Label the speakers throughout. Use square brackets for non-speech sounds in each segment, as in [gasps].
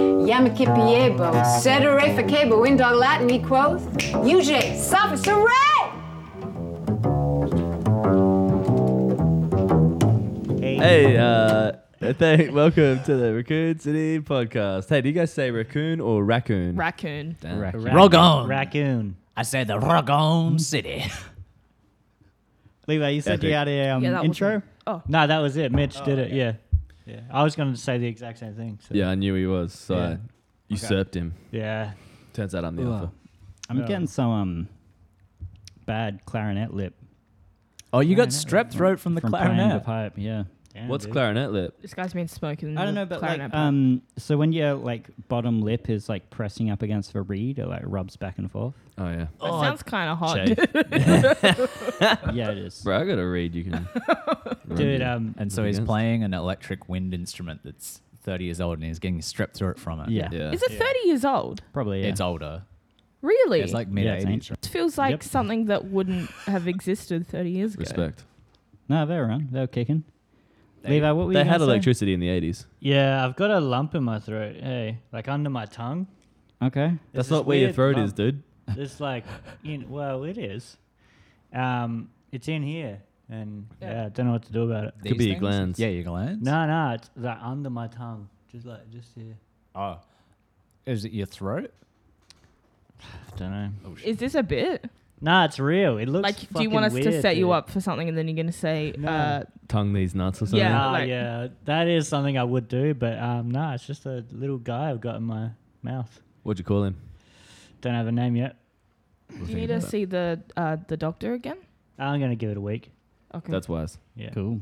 Speaker 1: Yamakipiebo, cedere facebo, in dog Latin he quoth, Uge, sophis, hooray!
Speaker 2: Hey, uh, [laughs] thank, welcome to the Raccoon City podcast. Hey, do you guys say raccoon or raccoon?
Speaker 3: Raccoon.
Speaker 2: Mm. Damn.
Speaker 4: Raccoon.
Speaker 5: Rogon.
Speaker 4: Raccoon.
Speaker 5: I said the Rogon City.
Speaker 4: Levi, you said you
Speaker 2: Epic.
Speaker 4: had a um,
Speaker 3: Yeah, that
Speaker 4: intro?
Speaker 3: wasn't- oh.
Speaker 4: No, that was it. Mitch did it. Yeah. Yeah. I was going to say the exact same thing. So.
Speaker 2: Yeah, I knew he was, so
Speaker 4: Yeah.
Speaker 2: I usurped him.
Speaker 4: Yeah.
Speaker 2: Turns out I'm the
Speaker 5: Wow.
Speaker 2: author.
Speaker 4: I'm
Speaker 5: Yeah.
Speaker 4: getting some um, bad clarinet lip.
Speaker 5: [laughs] Oh, you got strep throat from the
Speaker 4: from playing The
Speaker 5: clarinet.
Speaker 4: pipe. Yeah. Damn,
Speaker 2: What's
Speaker 4: dude.
Speaker 2: clarinet lip?
Speaker 3: This guy's been smoking.
Speaker 4: I don't
Speaker 3: the
Speaker 4: know, but
Speaker 3: clarinet
Speaker 6: uh,
Speaker 4: like,
Speaker 3: pipe.
Speaker 4: um, so when your like bottom lip is like pressing up against the reed, it like rubs back and forth.
Speaker 2: Oh yeah,
Speaker 3: that sounds kind of [laughs] hot.
Speaker 5: Jay.
Speaker 4: [laughs] yeah, it is.
Speaker 2: bro, I gotta read. You can.
Speaker 4: Dude,
Speaker 6: uh,
Speaker 4: um,
Speaker 5: And so
Speaker 2: Really
Speaker 5: he's
Speaker 2: good.
Speaker 5: playing an electric wind instrument that's 30 years old and he's getting strep throat from it.
Speaker 4: yeah,
Speaker 2: yeah.
Speaker 3: Is it 30 years old?
Speaker 4: probably. Yeah.
Speaker 5: It's older.
Speaker 3: Really?
Speaker 5: It's like mid
Speaker 4: Yeah, it's
Speaker 5: 80s.
Speaker 4: ancient.
Speaker 3: it feels like
Speaker 4: Yep.
Speaker 3: something that wouldn't have existed 30 years ago.
Speaker 2: Respect.
Speaker 4: No, they were wrong. They were kicking.
Speaker 5: They-
Speaker 4: Levi, what were
Speaker 2: They
Speaker 4: you
Speaker 2: had
Speaker 4: gonna say?
Speaker 2: electricity in the 80s.
Speaker 6: Yeah, I've got a lump in my throat. Hey, like under my tongue.
Speaker 4: Okay.
Speaker 2: That's
Speaker 6: this
Speaker 2: not where your
Speaker 6: weird
Speaker 2: throat
Speaker 6: lump.
Speaker 2: is, dude.
Speaker 6: It's like, in, well, it is. Um, it's in here, and yeah, I don't know what to do about it.
Speaker 2: Could be your glands.
Speaker 5: Yeah, your glands.
Speaker 6: No, no, it's like under my tongue, just like just here.
Speaker 5: Oh. Is it your throat? Oh,
Speaker 6: I don't know.
Speaker 3: Is this a bit?
Speaker 6: Nah, it's real. It looks
Speaker 3: Like, do you want us
Speaker 6: fucking
Speaker 3: to
Speaker 6: weird,
Speaker 3: set you
Speaker 6: dude.
Speaker 3: up for something and then you're going to say,
Speaker 6: No.
Speaker 3: uh,
Speaker 2: Tongue these nuts or something.
Speaker 3: Yeah.
Speaker 6: Nah,
Speaker 3: [laughs] like-
Speaker 6: yeah, that is something I would do, but um, nah, it's just a little guy I've got in my mouth.
Speaker 2: What'd you call him?
Speaker 6: Don't have a name yet.
Speaker 2: We'll
Speaker 3: do you
Speaker 2: think
Speaker 3: need
Speaker 2: about
Speaker 3: to
Speaker 2: it.
Speaker 3: see the uh, the doctor again?
Speaker 6: I'm gonna give it a week.
Speaker 3: Okay.
Speaker 2: That's wise.
Speaker 6: Yeah.
Speaker 4: Cool.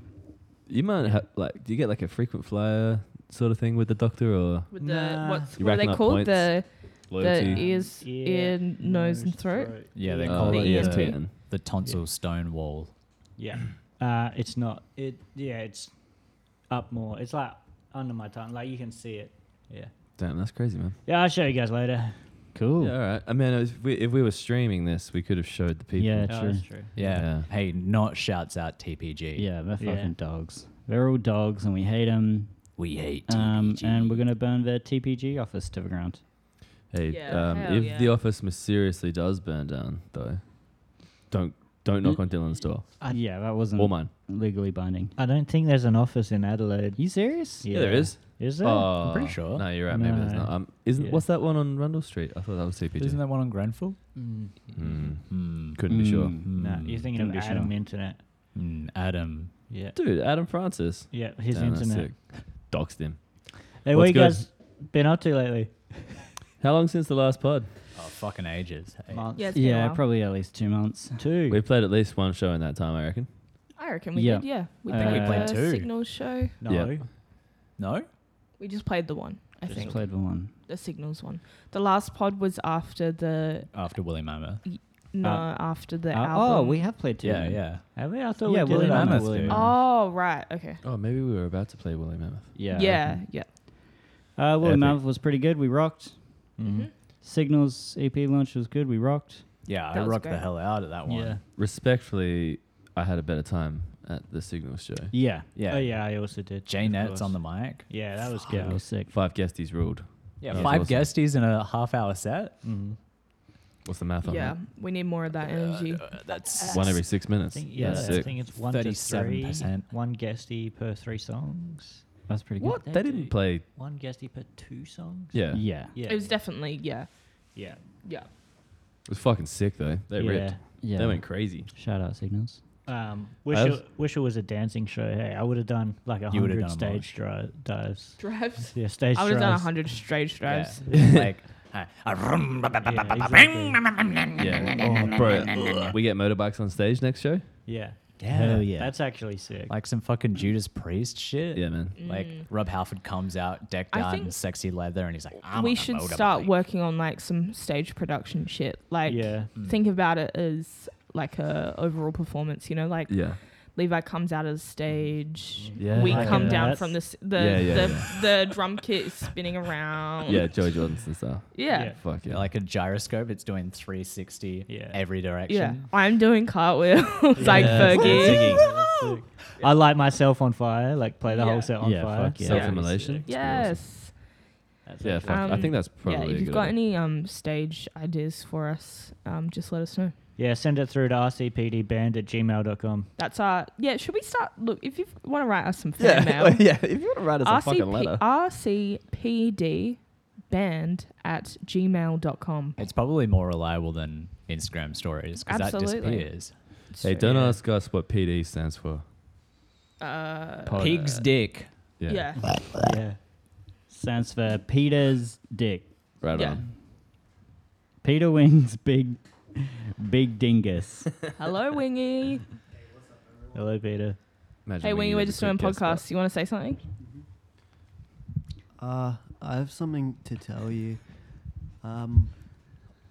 Speaker 2: You might have like, do you get like a frequent flyer sort of thing with the doctor or
Speaker 3: With
Speaker 6: Nah.
Speaker 3: the, what's,
Speaker 2: You
Speaker 3: what are
Speaker 2: reckon
Speaker 3: they
Speaker 2: that
Speaker 3: called?
Speaker 2: points?
Speaker 3: The, the
Speaker 6: E-
Speaker 2: loyalty?
Speaker 3: ears,
Speaker 6: Yeah,
Speaker 3: ear, nose, and throat?
Speaker 5: Yeah, they
Speaker 2: Oh,
Speaker 5: call
Speaker 2: like
Speaker 5: it
Speaker 3: yeah.
Speaker 5: the,
Speaker 2: ESPN.
Speaker 5: the tonsil stone wall.
Speaker 6: Yeah. Uh, it's not. It yeah, it's up more. It's like under my tongue. Like you can see it. Yeah.
Speaker 2: Damn, that's crazy, man.
Speaker 6: Yeah, I'll show you guys later.
Speaker 4: Cool.
Speaker 2: Yeah, all right. I mean, if we, if we were streaming this, we could have showed the people.
Speaker 4: Yeah,
Speaker 6: Oh,
Speaker 4: true.
Speaker 6: that's true.
Speaker 5: Yeah.
Speaker 2: Yeah.
Speaker 5: Hey, not shouts out TPG.
Speaker 4: Yeah, they're
Speaker 6: Yeah.
Speaker 4: fucking dogs. They're all dogs, and we hate them.
Speaker 5: We hate TPG.
Speaker 4: Um, and we're gonna burn their TPG office to the ground.
Speaker 2: Hey,
Speaker 3: Yeah,
Speaker 2: um,
Speaker 3: hell
Speaker 2: if the
Speaker 3: yeah.
Speaker 2: office mysteriously does burn down, though, don't don't knock on Dylan's door
Speaker 6: I-
Speaker 4: yeah, that
Speaker 6: Mm.
Speaker 4: wasn't
Speaker 2: or mine.
Speaker 4: legally binding.
Speaker 6: I don't think there's an office in Adelaide.
Speaker 4: You serious?
Speaker 2: Yeah, there is.
Speaker 6: Is there?
Speaker 2: Oh,
Speaker 5: pretty sure.
Speaker 2: No, you're right. Maybe there's
Speaker 6: No.
Speaker 2: not. Um, isn't
Speaker 6: Yeah.
Speaker 2: what's that one on Rundle Street? I thought that was CPG.
Speaker 5: Isn't that one on Grenfell?
Speaker 6: Mm.
Speaker 2: Mm,
Speaker 5: Mm.
Speaker 2: couldn't be sure.
Speaker 4: Mm.
Speaker 6: Nah,
Speaker 5: Mm.
Speaker 6: you're thinking of
Speaker 4: Couldn't be sure.
Speaker 6: Adam Internet.
Speaker 5: Mm, Adam.
Speaker 6: Yeah.
Speaker 2: Dude, Adam Francis.
Speaker 6: Yeah, his
Speaker 2: Damn, that's
Speaker 6: internet.
Speaker 2: sick. Doxed him.
Speaker 6: Hey,
Speaker 2: What's
Speaker 6: what you
Speaker 2: good?
Speaker 6: guys been up to lately?
Speaker 2: How long since the last pod?
Speaker 5: Oh, fucking ages. Hey.
Speaker 6: Months.
Speaker 3: Yeah, it's been a
Speaker 4: Yeah,
Speaker 3: while.
Speaker 4: Uh, probably at least two months.
Speaker 6: Two.
Speaker 2: We played at least one show in that time, I reckon.
Speaker 3: I reckon we
Speaker 4: Yeah.
Speaker 3: did, yeah. We
Speaker 4: I
Speaker 3: played,
Speaker 4: think we
Speaker 5: played
Speaker 3: uh,
Speaker 5: two.
Speaker 3: Signal show.
Speaker 6: no.
Speaker 2: Yeah.
Speaker 5: No?
Speaker 3: We just played the one, I
Speaker 4: Just
Speaker 3: think.
Speaker 4: played the one.
Speaker 3: The signals one. The last pod was after the
Speaker 5: After Willie Mammoth.
Speaker 3: no
Speaker 4: Uh, after
Speaker 3: after the
Speaker 4: Uh,
Speaker 3: album.
Speaker 4: Oh, we have played two.
Speaker 5: Yeah,
Speaker 4: then.
Speaker 5: yeah.
Speaker 6: Have we? I thought
Speaker 4: Yeah,
Speaker 6: we
Speaker 4: Willie
Speaker 6: did it on the
Speaker 5: Mammoth,
Speaker 6: Willie
Speaker 5: dude.
Speaker 6: Mammoth.
Speaker 3: Oh right, okay.
Speaker 2: Oh, maybe we were about to play Willie Mammoth.
Speaker 4: Yeah.
Speaker 3: Yeah, yeah.
Speaker 4: Uh, Willie
Speaker 2: Epic.
Speaker 4: Mammoth was pretty good. We rocked.
Speaker 6: Mhm.
Speaker 4: Signals EP launch was good. We rocked.
Speaker 5: Yeah,
Speaker 3: That
Speaker 5: I
Speaker 3: was
Speaker 5: rocked the
Speaker 3: great.
Speaker 5: hell out of that one.
Speaker 6: Yeah.
Speaker 2: Respectfully, I had a better time at the Signals show.
Speaker 4: Yeah.
Speaker 5: Yeah.
Speaker 6: Oh yeah, I also did.
Speaker 5: J
Speaker 6: of
Speaker 5: Net's on
Speaker 6: course.
Speaker 5: the mic.
Speaker 6: Yeah, that was
Speaker 4: Yeah, it
Speaker 6: good.
Speaker 4: was sick.
Speaker 2: Five guesties ruled.
Speaker 5: Yeah,
Speaker 2: That was
Speaker 5: five
Speaker 2: awesome.
Speaker 5: guesties in a half hour set.
Speaker 6: Mhm.
Speaker 2: What's the math on
Speaker 3: Yeah,
Speaker 2: that?
Speaker 3: we need more of that energy.
Speaker 5: Uh, that's
Speaker 2: One every six minutes.
Speaker 6: think, yeah,
Speaker 2: That's
Speaker 6: I
Speaker 2: sick.
Speaker 6: think it's one to three,
Speaker 5: 37%.
Speaker 6: one guesty per three songs.
Speaker 4: That's pretty good.
Speaker 2: What? They didn't play.
Speaker 6: One guesty per two songs.
Speaker 2: Yeah. It
Speaker 4: Yeah.
Speaker 6: yeah,
Speaker 3: It was definitely yeah,
Speaker 6: yeah.
Speaker 3: yeah.
Speaker 2: was fucking sick, though. They
Speaker 6: yeah.
Speaker 2: ripped.
Speaker 4: Yeah.
Speaker 2: They went crazy.
Speaker 4: Shout out signals.
Speaker 6: Um, wish
Speaker 2: I
Speaker 6: it,
Speaker 2: was-
Speaker 6: wish it was a dancing show. Hey, I would have done like a
Speaker 5: You would've
Speaker 6: hundred
Speaker 5: done a
Speaker 6: stage dri- dives. [laughs]
Speaker 3: Drives.
Speaker 6: Yeah, stage
Speaker 3: I would have done
Speaker 6: drives.
Speaker 3: hundred straight drives.
Speaker 5: [laughs] like, uh, a rum, ba- ba- ba-
Speaker 6: Yeah,
Speaker 5: ba- ba-
Speaker 6: exactly.
Speaker 2: Yeah. Oh, Bro, we get motorbikes on stage next show?
Speaker 6: yeah,
Speaker 5: yeah.
Speaker 4: Hell yeah.
Speaker 6: that's actually sick.
Speaker 5: Like some fucking Judas Priest shit.
Speaker 2: Yeah, man.
Speaker 5: Like Rob Halford comes out decked
Speaker 3: Mm. I
Speaker 5: out
Speaker 3: think
Speaker 5: in sexy leather and he's like, I'm
Speaker 3: we
Speaker 5: on a
Speaker 3: should
Speaker 5: motorbike."
Speaker 3: start working on like some stage production shit. Like
Speaker 6: Yeah.
Speaker 3: think about it as like a overall performance, you know, like
Speaker 2: Yeah.
Speaker 3: Levi comes out of the stage.
Speaker 2: Yeah.
Speaker 3: We
Speaker 6: I
Speaker 3: come
Speaker 6: can-
Speaker 3: down
Speaker 6: that's-
Speaker 3: from the s- the
Speaker 2: Yeah, yeah,
Speaker 3: the, the drum kit is spinning around.
Speaker 2: Yeah, Joey Jordanson style.
Speaker 3: yeah.
Speaker 6: Yeah.
Speaker 2: Fuck yeah.
Speaker 5: Like a gyroscope, it's doing 360
Speaker 6: Yeah.
Speaker 5: every
Speaker 3: Yeah,
Speaker 5: direction.
Speaker 3: I'm doing cartwheels [laughs] like
Speaker 2: Yeah, it's good
Speaker 3: Fergie.
Speaker 2: singing.
Speaker 6: That's sick. I light myself on fire. Like play the
Speaker 3: Yeah.
Speaker 6: whole set on
Speaker 4: Yeah,
Speaker 6: fire.
Speaker 4: fuck yeah.
Speaker 2: Self immolation.
Speaker 3: Yes.
Speaker 6: That's
Speaker 7: Yeah,
Speaker 6: actually-
Speaker 7: fuck, I
Speaker 3: Um,
Speaker 7: think that's probably.
Speaker 3: yeah,
Speaker 7: a
Speaker 3: if you've
Speaker 7: good
Speaker 3: got
Speaker 7: idea.
Speaker 3: any um, stage ideas for us, um, just let us know.
Speaker 6: yeah, send it through to rcpdband at gmail.com.
Speaker 3: That's our yeah. Should we start? Look, if you want to write us some fan
Speaker 2: [laughs]
Speaker 7: [laughs]
Speaker 2: Yeah,
Speaker 3: mail,
Speaker 2: yeah. If you want to write us a fucking letter,
Speaker 3: RCPD band at gmail.com.
Speaker 5: It's probably more reliable than Instagram stories because that
Speaker 3: Absolutely.
Speaker 5: disappears.
Speaker 7: Hey, don't ask us what PD stands for.
Speaker 3: Uh,
Speaker 2: Oh,
Speaker 7: Pod-
Speaker 5: Pig's dick.
Speaker 7: Yeah.
Speaker 3: yeah.
Speaker 6: Yeah.
Speaker 4: Stands for Peter's dick.
Speaker 7: Right
Speaker 3: Yeah.
Speaker 7: on.
Speaker 4: Peter Wing's big, big dingus.
Speaker 3: Hello,
Speaker 7: [laughs]
Speaker 3: Wingy.
Speaker 4: Hello, Peter.
Speaker 7: Imagine
Speaker 3: hey,
Speaker 7: when
Speaker 3: Wingy,
Speaker 7: you
Speaker 3: we're
Speaker 7: never
Speaker 3: just
Speaker 7: could
Speaker 3: doing
Speaker 7: guess that.
Speaker 3: podcasts. You want to say something?
Speaker 8: Uh, I have something to tell you. Um,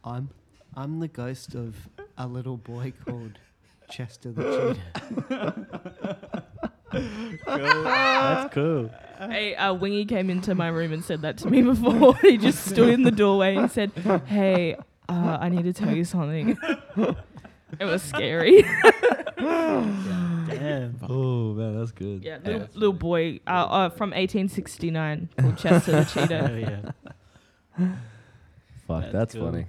Speaker 8: I'm I'm the ghost of a little boy [laughs] called Chester the Cheetah.
Speaker 6: That's cool.
Speaker 3: Hey, uh, Wingy came into my room and said that to me [laughs] before. he just stood in the doorway and said, Hey, uh, I need to tell you something. [laughs] it was scary. [laughs]
Speaker 6: Damn.
Speaker 2: oh man, that's good.
Speaker 3: yeah, little, little boy uh, uh, from 1869 called Chester the Cheetah.
Speaker 6: Oh, yeah.
Speaker 2: Fuck,
Speaker 6: That's
Speaker 2: that's
Speaker 6: cool.
Speaker 2: funny.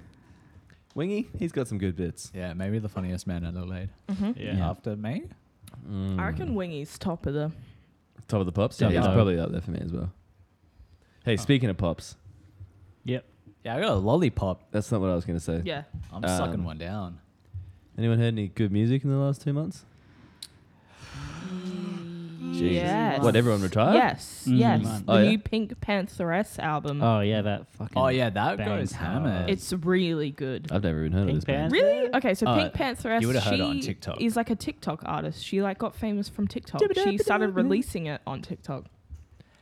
Speaker 2: Wingy, he's got some good bits.
Speaker 5: Yeah, maybe the funniest man in Adelaide.
Speaker 3: Mhm.
Speaker 6: Yeah.
Speaker 5: After me?
Speaker 3: I reckon Wingy's top of the.
Speaker 2: Mm. Top of the pops. Oh.
Speaker 5: Top
Speaker 2: Yeah,
Speaker 5: of
Speaker 2: he's
Speaker 5: the-
Speaker 2: probably up there for me as well. Hey, speaking of pops,
Speaker 5: Yeah, I got a lollipop.
Speaker 2: that's not what I was gonna say.
Speaker 3: Yeah.
Speaker 5: I'm
Speaker 2: Um,
Speaker 5: sucking one down.
Speaker 2: Anyone heard any good music in the last two months? Jeez.
Speaker 3: Yes.
Speaker 2: What, everyone retired?
Speaker 3: Yes,
Speaker 4: Mm.
Speaker 3: yes.
Speaker 4: Mm.
Speaker 3: The
Speaker 2: Oh, yeah?
Speaker 3: new Pink Pantheress album.
Speaker 4: Oh yeah, that fucking.
Speaker 5: Oh yeah, that
Speaker 4: Bang
Speaker 5: goes
Speaker 4: Power.
Speaker 5: hammered.
Speaker 3: It's really good.
Speaker 2: I've never even heard of
Speaker 6: Pink
Speaker 2: this band.
Speaker 6: Panther?
Speaker 3: Really? Okay, so
Speaker 5: Uh,
Speaker 3: Pink Pantheress,
Speaker 5: you would've heard it on
Speaker 3: she
Speaker 5: TikTok.
Speaker 3: is like a TikTok artist. She like got famous from TikTok. She started releasing it on TikTok.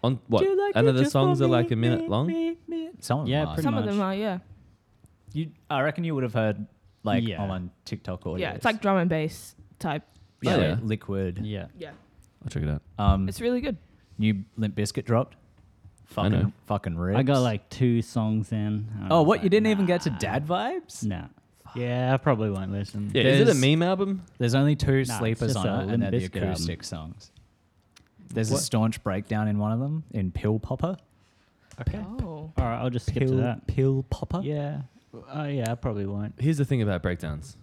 Speaker 2: On what?
Speaker 5: Do you like
Speaker 2: and
Speaker 5: it
Speaker 2: are the
Speaker 5: just for
Speaker 2: songs are like
Speaker 5: me,
Speaker 2: a minute
Speaker 5: me,
Speaker 2: long.
Speaker 5: me, me? Some of
Speaker 4: Yeah,
Speaker 5: them are.
Speaker 4: pretty
Speaker 3: Some
Speaker 4: much.
Speaker 3: of them are, yeah.
Speaker 5: You, I reckon you would have heard like
Speaker 4: Yeah.
Speaker 5: on TikTok audio.
Speaker 3: Yeah, it's like drum and bass type.
Speaker 5: yeah,
Speaker 2: Oh,
Speaker 5: like
Speaker 2: yeah.
Speaker 5: liquid.
Speaker 4: Yeah.
Speaker 3: Yeah.
Speaker 2: I'll check it out.
Speaker 5: Um,
Speaker 3: It's really good.
Speaker 5: new Limp Biscuit dropped.
Speaker 2: I
Speaker 5: Fucking,
Speaker 2: know.
Speaker 5: fucking rips.
Speaker 4: I got like two songs in. I
Speaker 5: Oh,
Speaker 4: was
Speaker 5: what? You
Speaker 4: like,
Speaker 5: didn't even get to
Speaker 4: nah,
Speaker 5: dad vibes?
Speaker 4: Nah.
Speaker 6: Yeah, I probably won't listen.
Speaker 2: Yeah, is it a
Speaker 5: There's-
Speaker 2: meme album?
Speaker 5: There's only two
Speaker 4: Nah,
Speaker 5: sleepers
Speaker 4: it's just
Speaker 5: on
Speaker 4: a
Speaker 5: it,
Speaker 4: Limp
Speaker 5: and they're the
Speaker 4: Bizkit album.
Speaker 5: acoustic songs. There's a staunch breakdown in one of them in Pill Popper.
Speaker 6: Okay.
Speaker 3: Oh.
Speaker 4: All right, I'll just skip to
Speaker 5: Pill,
Speaker 4: that.
Speaker 5: pill Popper.
Speaker 6: Yeah. Oh, yeah, I probably won't.
Speaker 2: Here's the thing about breakdowns.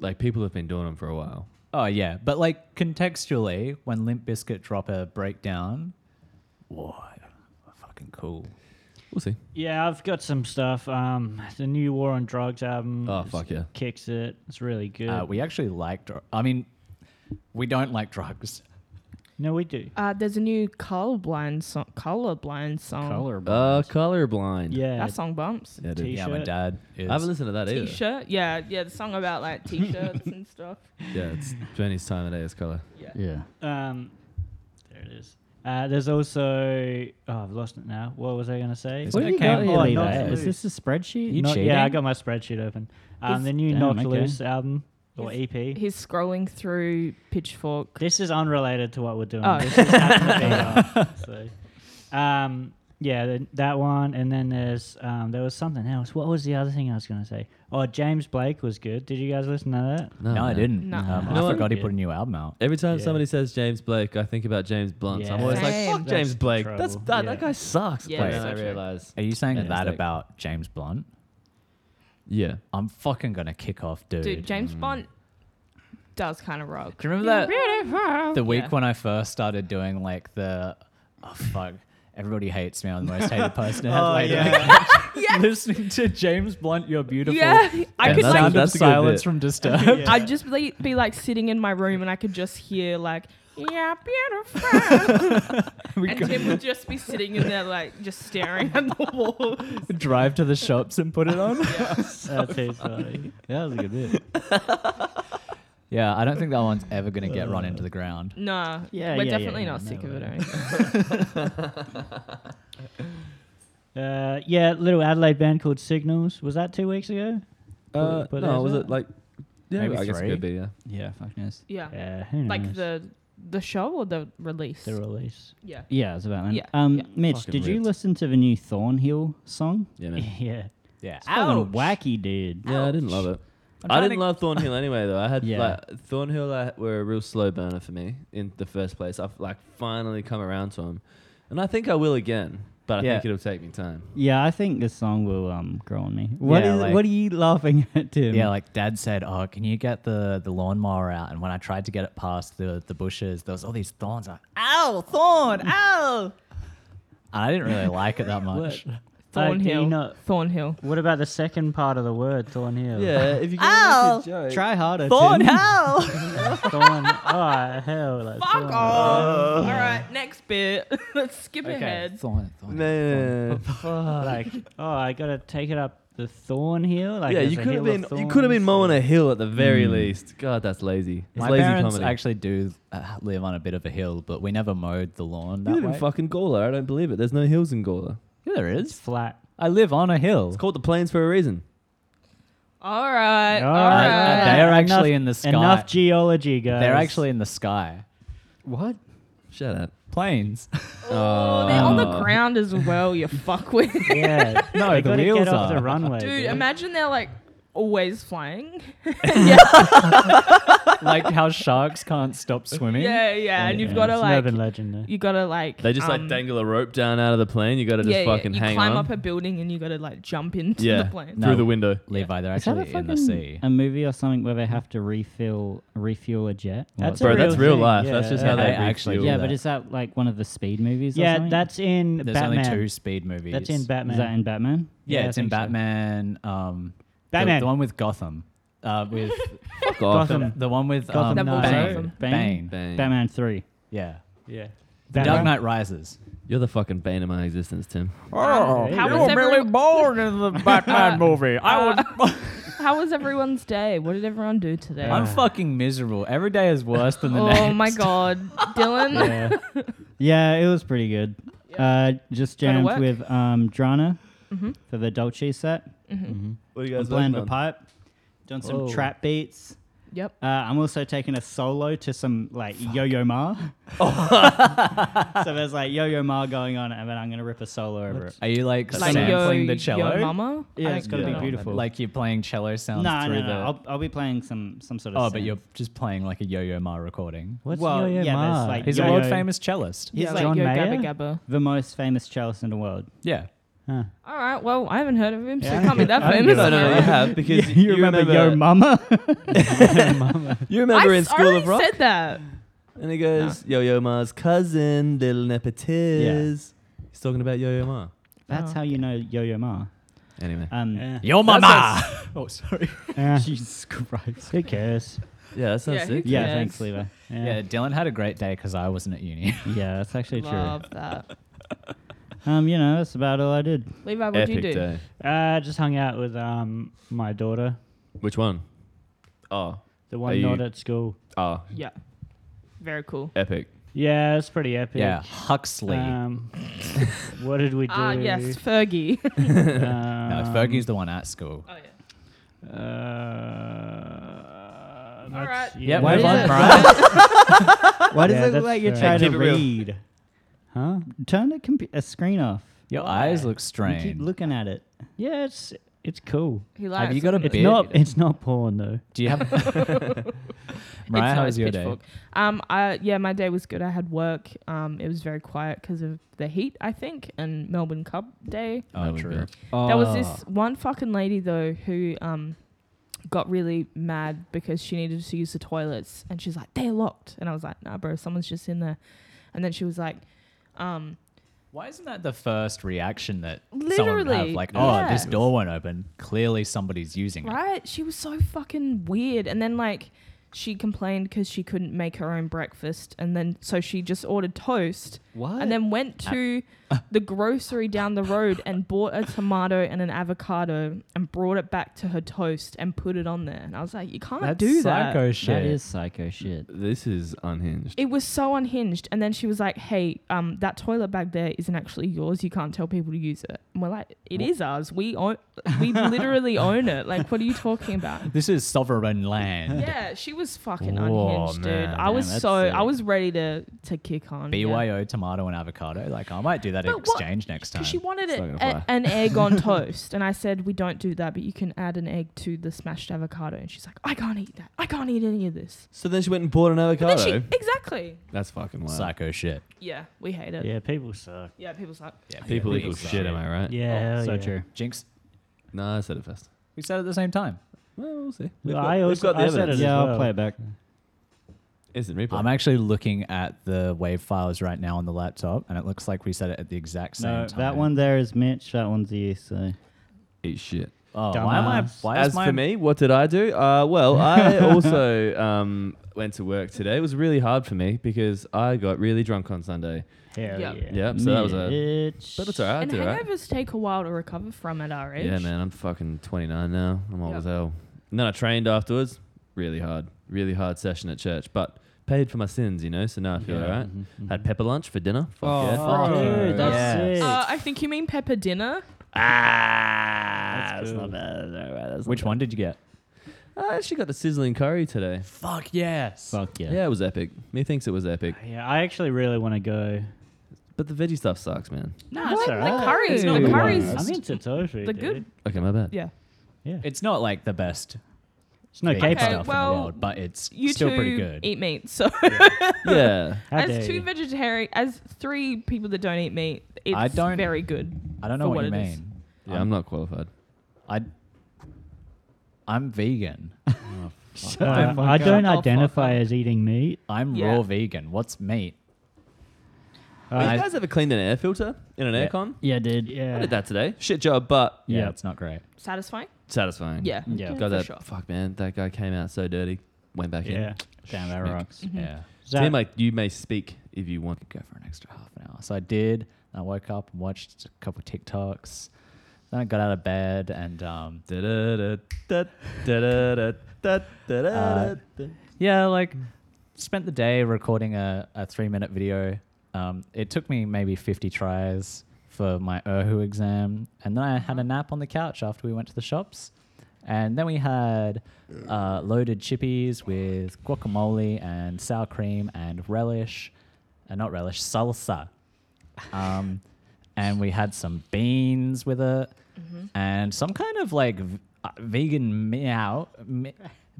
Speaker 2: Like people have been doing them for a while.
Speaker 5: Oh yeah, but like contextually, when Limp Biscuit drop a breakdown, why? Fucking cool.
Speaker 2: We'll see.
Speaker 6: Yeah, I've got some stuff. Um, the new War on Drugs album.
Speaker 2: Oh,
Speaker 6: is-
Speaker 2: fuck yeah.
Speaker 6: Kicks it. It's really good.
Speaker 5: Uh, we actually like. Dr- I mean, we don't like drugs.
Speaker 6: no, we do.
Speaker 3: Uh, there's a new colorblind song. Colorblind song.
Speaker 2: Uh, colorblind.
Speaker 6: Yeah.
Speaker 3: That song bumps.
Speaker 2: Yeah, dude.
Speaker 6: T-
Speaker 5: Yeah, my
Speaker 6: T-shirt.
Speaker 5: dad is.
Speaker 2: I haven't listened to that either.
Speaker 3: T-shirt. Yeah, yeah. The song about
Speaker 5: [laughs]
Speaker 3: like T-shirts and stuff.
Speaker 2: Yeah, it's Journey's time of day is color.
Speaker 3: Yeah.
Speaker 4: Yeah.
Speaker 6: Um, there it is. Uh, there's also. Oh, I've lost it now. What was I going to say?
Speaker 5: What do you got
Speaker 6: here,
Speaker 4: Levi?
Speaker 6: Knocked
Speaker 4: Is
Speaker 6: Loose.
Speaker 4: this a spreadsheet?
Speaker 5: You
Speaker 6: Not-
Speaker 5: cheating?
Speaker 6: yeah, I got my spreadsheet open. Um,
Speaker 3: Is-
Speaker 6: the new
Speaker 4: Damn,
Speaker 6: Knock
Speaker 4: okay.
Speaker 6: Loose album or
Speaker 3: Is-
Speaker 6: EP.
Speaker 3: He's scrolling through Pitchfork.
Speaker 6: This is unrelated to what we're doing.
Speaker 3: Oh.
Speaker 6: This just
Speaker 4: [laughs]
Speaker 6: happened to be on, so, um, yeah, th- that one, and then there's um, there was something else. What was the other thing I was going to say? Oh, James Blake was good. Did you guys listen to
Speaker 4: [laughs]
Speaker 6: that?
Speaker 5: No, I didn't.
Speaker 3: No.
Speaker 5: Um,
Speaker 3: You
Speaker 2: know
Speaker 5: I
Speaker 2: what?
Speaker 5: forgot he put a new album out.
Speaker 2: Every time
Speaker 6: Yeah.
Speaker 2: somebody says James Blake, I think about James Blunt. So I'm
Speaker 6: Yeah.
Speaker 2: always
Speaker 3: Same.
Speaker 2: like, fuck
Speaker 6: That's
Speaker 2: James Blake.
Speaker 6: trouble.
Speaker 2: That's that,
Speaker 6: Yeah.
Speaker 2: that guy sucks.
Speaker 3: Yeah,
Speaker 2: but
Speaker 3: Right.
Speaker 2: then I
Speaker 3: that's right.
Speaker 2: realize.
Speaker 5: Are you saying
Speaker 2: Yeah,
Speaker 5: that
Speaker 2: it's like-
Speaker 5: about James Blunt?
Speaker 2: Yeah.
Speaker 5: I'm fucking gonna kick off, dude.
Speaker 3: Dude, James
Speaker 5: mm.
Speaker 3: Bond does kind of rock.
Speaker 5: Do you remember that
Speaker 3: Beautiful.
Speaker 5: the week
Speaker 3: Yeah.
Speaker 5: when I first started doing like the oh fuck. Everybody hates me. I'm the most hated
Speaker 2: [laughs]
Speaker 5: person in
Speaker 2: Oh,
Speaker 5: Adelaide. [laughs] Listening to James Blunt, "You're Beautiful."
Speaker 3: Yeah, I
Speaker 2: Yeah,
Speaker 3: could
Speaker 2: that's-
Speaker 5: sound
Speaker 3: like,
Speaker 5: of
Speaker 2: that's a good
Speaker 5: silence
Speaker 2: bit.
Speaker 5: from [laughs] Disturbed.
Speaker 3: I'd just be, be like sitting in my room and I could just hear like, yeah, beautiful. and Tim would just be sitting in there like just staring at the wall. [laughs]
Speaker 5: [laughs] Drive to the shops and put
Speaker 2: [laughs]
Speaker 5: it on.
Speaker 6: That's it, sorry.
Speaker 4: That was a good bit.
Speaker 5: yeah, I don't think that one's ever gonna get run
Speaker 2: Uh.
Speaker 5: into the ground.
Speaker 3: Nah,
Speaker 4: Yeah,
Speaker 3: we're
Speaker 4: yeah, yeah,
Speaker 3: definitely
Speaker 4: yeah,
Speaker 3: not
Speaker 4: no
Speaker 3: sick of it. eh?
Speaker 4: way.
Speaker 3: Or anything.
Speaker 6: Uh, yeah, little Adelaide band called Signals. Was that two weeks ago?
Speaker 2: Uh,
Speaker 6: But
Speaker 2: no,
Speaker 6: is
Speaker 2: was
Speaker 6: it?
Speaker 2: it like. Yeah,
Speaker 5: Maybe
Speaker 2: I guess it
Speaker 5: three.
Speaker 2: could be, yeah.
Speaker 4: Yeah, fuck knows.
Speaker 3: Yeah,
Speaker 6: Yeah, who knows?
Speaker 3: like the the show or the release.
Speaker 6: the release.
Speaker 3: yeah.
Speaker 4: Yeah, it's about that.
Speaker 3: Yeah,
Speaker 4: Um,
Speaker 3: yeah.
Speaker 4: Mitch,
Speaker 2: Fucking
Speaker 4: did you
Speaker 2: ripped.
Speaker 4: listen to the new Thornhill song?
Speaker 2: Yeah, man.
Speaker 6: [laughs] Yeah.
Speaker 5: Yeah,
Speaker 4: It's fucking wacky, dude.
Speaker 2: Yeah, I didn't love it.
Speaker 5: I'm
Speaker 2: I
Speaker 5: trying
Speaker 2: didn't
Speaker 5: to-
Speaker 2: love Thornhill anyway, though. I had
Speaker 4: Yeah.
Speaker 2: like Thornhill I, were a real slow burner for me in the first place. I've like finally come around to them, and I think I will again.
Speaker 7: but I
Speaker 5: Yeah.
Speaker 7: think it'll take me time.
Speaker 4: Yeah, I think this song will um grow on me. What
Speaker 5: Yeah,
Speaker 4: is-
Speaker 5: like-
Speaker 4: what are you laughing [laughs] at, Tim?
Speaker 5: Yeah, like dad said, oh, can you get the, the lawnmower out? And when I tried to get it past the, the bushes, there was all these thorns. I'm Like, ow, thorn, ow. I didn't really like
Speaker 2: [laughs]
Speaker 5: it that much.
Speaker 3: Thornhill.
Speaker 6: you know-
Speaker 3: Thornhill.
Speaker 6: What about the second part of the word, Thornhill?
Speaker 2: Yeah, if you can
Speaker 5: Ow!
Speaker 2: make a joke.
Speaker 4: try harder.
Speaker 5: Thorn,
Speaker 4: Tim.
Speaker 5: hell. [laughs]
Speaker 6: Thorn. oh, hell. Like,
Speaker 3: Fuck
Speaker 6: thorn.
Speaker 3: off. All right, next bit. [laughs] Let's skip
Speaker 5: okay,
Speaker 3: ahead.
Speaker 5: thorn, thorn.
Speaker 2: No, no, no.
Speaker 6: [laughs] Like, oh, I gotta take it up the thorn hill. Like,
Speaker 2: yeah,
Speaker 6: there's
Speaker 2: you
Speaker 6: a
Speaker 2: could have
Speaker 6: hill of
Speaker 2: been you could have been
Speaker 6: thorns.
Speaker 2: mowing a hill at the very least. God, that's lazy. It's
Speaker 5: My
Speaker 2: lazy
Speaker 5: parents
Speaker 2: comedy.
Speaker 5: actually do uh, live on a bit of a hill, but we never mowed the lawn
Speaker 2: you
Speaker 5: that
Speaker 2: live in
Speaker 5: way.
Speaker 2: fucking Gawler. I don't believe it. There's no hills in Gawler.
Speaker 5: Yeah, there is.
Speaker 6: flat.
Speaker 5: I live on a hill.
Speaker 2: It's called the plains for a reason.
Speaker 3: All right.
Speaker 6: All
Speaker 3: Eh, All
Speaker 5: Uh,
Speaker 3: right.
Speaker 6: right.
Speaker 5: they are
Speaker 6: Enough-
Speaker 5: actually in the sky.
Speaker 6: Enough geology, guys.
Speaker 5: They're actually in the sky.
Speaker 4: What?
Speaker 2: Shut up.
Speaker 5: Planes. [laughs]
Speaker 3: Oh, they're on the ground as well, you fuckwit.
Speaker 6: [laughs] Yeah.
Speaker 5: No,
Speaker 6: they
Speaker 5: the
Speaker 6: gotta
Speaker 5: wheels
Speaker 6: get off
Speaker 5: are.
Speaker 6: the runway.
Speaker 3: Dude,
Speaker 6: dude.
Speaker 3: imagine they're like always flying.
Speaker 5: like how sharks can't stop swimming.
Speaker 3: Yeah, yeah. And you've
Speaker 6: Yeah,
Speaker 3: got to
Speaker 6: it's
Speaker 3: like,
Speaker 6: an urban legend. eh?
Speaker 3: you got to like.
Speaker 2: They just
Speaker 3: um,
Speaker 2: like dangle a rope down out of the plane. You got to just
Speaker 3: yeah,
Speaker 2: fucking
Speaker 3: yeah. You
Speaker 2: hang
Speaker 3: climb
Speaker 2: on
Speaker 3: up a building and you got to like jump into
Speaker 2: Yeah.
Speaker 3: the plane.
Speaker 5: No.
Speaker 2: through the window.
Speaker 5: Levi, they're
Speaker 4: Is that a
Speaker 5: actually in the
Speaker 4: fucking-
Speaker 5: sea.
Speaker 4: A movie or something where they have to refill refuel a jet.
Speaker 6: That's
Speaker 4: Or-
Speaker 6: a
Speaker 2: Bro, that's
Speaker 6: real
Speaker 2: real
Speaker 6: thing,
Speaker 2: life.
Speaker 6: yeah.
Speaker 2: That's just
Speaker 6: Yeah,
Speaker 2: how they
Speaker 5: I actually-
Speaker 2: refuel
Speaker 4: yeah,
Speaker 2: that.
Speaker 4: but is that like one of the speed movies? or
Speaker 6: Yeah,
Speaker 4: something?
Speaker 6: that's in
Speaker 5: There's
Speaker 6: Batman.
Speaker 5: only two speed movies.
Speaker 6: That's in Batman.
Speaker 4: Is that in Batman?
Speaker 5: Yeah,
Speaker 6: Yeah,
Speaker 5: it's
Speaker 6: I
Speaker 5: in
Speaker 6: think so.
Speaker 5: Batman. Um, the-
Speaker 6: Batman.
Speaker 5: The, one with Gotham. Uh, with
Speaker 2: Fuck off.
Speaker 6: Gotham.
Speaker 5: the one with um,
Speaker 6: Gotham
Speaker 5: Bane.
Speaker 3: Double Knight.
Speaker 5: Bane.
Speaker 4: Oh, Bane?
Speaker 2: Bane.
Speaker 4: Batman Three.
Speaker 5: Yeah.
Speaker 6: Yeah.
Speaker 5: Dark Knight Rises.
Speaker 2: You're the fucking bane of my existence, Tim.
Speaker 3: Oh, how was everyone?
Speaker 5: born in the Batman movie. I was.
Speaker 3: How was everyone's day? What did everyone do today?
Speaker 5: I'm fucking miserable. Every day is worse than the
Speaker 3: oh
Speaker 5: next.
Speaker 3: my god, Dylan.
Speaker 4: Yeah. yeah, it was pretty good. Uh, just
Speaker 3: Gotta
Speaker 4: jammed
Speaker 3: work. Mm-hmm.
Speaker 4: with um, Drana for the Dolce set.
Speaker 2: What do you
Speaker 4: I'm
Speaker 2: guys
Speaker 4: playing
Speaker 2: working
Speaker 4: the
Speaker 2: on?
Speaker 4: pipe, doing some
Speaker 5: Oh.
Speaker 2: Whoa.
Speaker 4: trap beats.
Speaker 3: Yep.
Speaker 4: Uh, I'm also taking a solo to some like Yo
Speaker 5: [laughs]
Speaker 4: Yo Ma. so there's like Yo Yo Ma going on, and then I'm gonna rip a solo over it.
Speaker 5: Are you like,
Speaker 3: Like yo,
Speaker 5: sampling
Speaker 3: yo
Speaker 5: the cello?
Speaker 3: mama.
Speaker 4: Yeah, it's gonna
Speaker 2: Yeah.
Speaker 4: be beautiful.
Speaker 5: Like you're playing cello
Speaker 4: no,
Speaker 5: sounds
Speaker 4: no,
Speaker 5: through
Speaker 4: no.
Speaker 5: the.
Speaker 4: I'll, I'll be playing some some sort of.
Speaker 5: oh, but
Speaker 4: synth.
Speaker 5: you're just playing like a Yo-Yo Ma recording.
Speaker 6: What's
Speaker 4: Well,
Speaker 6: Yo-Yo
Speaker 4: yeah,
Speaker 6: Ma?
Speaker 4: there's, like,
Speaker 5: He's a
Speaker 4: Yo-Yo-
Speaker 5: world famous cellist.
Speaker 3: He's
Speaker 4: Yeah,
Speaker 3: like
Speaker 6: John
Speaker 3: yo
Speaker 6: Mayer?
Speaker 3: gabba gabba.
Speaker 4: the most famous cellist in the world.
Speaker 5: Yeah.
Speaker 6: Huh.
Speaker 3: All right. Well, I haven't heard of him, so
Speaker 6: Yeah,
Speaker 3: he can't be that famous.
Speaker 2: No, no, no, [laughs]
Speaker 3: [laughs]
Speaker 2: you have because
Speaker 4: you, remember, Yo Mama? [laughs]
Speaker 2: you remember
Speaker 3: I
Speaker 2: in School of
Speaker 3: already
Speaker 2: Rock,
Speaker 3: said that.
Speaker 2: and he goes, "Yo Yo Ma's cousin, little nepetiz." He's talking about Yo Yo Ma.
Speaker 4: That's
Speaker 3: Oh.
Speaker 4: how you know Yo Yo Ma.
Speaker 2: Anyway,
Speaker 4: Um,
Speaker 6: Yeah.
Speaker 5: Yo Mama! Oh, sorry.
Speaker 6: Yeah.
Speaker 4: [laughs] Jesus Christ.
Speaker 6: Who cares?
Speaker 2: yeah, that sounds
Speaker 3: Yeah,
Speaker 2: sick.
Speaker 3: who
Speaker 4: Yeah,
Speaker 3: Yes.
Speaker 4: thanks, Levi.
Speaker 5: Yeah, Dylan had a great day because I wasn't at uni.
Speaker 4: Yeah, that's actually
Speaker 3: Love that.
Speaker 4: true. Um, you know, that's about all I did.
Speaker 3: Levi, what'd
Speaker 2: Epic
Speaker 3: you do?
Speaker 2: day.
Speaker 6: Uh, just hung out with um my daughter,
Speaker 2: Which one? Oh,
Speaker 6: the
Speaker 2: Are
Speaker 6: one
Speaker 2: you-
Speaker 6: not at school.
Speaker 2: oh,
Speaker 3: Yeah. Very cool.
Speaker 2: epic.
Speaker 6: Yeah, it's pretty epic.
Speaker 5: yeah, Huxley.
Speaker 6: Um, what did we do?
Speaker 3: Ah, yes, Fergie. [laughs]
Speaker 5: no,
Speaker 4: Uh,
Speaker 6: Um,
Speaker 5: Fergie's the one at school.
Speaker 3: oh yeah.
Speaker 6: Uh, All
Speaker 3: right.
Speaker 5: Yeah,
Speaker 4: Why
Speaker 5: move
Speaker 4: did
Speaker 5: on,
Speaker 4: it-
Speaker 5: Brian.
Speaker 4: Why does
Speaker 6: Yeah,
Speaker 4: it look
Speaker 6: that's
Speaker 4: like you're
Speaker 6: fair.
Speaker 4: trying
Speaker 2: Hey,
Speaker 4: to
Speaker 2: keep it real.
Speaker 4: read?
Speaker 6: Huh?
Speaker 4: Turn the compu- a screen off.
Speaker 5: Your eyes look
Speaker 4: You
Speaker 5: strange.
Speaker 4: keep looking at it.
Speaker 6: Yeah, it's it's cool.
Speaker 3: He likes.
Speaker 5: Have you got a
Speaker 6: It's
Speaker 5: bit?
Speaker 6: not it's not porn though.
Speaker 5: Do you have? Mariah, how
Speaker 3: not
Speaker 5: was your day?
Speaker 3: pitchfork. Um, I yeah, my day was good. I had work. Um, it was very quiet because of the heat, I think, and Melbourne Cup Day.
Speaker 5: Oh, true.
Speaker 3: There was this one fucking lady though who um got really mad because she needed to use the toilets and she's like, They're locked and I was like, Nah bro, someone's just in there and then she was like, um
Speaker 5: Why isn't that the first reaction that someone would have?
Speaker 3: Literally,
Speaker 5: Like,
Speaker 3: yeah.
Speaker 5: oh, this door won't open. Clearly, somebody's using it.
Speaker 3: right? She was so fucking weird. And then like she complained because she couldn't make her own breakfast and then so she just ordered toast
Speaker 5: What?
Speaker 3: and then went to the grocery down the road and bought a tomato and an avocado and brought it back to her toast and put it on there. And I was like, you can't
Speaker 5: That's
Speaker 3: do that.
Speaker 5: psycho shit.
Speaker 4: That is psycho shit.
Speaker 2: This is unhinged.
Speaker 3: It was so unhinged. And then she was like, hey, um, that toilet bag there isn't actually yours. You can't tell people to use it. And we're like, "It is ours. We own, we literally own it. Like, what are you talking about?
Speaker 5: This is sovereign land. [laughs]
Speaker 3: Yeah, she was fucking
Speaker 5: Whoa,
Speaker 3: unhinged, dude.
Speaker 5: man.
Speaker 3: I was
Speaker 4: Damn, that's
Speaker 3: so, I
Speaker 4: sick.
Speaker 3: was ready to to kick on. yeah.
Speaker 5: BYO to tomato and avocado. Like I might do that
Speaker 3: But what-
Speaker 5: exchange next time.
Speaker 3: Because she wanted
Speaker 2: It's
Speaker 3: it,
Speaker 2: not gonna
Speaker 3: a,
Speaker 2: fly.
Speaker 3: an egg on toast, and I said we don't do that, but you can add an egg to the smashed avocado. And she's like, I can't eat that. I can't eat any of this.
Speaker 2: So then she went and bought an
Speaker 3: And then she-
Speaker 2: avocado.
Speaker 3: exactly.
Speaker 2: That's fucking wild.
Speaker 5: Psycho shit.
Speaker 3: Yeah, we hate it. Yeah,
Speaker 6: Yeah, people suck.
Speaker 3: people suck.
Speaker 5: Yeah,
Speaker 2: People
Speaker 5: yeah,
Speaker 2: equal
Speaker 5: suck.
Speaker 2: shit, am I right?
Speaker 6: Yeah,
Speaker 5: Oh,
Speaker 6: hell
Speaker 4: so
Speaker 6: yeah.
Speaker 4: true.
Speaker 5: Jinx.
Speaker 2: No, I said it first.
Speaker 5: We said it at the same time.
Speaker 2: Well, we'll see.
Speaker 6: Well, I also- I said it as
Speaker 4: Yeah, I'll
Speaker 6: well.
Speaker 4: play it back.
Speaker 2: Instant replay.
Speaker 5: I'm actually looking at the wave files right now on the laptop, and it looks like we said it at the exact same
Speaker 4: No,
Speaker 5: time.
Speaker 4: that one there is Mitch. That one's you. So
Speaker 2: Eat shit.
Speaker 5: Oh, why am I?
Speaker 4: Dumbass.
Speaker 5: Why is
Speaker 2: As
Speaker 5: my
Speaker 2: for me, what did I do? Uh, well, I also um, went to work today. It was really hard for me because I got really drunk on Sunday.
Speaker 6: Hell
Speaker 3: Yep.
Speaker 6: yeah.
Speaker 2: Yep, so that was a-
Speaker 6: Mitch.
Speaker 2: But it's all right.
Speaker 3: and
Speaker 2: I did all right.
Speaker 3: hangovers take a while to recover from at our age.
Speaker 2: Yeah, man, I'm fucking 29 now. I'm old
Speaker 3: Yep.
Speaker 2: as hell. And then I trained afterwards. Really hard. Really hard session at church, but paid for my sins, you know, so now I feel all right. Had pepper lunch for dinner. Fuck yeah.
Speaker 6: dude, that's sick.
Speaker 3: Uh, I think you mean pepper dinner.
Speaker 2: Ah,
Speaker 6: That's
Speaker 2: that's
Speaker 6: cool.
Speaker 2: not bad. That's not bad. That's not
Speaker 5: Which
Speaker 2: bad.
Speaker 5: one did you get?
Speaker 2: Ah, I actually got the sizzling curry today.
Speaker 5: Fuck yes.
Speaker 4: fuck yeah.
Speaker 2: Yeah, it was epic. Me thinks it was epic.
Speaker 6: Yeah, I actually really want to go.
Speaker 2: But the veggie stuff sucks, man.
Speaker 3: No,
Speaker 6: That's
Speaker 3: the,
Speaker 6: all right.
Speaker 3: the curry's not
Speaker 5: Ooh.
Speaker 3: the curry's.
Speaker 6: I'm into tofu.
Speaker 3: The
Speaker 6: dude.
Speaker 3: good-
Speaker 2: Okay, my bad.
Speaker 3: Yeah.
Speaker 5: It's not like the best
Speaker 6: It's no
Speaker 5: big
Speaker 6: caper.
Speaker 5: stuff in
Speaker 3: well,
Speaker 5: the world, but it's
Speaker 3: You
Speaker 5: still
Speaker 3: two
Speaker 5: pretty good.
Speaker 3: eat meat, so
Speaker 2: Yeah.
Speaker 6: How dare
Speaker 3: as two
Speaker 6: you.
Speaker 3: vegetarian, as three people that don't eat meat, it's
Speaker 5: I don't-
Speaker 3: very good.
Speaker 5: I don't know
Speaker 3: for
Speaker 5: what, you
Speaker 3: what it is.
Speaker 5: mean.
Speaker 2: Yeah, I'm not qualified.
Speaker 5: I I'm
Speaker 3: [laughs]
Speaker 5: vegan.
Speaker 4: Oh
Speaker 6: Uh, I don't identify as eating meat.
Speaker 5: I'm
Speaker 3: Yeah.
Speaker 5: raw vegan. What's meat?
Speaker 2: Have
Speaker 5: I-
Speaker 2: you guys ever cleaned an air filter in an
Speaker 5: Yeah.
Speaker 2: aircon?
Speaker 4: Yeah, dude.
Speaker 2: I
Speaker 6: Yeah.
Speaker 2: did that today. Shit job, but
Speaker 5: Yeah,
Speaker 4: Yeah.
Speaker 5: it's not great.
Speaker 3: Satisfying?
Speaker 2: satisfying.
Speaker 3: Yeah.
Speaker 4: Yeah.
Speaker 2: Got
Speaker 3: for
Speaker 2: that.
Speaker 3: sure.
Speaker 2: Fuck, man. That guy came out so dirty. Went back in.
Speaker 6: Yeah.
Speaker 5: Damn, that rocks.
Speaker 3: Mm-hmm.
Speaker 5: Yeah.
Speaker 6: Is
Speaker 2: Seemed
Speaker 6: that-
Speaker 2: like you may speak if you want.
Speaker 5: Go for an extra half an hour. So I did. I woke up and watched a couple of TikToks. Then I got out of bed and um,
Speaker 2: Da-da-da, da- da-da-da, da-
Speaker 3: Uh,
Speaker 2: da-da-da.
Speaker 5: yeah, like spent the day recording a, a three minute video. Um, it took me maybe 50 tries for my Erhu exam. And then I had a nap on the couch after we went to the shops. And then we had uh, loaded chippies with guacamole and sour cream and relish, uh, not relish, salsa. Um, and we had some beans with it and some kind of like v- uh, vegan meow. Me-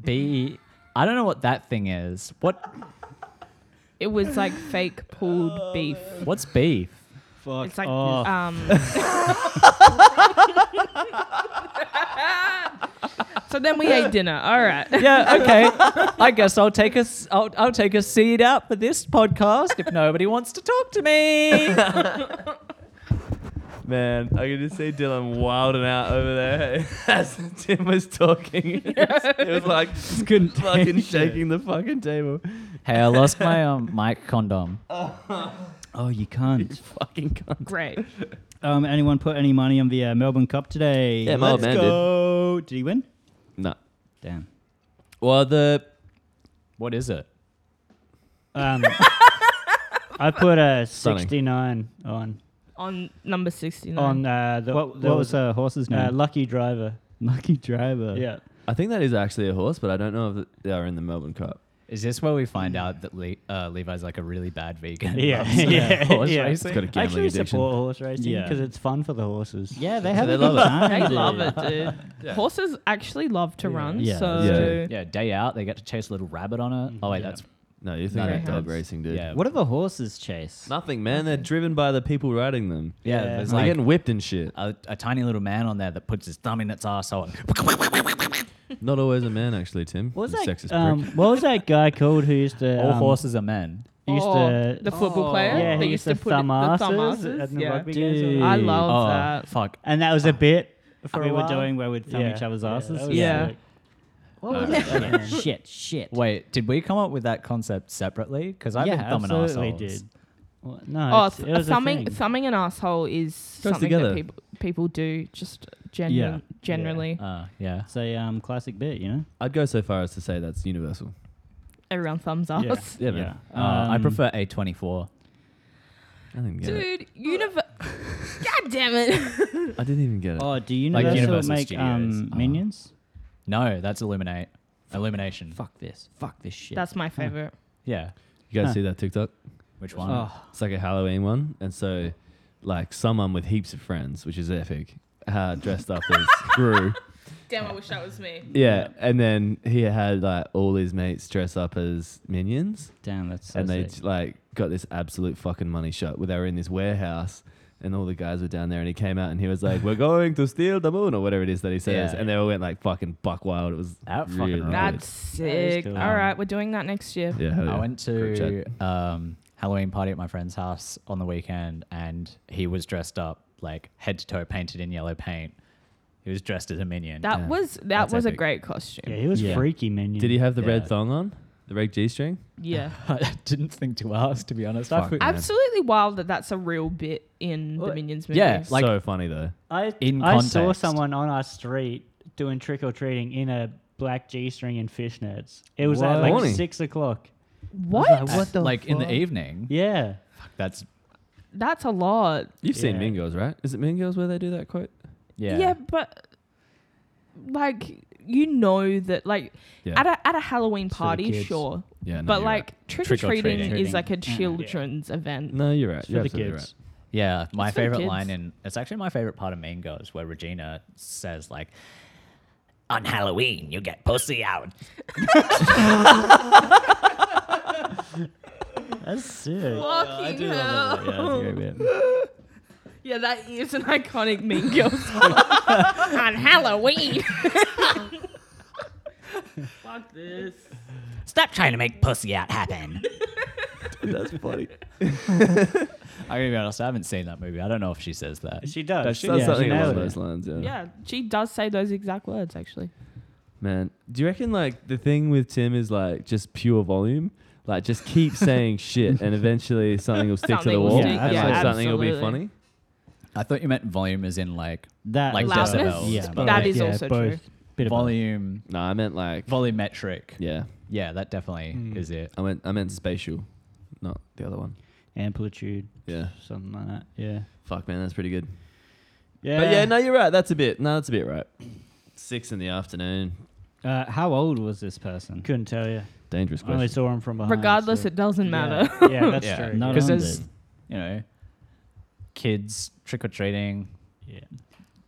Speaker 5: be I don't know what that thing is. What
Speaker 3: It was like fake pulled beef.
Speaker 5: what's beef?
Speaker 4: Fuck
Speaker 3: It's like
Speaker 4: off.
Speaker 3: um. so then we ate dinner. All right.
Speaker 5: Yeah, okay. I guess I'll take a s- I'll, I'll take a seat out for this podcast if nobody wants to talk to me.
Speaker 2: Man, I could just see Dylan wilding out over there [laughs] as Tim was talking. it was like [laughs]
Speaker 4: couldn't
Speaker 2: fucking
Speaker 4: take it.
Speaker 2: shaking the fucking table.
Speaker 5: [laughs] hey, I lost my um, mic condom.
Speaker 4: Oh, you can't.
Speaker 2: Fucking cunt.
Speaker 3: Great.
Speaker 4: Um, anyone put any money on the uh, Melbourne Cup today?
Speaker 2: Yeah, my old
Speaker 4: Let's
Speaker 2: man did.
Speaker 4: go. Did he win?
Speaker 2: No.
Speaker 4: Damn.
Speaker 2: Well, the
Speaker 5: What is it?
Speaker 6: [laughs] Um, I put a
Speaker 2: Stunning.
Speaker 6: 69 on
Speaker 3: On number sixty
Speaker 6: on
Speaker 3: nine.
Speaker 6: uh, the,
Speaker 4: What,
Speaker 6: there
Speaker 4: what Oh, was
Speaker 6: a
Speaker 4: the horse's name?
Speaker 6: uh, lucky driver.
Speaker 4: [laughs] Lucky Driver.
Speaker 6: Yeah,
Speaker 2: I think that is actually a horse, but I don't know if they are in the Melbourne Cup.
Speaker 5: Is this where we find out that Le- uh, Levi's like a really bad vegan?
Speaker 6: [laughs]
Speaker 5: [laughs]
Speaker 6: yeah,
Speaker 5: Loves, uh,
Speaker 6: yeah.
Speaker 5: horse
Speaker 6: yeah.
Speaker 5: racing?
Speaker 2: It's got
Speaker 6: I
Speaker 2: a gambling
Speaker 6: actually
Speaker 2: addiction.
Speaker 6: support horse racing
Speaker 4: Yeah.
Speaker 6: because it's fun for the horses.
Speaker 5: Yeah, they
Speaker 2: So
Speaker 5: have.
Speaker 2: they
Speaker 5: a
Speaker 2: love
Speaker 5: good-
Speaker 4: [laughs]
Speaker 2: it.
Speaker 3: They love it, dude. Horses actually love to run.
Speaker 4: Yeah,
Speaker 3: so
Speaker 2: that's true.
Speaker 5: Yeah, day out they get to chase a little rabbit on it. Oh wait,
Speaker 6: Yeah.
Speaker 5: that's
Speaker 2: No, you're thinking of
Speaker 3: Greyhounds.
Speaker 2: dog racing, dude.
Speaker 5: yeah.
Speaker 4: What do the horses chase?
Speaker 2: Nothing, man. They're driven by the people riding them.
Speaker 5: Yeah,
Speaker 6: Yeah.
Speaker 5: there's
Speaker 2: They're
Speaker 5: like
Speaker 2: getting whipped and
Speaker 5: [laughs]
Speaker 2: shit.
Speaker 5: a, a tiny little man on there that puts his thumb in its arsehole and
Speaker 2: Not always a man, actually, Tim.
Speaker 6: What was
Speaker 2: You
Speaker 6: that?
Speaker 2: Sexist
Speaker 6: Um,
Speaker 2: prick.
Speaker 6: what was that guy called who used to?
Speaker 5: All
Speaker 6: um,
Speaker 5: horses are men.
Speaker 6: Used
Speaker 3: Oh,
Speaker 6: to.
Speaker 3: the football player
Speaker 6: yeah,
Speaker 3: that
Speaker 6: he
Speaker 3: used to put
Speaker 6: thumb
Speaker 3: it, the
Speaker 6: asses
Speaker 3: thumb
Speaker 6: at
Speaker 3: asses.
Speaker 6: the
Speaker 3: Yeah.
Speaker 6: rugby games. or-
Speaker 3: I love
Speaker 5: Oh,
Speaker 3: that.
Speaker 5: fuck.
Speaker 6: And that was a bit for
Speaker 4: we
Speaker 6: a
Speaker 4: were
Speaker 6: while.
Speaker 4: doing where we'd thumb
Speaker 6: Yeah.
Speaker 4: each other's
Speaker 6: Yeah,
Speaker 4: asses.
Speaker 6: that was
Speaker 3: Yeah.
Speaker 6: sick. [laughs]
Speaker 4: shit, shit.
Speaker 5: Wait, did we come up with that concept separately? Because I've been
Speaker 4: yeah,
Speaker 5: thumbing
Speaker 4: absolutely,
Speaker 5: arseholes.
Speaker 4: dude. Well, no,
Speaker 3: Oh,
Speaker 4: it's-
Speaker 3: th-
Speaker 4: it was a
Speaker 3: thumbing
Speaker 4: thing.
Speaker 3: thumbing an asshole
Speaker 2: Goes
Speaker 3: is something
Speaker 2: together.
Speaker 3: that people people do just genu-
Speaker 4: Yeah.
Speaker 3: generally.
Speaker 5: Uh, yeah.
Speaker 4: It's a um, classic bit, you know.
Speaker 2: I'd go so far as to say that's universal.
Speaker 3: Everyone thumbs [laughs] up.
Speaker 2: Yeah, man.
Speaker 5: Uh, I prefer A24.
Speaker 2: I didn't get it.
Speaker 3: Dude, universe. [laughs] God damn it.
Speaker 2: I didn't even get it.
Speaker 4: Oh, do you
Speaker 5: Like Universal
Speaker 4: Universal make um,
Speaker 5: Studios. Oh.
Speaker 4: minions?
Speaker 5: No, that's Illuminate. Illumination.
Speaker 4: Fuck this. Fuck this shit.
Speaker 3: That's my favorite.
Speaker 5: Yeah.
Speaker 2: you guys
Speaker 4: huh.
Speaker 2: see that TikTok?
Speaker 5: Which one?
Speaker 4: Oh,
Speaker 2: It's like a Halloween one, and so like someone with heaps of friends, which is epic, uh, dressed up
Speaker 5: [laughs]
Speaker 2: as Gru.
Speaker 3: Damn, I wish that was me.
Speaker 2: Yeah, and then he had like all his mates dress up as minions,
Speaker 6: Damn, that's
Speaker 2: and they j- like got this absolute fucking money shot where they were in this warehouse. And all the guys were down there, and he came out and he was like, "We're going to steal the moon," or whatever it is that he says.
Speaker 5: Yeah.
Speaker 2: And they all went like fucking buck wild. It was
Speaker 5: That fucking
Speaker 2: really
Speaker 5: rules.
Speaker 2: good.
Speaker 3: That's sick.
Speaker 6: cool.
Speaker 3: All right, we're doing that next year.
Speaker 2: yeah. hell yeah.
Speaker 5: I went
Speaker 2: Group
Speaker 5: to
Speaker 2: chat.
Speaker 5: um, Halloween party at my friend's house on the weekend, and he was dressed up like head to toe painted in yellow paint. He was dressed as a minion.
Speaker 3: That
Speaker 2: Yeah.
Speaker 3: was that
Speaker 5: That's
Speaker 3: was a
Speaker 5: epic.
Speaker 3: great costume.
Speaker 6: Yeah, he was
Speaker 5: Yeah.
Speaker 6: freaky minion.
Speaker 2: Did he have the
Speaker 5: Yeah.
Speaker 2: red thong on? The red G string?
Speaker 3: Yeah.
Speaker 5: [laughs] I didn't think to ask, to be honest. I
Speaker 2: Fuck.
Speaker 5: fo-
Speaker 2: Yeah.
Speaker 3: Absolutely wild that that's a real bit in the
Speaker 6: Well,
Speaker 3: Minions movie.
Speaker 5: yeah, like
Speaker 2: so funny though.
Speaker 6: I
Speaker 5: In
Speaker 6: I saw
Speaker 5: context.
Speaker 6: someone on our street doing trick or treating in a black g string and fishnets. It was at
Speaker 2: What?
Speaker 6: like
Speaker 2: Morning.
Speaker 6: six o'clock.
Speaker 3: what?
Speaker 6: I was
Speaker 5: at- like in the evening.
Speaker 6: Yeah,
Speaker 5: That's
Speaker 3: That's a lot.
Speaker 2: You've seen
Speaker 6: Yeah.
Speaker 2: Mean Girls, right? Is it Mean Girls where they do that quote?
Speaker 5: yeah.
Speaker 3: but like you know that like
Speaker 2: Yeah.
Speaker 3: at a at a Halloween
Speaker 5: the
Speaker 3: party,
Speaker 5: kids.
Speaker 3: sure.
Speaker 2: Yeah, no,
Speaker 3: but
Speaker 2: you're
Speaker 3: like trick or treating
Speaker 5: Trick-or-treating.
Speaker 3: is like a children's event.
Speaker 2: right. no, you're right.
Speaker 6: it's
Speaker 2: You're
Speaker 6: for the
Speaker 2: absolutely
Speaker 6: kids.
Speaker 5: Yeah, my
Speaker 3: It's for
Speaker 5: favorite
Speaker 3: kids.
Speaker 5: line in it's actually my favorite part of Mean Girls where Regina says like, "On Halloween, you get pussy out."
Speaker 6: That's sick.
Speaker 3: Fucking hell.
Speaker 6: Yeah, that's a great bit.
Speaker 3: [laughs] Yeah, that is an iconic Mean Girls on Halloween. Fuck this.
Speaker 5: Stop trying to make pussy out happen.
Speaker 2: [laughs]
Speaker 6: [laughs]
Speaker 2: That's funny.
Speaker 5: I'm gonna be honest, I haven't seen that movie. I don't know if she says that.
Speaker 6: She does.
Speaker 5: Does she?
Speaker 2: That's
Speaker 6: yeah,
Speaker 2: something
Speaker 6: she
Speaker 2: along
Speaker 6: nailed it.
Speaker 2: those lines. Yeah.
Speaker 3: Yeah, she does say those exact words actually.
Speaker 2: Man, do you reckon like the thing with Tim is like just pure volume? Like
Speaker 6: [laughs]
Speaker 2: just keep saying shit, and eventually something will stick to
Speaker 3: Something
Speaker 2: the
Speaker 3: will
Speaker 2: wall.
Speaker 6: stick,
Speaker 2: and
Speaker 6: yeah,
Speaker 2: like something will be
Speaker 3: absolutely.
Speaker 2: funny.
Speaker 5: I thought you meant volume as in like
Speaker 6: That
Speaker 5: Like
Speaker 6: was-
Speaker 3: Loudness?
Speaker 6: Yeah,
Speaker 5: That
Speaker 6: both.
Speaker 3: is
Speaker 6: Yeah,
Speaker 3: also
Speaker 6: both.
Speaker 3: true.
Speaker 6: Bit of both.
Speaker 5: volume
Speaker 2: No, I meant like.
Speaker 5: volumetric.
Speaker 2: yeah,
Speaker 5: Yeah, that definitely is it.
Speaker 2: I meant I meant spatial, not the other one.
Speaker 6: amplitude,
Speaker 2: Yeah.
Speaker 6: something like that. Yeah.
Speaker 2: Fuck, man, that's pretty good.
Speaker 6: Yeah.
Speaker 2: But yeah, no, you're right. That's a bit. No, that's a bit right. Six in the afternoon.
Speaker 4: uh, how old was this person?
Speaker 6: Couldn't tell you.
Speaker 2: Dangerous
Speaker 6: I only
Speaker 2: question.
Speaker 6: saw him from behind.
Speaker 3: Regardless,
Speaker 6: so-
Speaker 3: it doesn't matter. [laughs]
Speaker 6: Yeah, yeah, that's
Speaker 5: Yeah,
Speaker 6: true.
Speaker 4: not
Speaker 6: yeah.
Speaker 5: Because
Speaker 4: on
Speaker 5: there's
Speaker 4: the-
Speaker 5: you know, kids trick or treating.
Speaker 6: Yeah.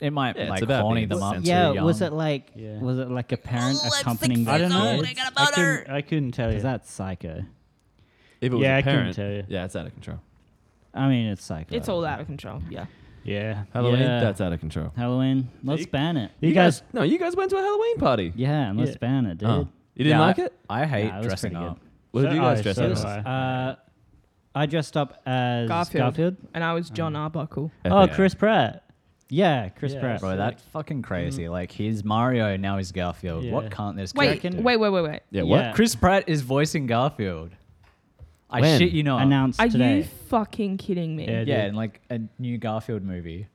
Speaker 5: It might
Speaker 2: Yeah, it's
Speaker 5: like
Speaker 2: about
Speaker 5: horny
Speaker 2: being
Speaker 5: them up.
Speaker 2: sensitive.
Speaker 5: too
Speaker 4: Yeah,
Speaker 5: young.
Speaker 4: was it like
Speaker 6: Yeah.
Speaker 4: was it like a parent accompanying?
Speaker 6: I don't know.
Speaker 4: kids?
Speaker 6: It's- I couldn't, I couldn't tell you.
Speaker 4: Is that psycho?
Speaker 2: If it was
Speaker 6: yeah,
Speaker 2: a
Speaker 6: I couldn't
Speaker 2: parent,
Speaker 6: tell you.
Speaker 2: yeah, it's out of control.
Speaker 4: I mean, it's psycho.
Speaker 3: It's all out of control. Yeah.
Speaker 6: Yeah.
Speaker 2: Halloween,
Speaker 4: Yeah.
Speaker 2: that's out of control.
Speaker 4: Halloween. Let's
Speaker 2: You-
Speaker 4: ban it.
Speaker 6: You guys,
Speaker 2: no, you guys went to a Halloween party.
Speaker 4: Yeah, let's
Speaker 6: Yeah.
Speaker 4: ban it, dude.
Speaker 2: Oh. you didn't
Speaker 5: Yeah,
Speaker 2: like it?
Speaker 5: I hate
Speaker 4: Nah, it was
Speaker 5: dressing
Speaker 4: pretty
Speaker 5: up.
Speaker 2: What did
Speaker 6: So-
Speaker 2: you guys
Speaker 6: oh,
Speaker 2: dress
Speaker 6: so
Speaker 2: up as?
Speaker 6: did I.
Speaker 4: Uh, I dressed up as
Speaker 3: Garfield.
Speaker 4: Garfield.
Speaker 3: And I was John Arbuckle.
Speaker 6: oh,
Speaker 2: Yeah.
Speaker 6: Chris Pratt.
Speaker 4: Yeah, Chris
Speaker 6: Yeah,
Speaker 4: Pratt.
Speaker 5: Bro, that's fucking crazy. Like he's Mario, now he's Garfield.
Speaker 6: Yeah.
Speaker 5: What can't this
Speaker 3: Wait,
Speaker 5: character do?
Speaker 3: wait, wait, wait, wait.
Speaker 2: Yeah, what?
Speaker 4: Yeah.
Speaker 5: Chris Pratt is voicing Garfield. I
Speaker 2: When?
Speaker 5: shit you not.
Speaker 4: announced
Speaker 3: Are
Speaker 4: today.
Speaker 3: you fucking kidding me?
Speaker 6: Yeah.
Speaker 5: yeah, in like a new Garfield movie.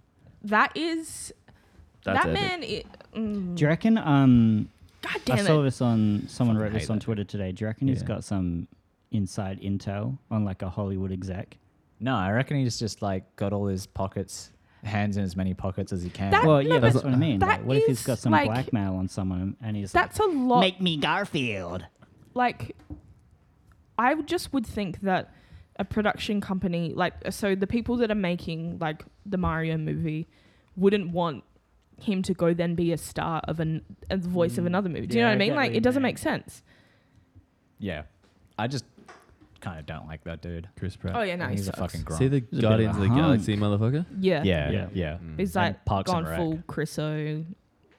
Speaker 3: That is.
Speaker 2: That's
Speaker 3: that
Speaker 2: epic.
Speaker 3: man. i- mm,
Speaker 4: Do you reckon? Um,
Speaker 3: God
Speaker 4: I
Speaker 3: damn
Speaker 4: saw
Speaker 3: it.
Speaker 4: this on someone
Speaker 5: Fucking
Speaker 4: wrote
Speaker 5: hate
Speaker 4: this on
Speaker 5: that.
Speaker 4: Twitter today. Do you reckon he's
Speaker 2: Yeah.
Speaker 4: got some inside intel on like a Hollywood exec?
Speaker 5: No, I reckon he's just like got all his pockets, hands in as many pockets as he can.
Speaker 3: That-
Speaker 4: Well,
Speaker 3: no,
Speaker 4: yeah,
Speaker 3: but
Speaker 4: that's what I mean.
Speaker 3: that
Speaker 4: Like, what if he's
Speaker 3: is,
Speaker 4: got some
Speaker 3: like-
Speaker 4: blackmail on someone and he's
Speaker 3: That's a lot.
Speaker 4: like, "Make me Garfield."
Speaker 3: like, I would just would think that a production company, like, uh, so the people that are making, like, the Mario movie wouldn't want him to go then be a star of an a voice
Speaker 4: Mm,
Speaker 3: of another movie. Do you
Speaker 6: Yeah,
Speaker 3: know what
Speaker 6: I
Speaker 3: I mean?
Speaker 6: get
Speaker 3: Like,
Speaker 6: what
Speaker 3: it
Speaker 6: you
Speaker 3: doesn't
Speaker 6: mean.
Speaker 3: make sense.
Speaker 5: yeah, I just kind of don't like that dude.
Speaker 2: Chris Pratt.
Speaker 3: Oh, yeah, no, he
Speaker 5: he's
Speaker 3: sucks.
Speaker 5: a fucking grump.
Speaker 2: See the
Speaker 4: of a
Speaker 2: Guardians of the
Speaker 4: hunk.
Speaker 2: Galaxy motherfucker?
Speaker 3: Yeah. Mm.
Speaker 5: yeah, yeah,
Speaker 6: Yeah.
Speaker 5: yeah.
Speaker 3: He's
Speaker 5: Mm, And
Speaker 3: like
Speaker 5: Parks and
Speaker 3: gone
Speaker 5: Rec.
Speaker 3: full Chriso.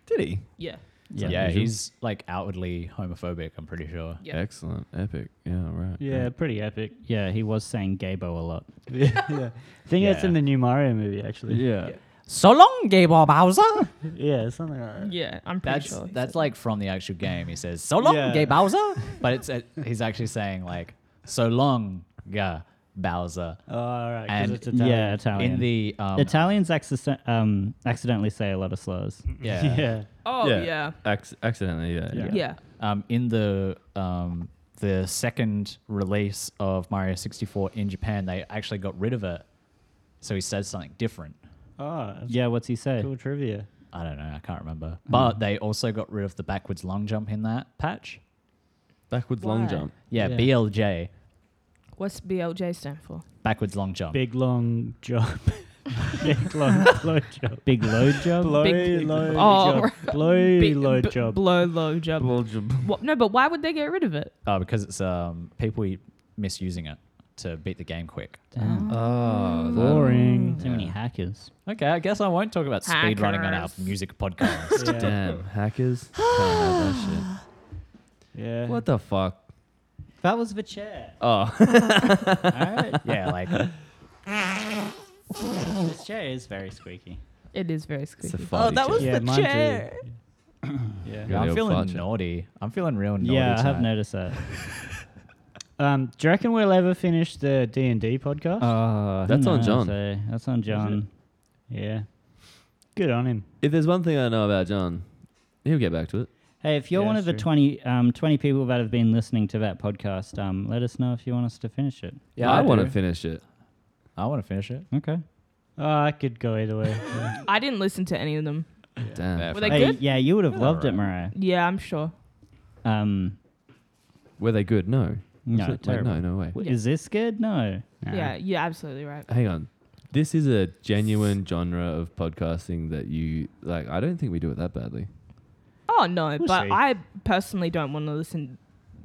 Speaker 2: Did he?
Speaker 3: Yeah.
Speaker 5: Yeah,
Speaker 4: Yeah.
Speaker 5: he's like outwardly homophobic. I'm pretty sure.
Speaker 3: Yeah.
Speaker 2: Excellent. Epic. Yeah, right.
Speaker 6: Yeah,
Speaker 4: [laughs]
Speaker 6: pretty epic.
Speaker 4: Yeah, he was saying "gaybo" a lot.
Speaker 6: yeah. I think that's
Speaker 5: Yeah.
Speaker 6: in the new Mario movie, actually.
Speaker 4: Yeah.
Speaker 5: So long, Gay Bob Bowser.
Speaker 6: [laughs] Yeah, something like that.
Speaker 3: Yeah. I'm pretty
Speaker 5: That's
Speaker 3: sure. he
Speaker 5: that's
Speaker 3: said-
Speaker 5: like from the actual game. He says, "So long,
Speaker 6: Yeah.
Speaker 5: Gay Bowser," but it's uh, he's actually saying like, "So long, Gay Bowser."
Speaker 6: Oh, all right. 'cause
Speaker 5: And
Speaker 6: it's Italian.
Speaker 4: Yeah,
Speaker 3: Oh,
Speaker 4: Italian.
Speaker 5: In the um,
Speaker 4: Italians accident- um, accidentally say a lot of slurs.
Speaker 3: [laughs]
Speaker 5: yeah,
Speaker 6: [laughs] Yeah.
Speaker 3: oh,
Speaker 2: Yeah.
Speaker 3: yeah.
Speaker 2: Acc- accidentally, yeah.
Speaker 3: Yeah.
Speaker 2: yeah.
Speaker 5: um, in the um, the second release of Mario 64 in Japan, they actually got rid of it, so he says something different.
Speaker 6: Oh, that's
Speaker 4: Yeah, what's he say?
Speaker 6: cool trivia.
Speaker 5: I don't know, I can't remember.
Speaker 3: Hmm.
Speaker 5: But they also got rid of the backwards long jump in that patch.
Speaker 2: Backwards long
Speaker 3: Why?
Speaker 2: jump.
Speaker 5: Yeah,
Speaker 6: Yeah.
Speaker 5: BLJ.
Speaker 3: What's BLJ stand for?
Speaker 5: Backwards long jump.
Speaker 6: Big long
Speaker 4: [laughs]
Speaker 6: job. Big long blow job. Big low [laughs] job. Blow
Speaker 3: Big-
Speaker 6: low
Speaker 3: oh,
Speaker 6: job. Blow
Speaker 3: Big-
Speaker 6: low
Speaker 3: b-
Speaker 6: job.
Speaker 3: Blow low job.
Speaker 2: [laughs]
Speaker 3: What, no, but why would they get rid of it?
Speaker 5: Oh, because it's um, people y- misusing it to beat the game quick.
Speaker 6: Damn.
Speaker 2: Oh,
Speaker 6: Boring. Too many
Speaker 5: Yeah.
Speaker 6: hackers.
Speaker 5: Okay, I guess I won't talk about speed running on our
Speaker 3: Hackers.
Speaker 6: [laughs]
Speaker 5: music podcast. Uh,
Speaker 6: Yeah.
Speaker 2: Damn, hackers. Can't have
Speaker 5: [gasps]
Speaker 2: that
Speaker 6: Yeah.
Speaker 2: shit. What the fuck?
Speaker 4: That was the chair.
Speaker 2: Oh,
Speaker 5: yeah, like
Speaker 4: this chair is very squeaky.
Speaker 3: It is very
Speaker 2: it's a
Speaker 3: squeaky. Oh,
Speaker 2: fart each other.
Speaker 6: Yeah, mine too.
Speaker 2: Good
Speaker 5: I'm
Speaker 2: old
Speaker 5: feeling
Speaker 2: fart.
Speaker 5: naughty. I'm feeling real naughty.
Speaker 6: Yeah, I have
Speaker 5: tonight.
Speaker 6: noticed that. um, do you reckon we'll ever finish the D and D podcast?
Speaker 4: Oh,
Speaker 2: That's on John.
Speaker 4: that's on John.
Speaker 6: yeah. Good on him.
Speaker 2: If there's one thing I know about John, he'll get back to it.
Speaker 4: Hey, if you're
Speaker 6: Yeah,
Speaker 4: one of the
Speaker 6: sure.
Speaker 4: 20, um, 20 people that have been listening to that podcast, um, let us know if you want us to finish it.
Speaker 5: Yeah,
Speaker 2: I,
Speaker 5: I
Speaker 2: want to
Speaker 5: do.
Speaker 2: finish it.
Speaker 5: I want to finish it.
Speaker 4: Okay.
Speaker 6: Oh, I could go either way.
Speaker 3: I didn't listen to any of them.
Speaker 2: Damn.
Speaker 5: Yeah,
Speaker 3: Were they
Speaker 4: Hey,
Speaker 3: good?
Speaker 4: yeah, you would have
Speaker 5: Yeah,
Speaker 4: loved it,
Speaker 5: alright.
Speaker 4: Mariah.
Speaker 3: Yeah, I'm sure.
Speaker 4: Um,
Speaker 2: Were they good? No.
Speaker 4: [laughs] no,
Speaker 2: Like,
Speaker 4: terrible.
Speaker 2: no, no way.
Speaker 4: W- Is this good? No. Nah.
Speaker 3: Yeah, you're absolutely right.
Speaker 2: Hang on. This is a genuine genre of podcasting that you like. I don't think we do it that badly.
Speaker 3: Oh no,
Speaker 6: We'll
Speaker 3: but
Speaker 6: see.
Speaker 3: I personally don't want to listen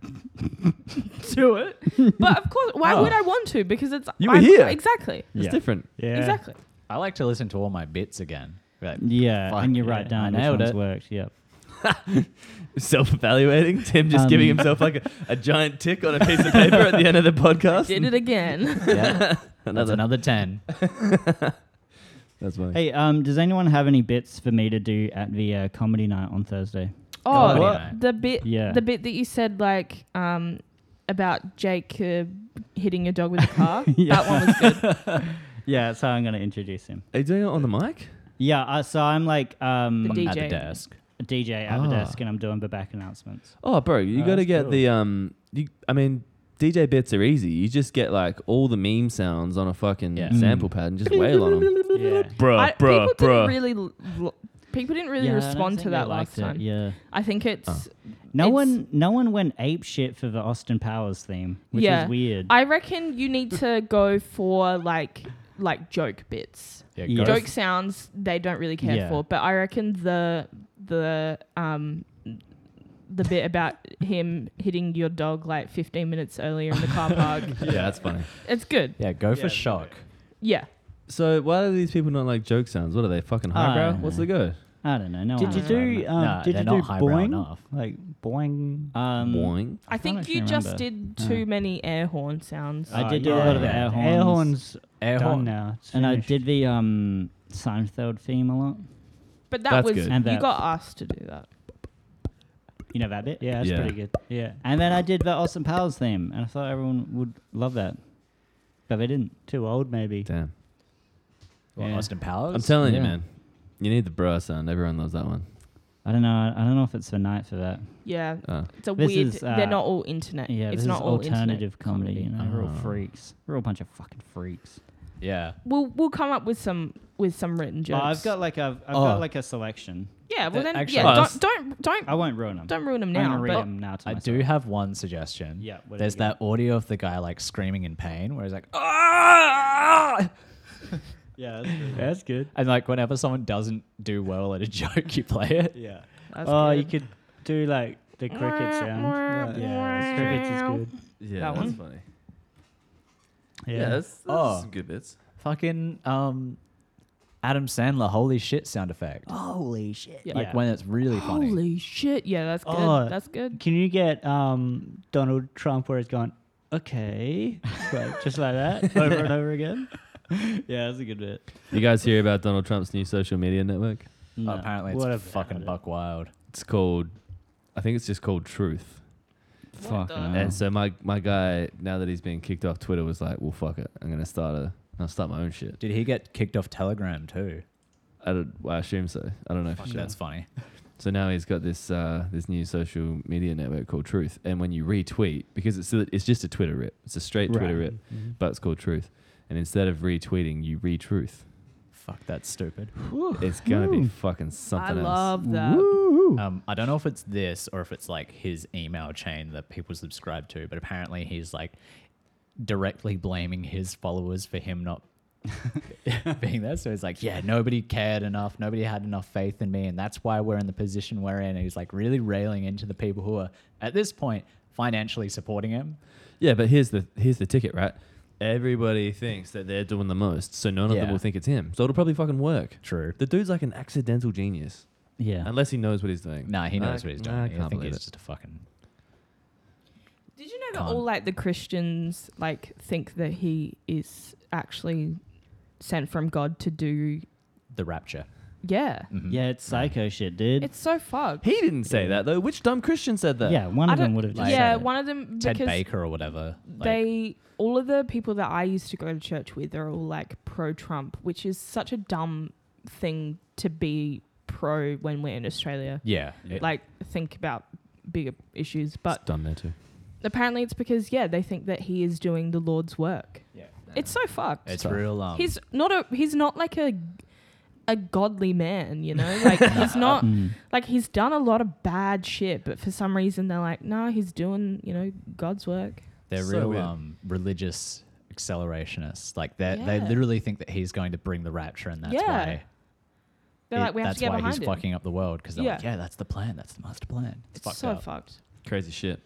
Speaker 3: [laughs] to it. But of course, why would I want to? Because it's
Speaker 2: You were
Speaker 3: I'm-
Speaker 2: here.
Speaker 3: Exactly.
Speaker 2: It's
Speaker 6: Yeah.
Speaker 2: different.
Speaker 6: Oh. Yeah.
Speaker 3: Exactly.
Speaker 5: I like to listen to all my bits again. Like,
Speaker 4: Yeah,
Speaker 5: Fuck,
Speaker 4: and you're
Speaker 5: yeah.
Speaker 4: right
Speaker 5: I
Speaker 4: down.
Speaker 5: nailed
Speaker 4: which ones
Speaker 5: it.
Speaker 4: worked. Yep.
Speaker 2: [laughs] Self-evaluating. Tim just
Speaker 4: Um,
Speaker 2: giving himself like a, a giant tick on a piece of paper at the end of the
Speaker 3: [laughs]
Speaker 2: podcast.
Speaker 3: Did
Speaker 2: [laughs]
Speaker 3: it again.
Speaker 5: yeah, that's
Speaker 2: Another.
Speaker 5: another ten.
Speaker 2: That's funny.
Speaker 4: Hey, um, does anyone have any bits for me to do at the uh, comedy night on Thursday?
Speaker 3: oh,
Speaker 5: Comedy night.
Speaker 3: the bit,
Speaker 4: Yeah. [laughs]
Speaker 3: the bit that you said like um about Jake uh, hitting your dog with
Speaker 6: [laughs]
Speaker 3: a car. That one was good.
Speaker 4: [laughs] Yeah, that's how I'm going to introduce him.
Speaker 2: Are you doing it on the mic?
Speaker 4: Yeah, uh, so I'm like um,
Speaker 3: The DJ.
Speaker 5: At the desk.
Speaker 4: a DJ at
Speaker 2: Ah.
Speaker 4: the desk and I'm doing the
Speaker 3: [laughs]
Speaker 4: back announcements.
Speaker 2: Oh, bro, you
Speaker 6: Oh,
Speaker 2: got to
Speaker 6: that's
Speaker 2: get
Speaker 6: cool.
Speaker 2: the um. You, I mean, DJ bits are easy. You just get like all the meme sounds on a fucking
Speaker 5: Yeah.
Speaker 2: sample pad and just wail on them.
Speaker 6: Yeah.
Speaker 2: Bruh,
Speaker 3: I- people didn't really. l- l- People didn't really
Speaker 4: Yeah, I don't
Speaker 3: respond to
Speaker 4: think
Speaker 3: that
Speaker 4: they
Speaker 3: last
Speaker 4: liked it,
Speaker 3: time.
Speaker 4: Yeah.
Speaker 3: I think it's.
Speaker 4: No
Speaker 3: It's-
Speaker 4: one, no one went ape shit for the Austin Powers theme, which
Speaker 3: Yeah.
Speaker 4: is weird.
Speaker 3: I reckon you need to go for like like joke bits.
Speaker 5: Yeah,
Speaker 4: Yeah.
Speaker 5: go
Speaker 3: joke sounds they don't really care
Speaker 4: Yeah.
Speaker 3: for but i reckon the the um the bit about him hitting your dog like 15 minutes earlier in the
Speaker 2: [laughs]
Speaker 3: car park
Speaker 2: [laughs] Yeah, that's funny.
Speaker 3: it's good
Speaker 5: Yeah, go for shock.
Speaker 3: yeah
Speaker 2: So why do these people not like joke sounds? What are they fucking highbrow?
Speaker 4: don't
Speaker 2: What's
Speaker 4: know.
Speaker 2: the go?
Speaker 4: I don't know. No
Speaker 6: Did
Speaker 4: one
Speaker 6: you
Speaker 4: was driving
Speaker 6: do?
Speaker 4: it.
Speaker 6: Um,
Speaker 5: Nah,
Speaker 6: did
Speaker 5: they're
Speaker 6: you do
Speaker 5: not highbrow
Speaker 6: boing?
Speaker 5: enough.
Speaker 6: Like boing.
Speaker 4: Um,
Speaker 2: Boing.
Speaker 3: i, think
Speaker 4: actually
Speaker 3: you just
Speaker 4: remember.
Speaker 3: did
Speaker 4: Yeah.
Speaker 3: too many air horn sounds
Speaker 4: I
Speaker 6: Oh,
Speaker 4: did do a lot of
Speaker 5: yeah.
Speaker 4: air horns.
Speaker 6: Air horns
Speaker 5: Air
Speaker 6: done
Speaker 5: horn.
Speaker 6: now. It's
Speaker 4: And I
Speaker 6: finished.
Speaker 4: did the um, Seinfeld theme a lot.
Speaker 3: but that
Speaker 2: That's
Speaker 3: was
Speaker 2: good.
Speaker 4: And
Speaker 3: you
Speaker 4: that-
Speaker 3: got asked to do that
Speaker 4: You know that bit?
Speaker 6: Yeah, that's
Speaker 2: Yeah.
Speaker 6: pretty good. Yeah.
Speaker 4: And then I did the Austin Powers theme, and I thought everyone would love that. But they didn't.
Speaker 6: Too old, maybe.
Speaker 2: Damn.
Speaker 5: What,
Speaker 6: Yeah.
Speaker 5: Austin Powers.
Speaker 2: I'm telling you,
Speaker 4: yeah.
Speaker 2: man. You need the bra sound. Everyone loves that one.
Speaker 4: I don't know. I don't know if it's the night for that.
Speaker 3: yeah
Speaker 2: Uh,
Speaker 3: it's a
Speaker 4: This
Speaker 3: weird
Speaker 4: is, uh,
Speaker 3: they're not all internet
Speaker 4: Yeah,
Speaker 3: it's
Speaker 4: this
Speaker 3: not
Speaker 4: is
Speaker 3: all internet Ah.
Speaker 4: alternative comedy. You know, we're all
Speaker 2: Oh.
Speaker 4: freaks. We're all a bunch of fucking freaks.
Speaker 5: yeah.
Speaker 3: we'll we'll come up with some with some written jokes
Speaker 4: I've got like a, I've
Speaker 5: Oh.
Speaker 4: got like a selection.
Speaker 3: yeah well
Speaker 5: Uh,
Speaker 3: then
Speaker 5: actually-
Speaker 3: yeah
Speaker 2: Oh,
Speaker 3: don't don't don't,
Speaker 4: I won't ruin them.
Speaker 3: don't ruin them
Speaker 4: I'm
Speaker 3: now
Speaker 4: gonna read
Speaker 3: but
Speaker 4: them now to
Speaker 5: I
Speaker 4: myself.
Speaker 5: do have one suggestion.
Speaker 4: Yeah, what do
Speaker 5: There's
Speaker 4: you
Speaker 5: that
Speaker 4: got?
Speaker 5: audio of the guy like screaming in pain, where he's like, "Ah!"
Speaker 6: [laughs]
Speaker 4: Yeah, that's good.
Speaker 6: That's good.
Speaker 5: and like whenever someone doesn't do well at a [laughs] joke, you play it.
Speaker 4: yeah.
Speaker 3: that's
Speaker 6: Oh,
Speaker 3: good.
Speaker 6: you could do like the cricket sound. Yeah, crickets is good.
Speaker 2: yeah,
Speaker 3: That
Speaker 2: that's
Speaker 3: one?
Speaker 2: funny.
Speaker 6: Yeah.
Speaker 2: that's, that's
Speaker 5: Oh.
Speaker 2: some good bits.
Speaker 5: Fucking um, Adam Sandler, holy shit sound effect.
Speaker 6: Oh,
Speaker 4: Holy shit.
Speaker 3: Yeah.
Speaker 5: Like when it's really funny.
Speaker 3: Holy shit! Yeah, that's good.
Speaker 6: Oh.
Speaker 3: that's good.
Speaker 6: Can you get um, Donald Trump where it's gone, okay, like, just like
Speaker 4: [laughs]
Speaker 6: that, over and over again?
Speaker 4: Yeah, that's a good bit.
Speaker 2: You guys hear about Donald Trump's new social media network?
Speaker 4: No.
Speaker 5: Mm. Apparently, it's
Speaker 6: What a-
Speaker 5: fucking buck wild.
Speaker 2: It's called, I think it's just called Truth.
Speaker 4: Fuck.
Speaker 3: the-
Speaker 4: no.
Speaker 2: And so my my guy, now that he's being kicked off Twitter, was like, "Well, fuck it, I'm gonna start a, I'll start my own shit."
Speaker 5: Did he get kicked off Telegram too?
Speaker 2: I, don't, well, I assume so. I don't know for
Speaker 5: Fuck,
Speaker 2: sure.
Speaker 5: that's funny.
Speaker 2: So now he's got this uh, this new social media network called Truth, and when you retweet, because it's it's just a Twitter rip, it's a straight Twitter
Speaker 6: Right. Mm-hmm.
Speaker 2: rip, but it's called Truth. And instead of retweeting, you retruth.
Speaker 5: Fuck, that's stupid.
Speaker 2: It's gonna be fucking something
Speaker 3: I
Speaker 2: else.
Speaker 3: love that.
Speaker 5: Um, I don't know if it's this or if it's like his email chain that people subscribe to, but apparently he's like, directly blaming his followers for him not [laughs] being there. So it's like, yeah, nobody cared enough. Nobody had enough faith in me. And that's why we're in the position we're in. And he's like really railing into the people who are, at this point, financially supporting him.
Speaker 2: Yeah, but here's the here's the ticket, right? Everybody thinks that they're doing the most, so none of them
Speaker 5: Yeah.
Speaker 2: will think it's him. So it'll probably fucking work.
Speaker 5: True.
Speaker 2: The dude's like an accidental genius,
Speaker 6: Yeah.
Speaker 2: unless he knows what he's doing.
Speaker 5: Nah, he knows
Speaker 2: I-
Speaker 5: what he's doing.
Speaker 2: nah, I
Speaker 5: I
Speaker 2: can't
Speaker 5: think
Speaker 2: believe
Speaker 5: he's
Speaker 2: it.
Speaker 5: just a fucking.
Speaker 3: Did you know that
Speaker 5: Con.
Speaker 3: all like the Christians like think that he is actually sent from God to do?
Speaker 5: The rapture.
Speaker 3: Yeah,
Speaker 5: Mhm.
Speaker 4: Yeah, it's psycho shit, dude.
Speaker 3: it's so fucked.
Speaker 2: He didn't say that though. Which dumb Christian said that?
Speaker 4: yeah, one
Speaker 3: I
Speaker 4: of them
Speaker 3: don't-
Speaker 4: would have just
Speaker 3: yeah,
Speaker 4: said it.
Speaker 3: one of them
Speaker 5: Ted
Speaker 3: because
Speaker 5: Baker or whatever. like-
Speaker 3: they all of the people that I used to go to church with are all like pro Trump, which is such a dumb thing to be pro when we're in Australia.
Speaker 5: yeah. it-
Speaker 3: Like think about bigger issues, but
Speaker 2: It's dumb there too.
Speaker 3: apparently it's because yeah, they think that he is doing the Lord's work.
Speaker 5: yeah.
Speaker 3: It's so fucked.
Speaker 5: It's real. Um,
Speaker 3: he's not a he's not like a a godly man, you
Speaker 5: [laughs]
Speaker 3: know? Like he's not
Speaker 4: Mm.
Speaker 3: like he's done a lot of bad shit, but for some reason they're like, no, he's doing, you know, God's work.
Speaker 5: They're
Speaker 2: So
Speaker 5: real
Speaker 2: weird.
Speaker 5: um, religious accelerationists. Like they they
Speaker 3: Yeah.
Speaker 5: literally think that he's going to bring the rapture, and that's
Speaker 3: Yeah.
Speaker 5: why
Speaker 3: They're
Speaker 5: it-
Speaker 3: like, we have
Speaker 5: that's
Speaker 3: to get
Speaker 5: why
Speaker 3: behind
Speaker 5: he's
Speaker 3: him.
Speaker 5: fucking up the world. Because they're like,
Speaker 3: Yeah.
Speaker 5: yeah, that's the plan. That's the master plan. It's,
Speaker 3: it's
Speaker 5: fucked
Speaker 3: so
Speaker 5: up.
Speaker 3: fucked.
Speaker 2: Crazy shit.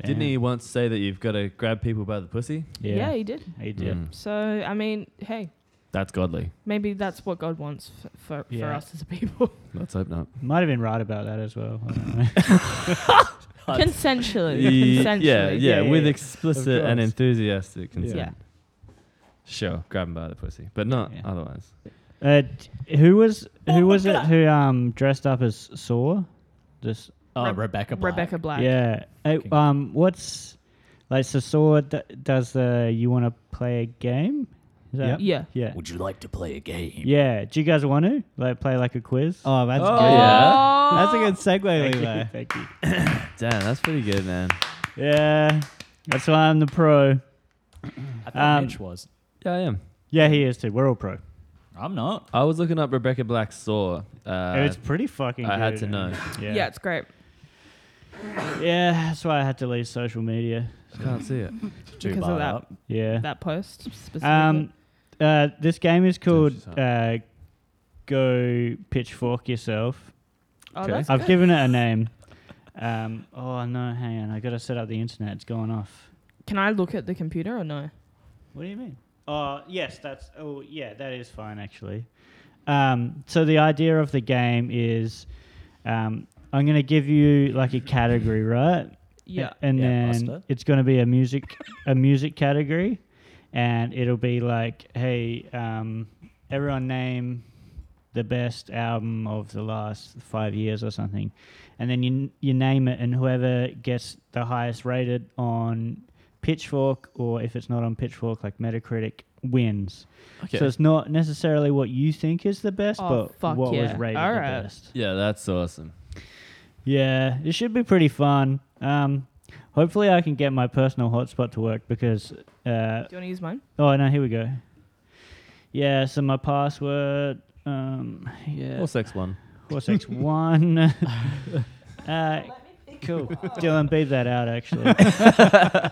Speaker 4: Damn.
Speaker 2: Didn't he once say that you've got to grab people by the pussy?
Speaker 3: Yeah.
Speaker 6: Yeah.
Speaker 3: he did.
Speaker 6: He did.
Speaker 2: Mm.
Speaker 3: So I mean, hey,
Speaker 2: That's godly.
Speaker 3: maybe that's what God wants f- for for
Speaker 6: Yeah.
Speaker 3: us as a people, [laughs]
Speaker 2: Let's
Speaker 6: [laughs]
Speaker 2: hope not.
Speaker 6: Might have been right about that as well. I don't know.
Speaker 3: consensually.
Speaker 2: yeah,
Speaker 3: consensually.
Speaker 2: yeah,
Speaker 6: yeah,
Speaker 2: yeah, with
Speaker 6: yeah.
Speaker 2: explicit
Speaker 6: Of
Speaker 2: and
Speaker 6: course.
Speaker 2: enthusiastic consent.
Speaker 3: Yeah.
Speaker 2: Sure, grab him by the pussy, but not
Speaker 6: Yeah.
Speaker 2: otherwise.
Speaker 6: Uh, d- who was who was it who um dressed up as Saw? This
Speaker 5: Oh,
Speaker 3: Reb-
Speaker 5: Rebecca Black.
Speaker 3: Rebecca Black.
Speaker 6: yeah. Uh,
Speaker 5: Fucking-
Speaker 6: um, what's like so Saw d- does the you want to play a game? Is that-
Speaker 3: Yeah.
Speaker 6: yeah,
Speaker 5: Would you like to play a game?
Speaker 6: yeah. Do you guys want to like play like a quiz?
Speaker 4: Oh, that's
Speaker 2: Oh,
Speaker 4: good.
Speaker 2: yeah.
Speaker 4: That's a good segue,
Speaker 6: thank you,
Speaker 4: Levi.
Speaker 6: thank you.
Speaker 2: Damn, that's pretty good, man.
Speaker 6: Yeah, that's why I'm the pro.
Speaker 5: I thought
Speaker 6: Um,
Speaker 5: Mitch was.
Speaker 2: Yeah, I am.
Speaker 6: Yeah, he is too. We're all pro.
Speaker 5: I'm not.
Speaker 2: I was looking up Rebecca Black's Saw. Uh,
Speaker 6: it's pretty fucking.
Speaker 2: I had
Speaker 6: good.
Speaker 2: to know.
Speaker 3: yeah,
Speaker 6: Yeah.
Speaker 3: it's great.
Speaker 6: yeah, that's why I had to leave social media.
Speaker 2: I can't see [laughs] it.
Speaker 5: Too
Speaker 3: because
Speaker 5: barred
Speaker 3: of that
Speaker 5: up.
Speaker 6: Yeah.
Speaker 3: that post specifically.
Speaker 6: Um, uh, this game is called
Speaker 2: she's hot.
Speaker 6: uh, Go Pitchfork Yourself.
Speaker 3: oh,
Speaker 2: okay.
Speaker 3: that's
Speaker 6: I've
Speaker 3: good.
Speaker 6: given it a
Speaker 3: [laughs]
Speaker 6: name. Um, oh no, hang on, I gotta set up the internet. It's going off.
Speaker 3: Can I look at the computer or no?
Speaker 6: What do you mean? Oh yes, that's. Oh yeah, that is fine actually. Um, so the idea of the game is, um, I'm gonna give you like a category, right?
Speaker 3: Yeah.
Speaker 6: A- and
Speaker 5: Yeah,
Speaker 6: then
Speaker 5: Buster.
Speaker 6: it's going to be a music a music category and it'll be like hey um, everyone name the best album of the last 5 years or something and then you you name it and whoever gets the highest rated on Pitchfork or if it's not on Pitchfork like Metacritic wins.
Speaker 2: Okay.
Speaker 6: So it's not necessarily what you think is the best
Speaker 3: Oh,
Speaker 6: but
Speaker 3: fuck
Speaker 6: what was
Speaker 3: yeah.
Speaker 6: rated the
Speaker 3: Alright.
Speaker 6: best.
Speaker 2: yeah, that's awesome.
Speaker 6: Yeah, it should be pretty fun. Um, hopefully, I can get my personal hotspot to work because. Uh,
Speaker 3: Do you want to use mine?
Speaker 6: oh no, here we go. Yeah, so my password. Um, yeah,
Speaker 2: Or sex one.
Speaker 6: horse X
Speaker 4: [laughs]
Speaker 6: one. [laughs] uh, cool, Dylan, beat that out
Speaker 4: [laughs]
Speaker 6: actually.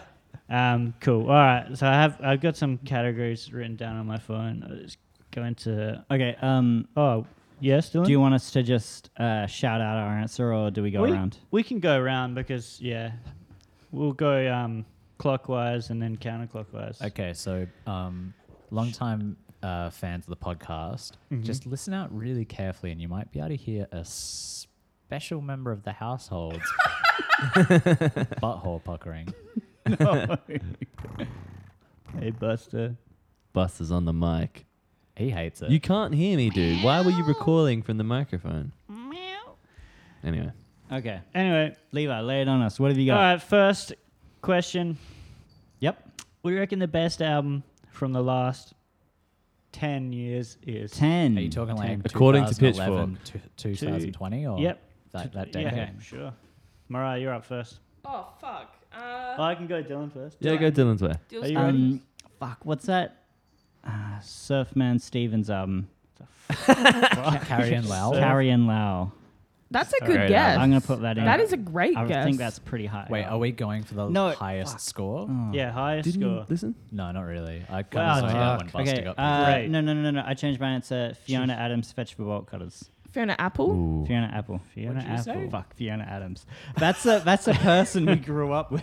Speaker 6: um, cool. All right, so I have I've got some categories written down on my phone. I'll just go into.
Speaker 4: Okay, um,
Speaker 6: Oh, yes, Dylan.
Speaker 4: do you want us to just uh, shout out our answer or do we go
Speaker 6: We-
Speaker 4: around?
Speaker 6: We can go around because yeah, we'll go um, clockwise and then counterclockwise.
Speaker 5: Okay, so um, long time uh, fans of the podcast,
Speaker 3: Mm-hmm.
Speaker 5: just listen out really carefully, and you might be able to hear a special member of
Speaker 3: [laughs]
Speaker 5: the household's butthole puckering.
Speaker 6: Hey Buster.
Speaker 2: Buster's on the mic.
Speaker 5: He hates it.
Speaker 2: You can't hear me, dude. Why were you recording from the microphone? Anyway,
Speaker 4: Okay,
Speaker 6: Anyway,
Speaker 4: Levi, lay it on us. What have you got?
Speaker 5: Uh,
Speaker 6: all right. First question:
Speaker 4: Yep,
Speaker 6: We reckon the best album from the last ten years is.
Speaker 4: ten.
Speaker 5: Are you talking like
Speaker 2: According
Speaker 5: according
Speaker 2: to
Speaker 5: to Pitchfork, 2020 or
Speaker 6: Yep.
Speaker 5: that, that
Speaker 6: yeah, [laughs]
Speaker 5: decade?
Speaker 6: sure. Mariah, you're up first.
Speaker 3: Oh fuck.
Speaker 6: Oh, I can go Dylan first.
Speaker 2: yeah, go Dylan's way.
Speaker 6: Are you ready?
Speaker 4: Um, fuck, what's that? Uh, Surfman Stevens album.
Speaker 5: Ca- Carrie and Lau.
Speaker 4: Carrie and Lau.
Speaker 3: That's a
Speaker 4: Sorry,
Speaker 3: good guess.
Speaker 4: I'm gonna put that in.
Speaker 3: That is a great
Speaker 4: I
Speaker 3: guess.
Speaker 4: think that's pretty high.
Speaker 5: Wait, are we going for the
Speaker 4: No,
Speaker 5: highest score?
Speaker 6: Oh.
Speaker 4: Yeah, highest
Speaker 2: Didn't
Speaker 4: score.
Speaker 2: you listen?
Speaker 5: No, not really. I kind
Speaker 4: Wow,
Speaker 5: of saw that one
Speaker 4: fuck.
Speaker 5: busting
Speaker 4: okay,
Speaker 5: up.
Speaker 4: uh,
Speaker 6: Great.
Speaker 4: no, no, no, no, no. I changed my answer. Fiona Adams, fetch for bolt cutters.
Speaker 3: Fiona Apple.
Speaker 4: Fiona Apple. Fiona
Speaker 5: you say?
Speaker 4: Fuck, Fiona Adams. That's a that's a person we grew up
Speaker 5: [laughs]
Speaker 4: with.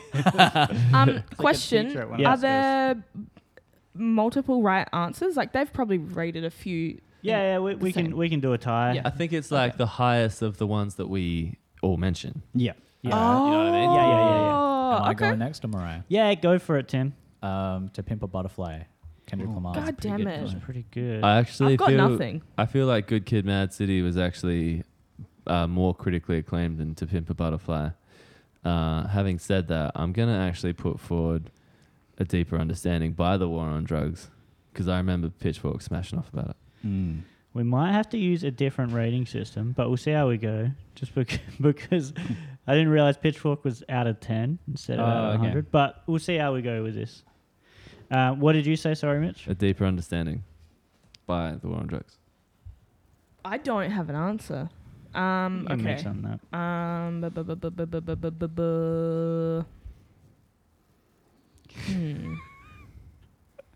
Speaker 3: Um, question:
Speaker 4: teacher at one of
Speaker 3: Are
Speaker 4: those schools.
Speaker 3: there multiple right answers? Like they've probably rated a few.
Speaker 6: Yeah, yeah, we, we can
Speaker 3: same.
Speaker 6: we can do a tie.
Speaker 3: Yeah.
Speaker 2: I think it's like the highest of the ones that we all mention.
Speaker 4: Yeah.
Speaker 5: Uh,
Speaker 3: oh,
Speaker 2: you know what I mean? Oh
Speaker 6: Yeah, yeah, yeah,
Speaker 5: Am I
Speaker 3: okay.
Speaker 5: going next or Mariah?
Speaker 6: Yeah, go for it, Tim.
Speaker 5: Um, to Pimp a Butterfly. Kendrick Lamar.
Speaker 3: God damn it.
Speaker 6: It's pretty good.
Speaker 2: I actually
Speaker 3: I've got
Speaker 2: feel
Speaker 3: nothing.
Speaker 2: I feel like Good Kid, Mad City was actually uh, more critically acclaimed than To Pimp a Butterfly. Uh, having said that, I'm gonna actually put forward a deeper understanding by the war on drugs because I remember Pitchfork smashing off about it.
Speaker 6: we might have to use a different rating system, but we'll see how we go. Just bec- [laughs] because I didn't realize Pitchfork was out of ten instead of
Speaker 5: Oh,
Speaker 6: out of
Speaker 5: okay.
Speaker 6: hundred. But we'll see how we go with this. Uh, what did you say? Sorry, Mitch.
Speaker 2: A deeper understanding by the war on drugs.
Speaker 3: I don't have an answer. Um,
Speaker 6: You can
Speaker 3: okay.
Speaker 6: mix on that.
Speaker 3: Um, bu- bu- bu- bu- bu- bu- bu- bu- bu- bu- Hmm.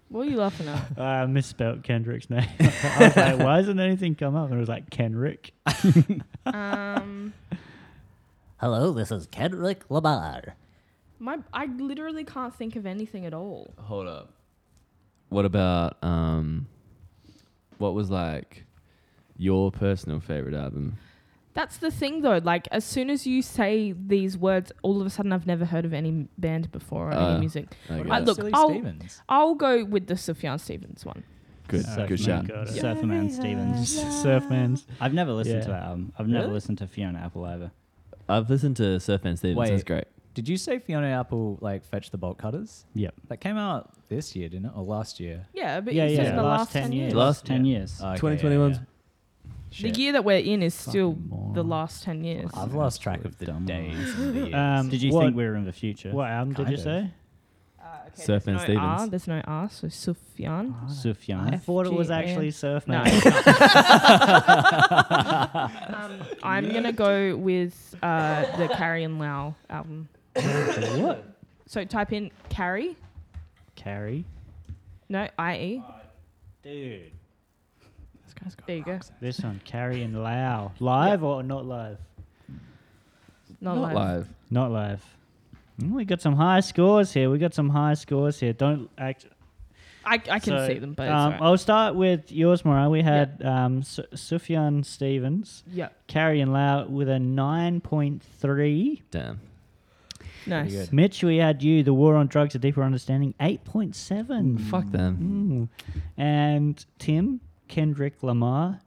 Speaker 3: What are you laughing
Speaker 2: [laughs]
Speaker 3: at?
Speaker 6: Uh, I misspelled Kendrick's
Speaker 5: [laughs]
Speaker 6: name. I was like, why doesn't anything come up? And it was like Kendrick.
Speaker 3: Um,
Speaker 9: Hello, this is Kendrick Lamar.
Speaker 3: my I literally can't think of anything at all.
Speaker 2: Hold up. What about um, what was like your personal favorite album?
Speaker 3: That's the thing, though. Like, as soon as you say these words, all of a sudden, I've never heard of any m- band before or
Speaker 2: Uh,
Speaker 3: any music.
Speaker 2: I
Speaker 3: about
Speaker 2: guess.
Speaker 3: look,
Speaker 5: Silly
Speaker 3: I'll-
Speaker 5: Stevens.
Speaker 3: I'll go with the Sufjan Stevens one.
Speaker 2: good, good shout.
Speaker 4: Surfman Stevens.
Speaker 6: Surfman's.
Speaker 4: I've never listened to
Speaker 6: Yeah.
Speaker 4: that album. I've never
Speaker 5: Really?
Speaker 4: listened to Fiona Apple either.
Speaker 2: I've listened to Surfman Stevens.
Speaker 5: Wait.
Speaker 2: That's great.
Speaker 5: Did you say Fiona Apple like fetch the bolt cutters?
Speaker 4: Yep.
Speaker 5: That came out this year, didn't it? Or last year?
Speaker 3: Yeah, but
Speaker 6: Yeah,
Speaker 3: it's
Speaker 6: yeah.
Speaker 3: just the
Speaker 6: Last
Speaker 3: last
Speaker 6: 10
Speaker 3: ten
Speaker 6: years.
Speaker 3: years.
Speaker 2: Last-
Speaker 4: Ten years.
Speaker 6: Uh,
Speaker 5: Okay, yeah,
Speaker 2: 2021's
Speaker 5: yeah.
Speaker 3: The
Speaker 5: Shit.
Speaker 3: year that we're in is still
Speaker 6: Fucking
Speaker 3: the
Speaker 6: moron.
Speaker 3: last ten years. Uh,
Speaker 5: I've lost track of the
Speaker 4: Dumb.
Speaker 6: [laughs]
Speaker 5: days and the years.
Speaker 6: Um,
Speaker 4: Did you
Speaker 6: what,
Speaker 4: think we were in the future?
Speaker 6: what album did
Speaker 5: Kind
Speaker 6: you
Speaker 5: of.
Speaker 6: say?
Speaker 2: okay, there's Surfman
Speaker 3: no
Speaker 2: no Stevens.
Speaker 3: R,
Speaker 2: R,
Speaker 3: there's no R, so Sufjan.
Speaker 4: Sufjan.
Speaker 6: I thought it was
Speaker 3: [laughs]
Speaker 6: actually
Speaker 2: [laughs]
Speaker 3: No.
Speaker 6: Surfman.
Speaker 3: um, I'm gonna go with uh, the Carrie and Lau album.
Speaker 6: what?
Speaker 3: So type in Carrie,
Speaker 6: Carrie.
Speaker 3: no I E.
Speaker 6: Dude.
Speaker 5: This guy's got
Speaker 3: There you go.
Speaker 5: rocks.
Speaker 6: This one, Carrie and Lau. Live or not live?
Speaker 3: Not, live.
Speaker 6: Not live. Mm, we got some high scores here. We got some high scores here. Don't act.
Speaker 3: I, I can
Speaker 6: so,
Speaker 3: see them, but
Speaker 6: um,
Speaker 3: it's alright.
Speaker 6: I'll start with yours, Mariah. We had um, Su- Sufjan Stevens,
Speaker 3: yeah,
Speaker 6: Carrie and Lau with a 9.3.
Speaker 2: Damn.
Speaker 3: nice.
Speaker 5: good.
Speaker 6: Mitch, we had you, The War on Drugs, A Deeper Understanding, 8.7.
Speaker 2: Fuck them.
Speaker 6: Mm. And Tim, Kendrick Lamar,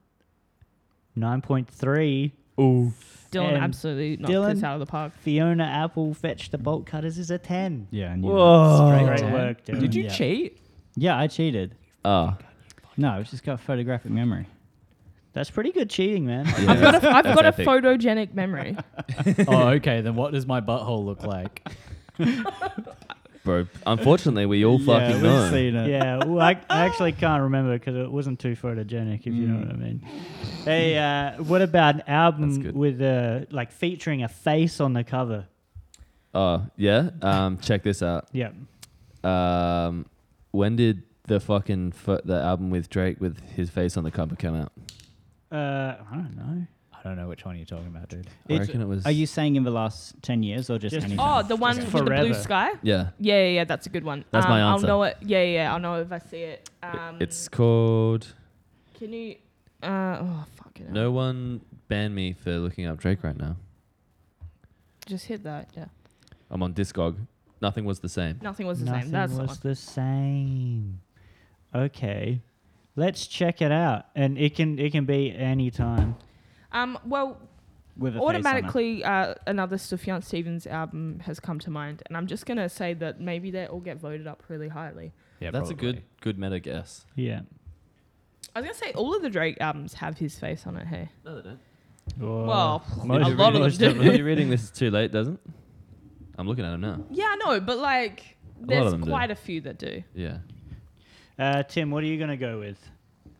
Speaker 6: 9.3. Ooh.
Speaker 3: Dylan
Speaker 6: And
Speaker 3: absolutely knocked
Speaker 6: Dylan-
Speaker 3: this out of the park.
Speaker 6: Fiona Apple fetched the bolt cutters is a 10.
Speaker 4: Yeah. I knew
Speaker 6: Whoa.
Speaker 5: Straight
Speaker 6: Great
Speaker 5: ten.
Speaker 6: work, Dylan.
Speaker 5: Did you
Speaker 4: Yeah.
Speaker 5: cheat?
Speaker 4: that. Yeah, I cheated.
Speaker 2: Oh,
Speaker 4: No, I've just got photographic memory.
Speaker 6: That's pretty good cheating, man.
Speaker 3: I've got a, I've got a
Speaker 2: epic.
Speaker 6: [laughs]
Speaker 3: photogenic
Speaker 5: [laughs]
Speaker 3: memory.
Speaker 5: oh, okay. Then what does my butthole look [laughs] like?
Speaker 2: bro. Unfortunately, we all fucking know.
Speaker 6: yeah, well, I, I actually can't remember because it wasn't too photogenic, if you know
Speaker 4: Mm.
Speaker 6: what I mean. Hey, uh, what about an album
Speaker 2: good.
Speaker 6: with uh, like featuring a face on the cover?
Speaker 2: Oh, yeah. Um, check this out.
Speaker 6: Yeah,
Speaker 2: Um, when did the fucking fo- the album with Drake with his face on the cover come out?
Speaker 6: uh, I don't know.
Speaker 5: I don't know which one you're talking about, dude.
Speaker 2: I
Speaker 4: It's-
Speaker 2: reckon it was.
Speaker 4: Are you saying in the last ten years or just,
Speaker 6: Just-
Speaker 4: anything?
Speaker 3: oh, the one with the blue
Speaker 6: forever.
Speaker 3: sky.
Speaker 2: Yeah.
Speaker 3: Yeah, yeah, yeah, that's a good one.
Speaker 2: That's my
Speaker 3: Um,
Speaker 2: answer.
Speaker 3: I'll know it. Yeah, yeah, yeah, I'll know if I see it.
Speaker 2: It-
Speaker 3: Um,
Speaker 2: it's called
Speaker 3: Can you? Uh, oh, fucking hell.
Speaker 2: No One Ban Me for looking up Drake right now.
Speaker 3: Just hit that. Yeah.
Speaker 2: I'm on Discog. Nothing was the same.
Speaker 3: Nothing was the
Speaker 6: Nothing
Speaker 3: same. That's the
Speaker 6: was
Speaker 3: one.
Speaker 6: the same. Okay, let's check it out, and it can it can be any time.
Speaker 3: Um. Well,
Speaker 4: With a Face on
Speaker 3: automatically, uh, another Sufjan Stevens album has come to mind, and I'm just gonna say that maybe they all get voted up really highly.
Speaker 5: Yeah,
Speaker 2: That's a good good meta guess.
Speaker 6: Yeah.
Speaker 3: I was gonna say all of the Drake albums have his face on it. Hey.
Speaker 2: No, they don't.
Speaker 3: Well,
Speaker 6: Uh, most
Speaker 3: a lot of
Speaker 6: most
Speaker 3: them do.
Speaker 2: You're reading this is too late, doesn't? I'm looking at them now.
Speaker 3: [laughs] Yeah, I know, but like,
Speaker 2: of
Speaker 3: there's
Speaker 2: them do.
Speaker 3: quite a few that do.
Speaker 2: Yeah.
Speaker 6: Uh, Tim, what are you gonna go with?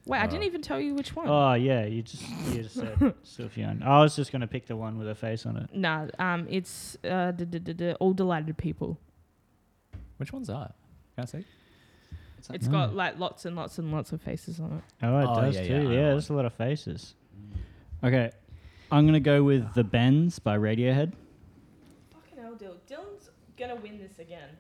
Speaker 3: Wait, I
Speaker 2: Oh.
Speaker 3: didn't even tell you which one.
Speaker 6: Oh yeah, you just you just [laughs] said Sylphion. I was just gonna pick the one with a face on it.
Speaker 3: Nah, um, it's uh, d- d- d- d- all delighted people.
Speaker 5: Which one's that? Can I see?
Speaker 3: It's got like lots and lots and lots of faces on it.
Speaker 6: Oh, it
Speaker 5: Oh,
Speaker 6: does
Speaker 5: yeah, yeah, I
Speaker 6: too.
Speaker 5: know
Speaker 6: Yeah,
Speaker 5: that
Speaker 6: there's a lot of faces. Okay, I'm gonna go with the Bends by Radiohead.
Speaker 3: Fucking hell, Dylan. Dylan's gonna win this again. [laughs]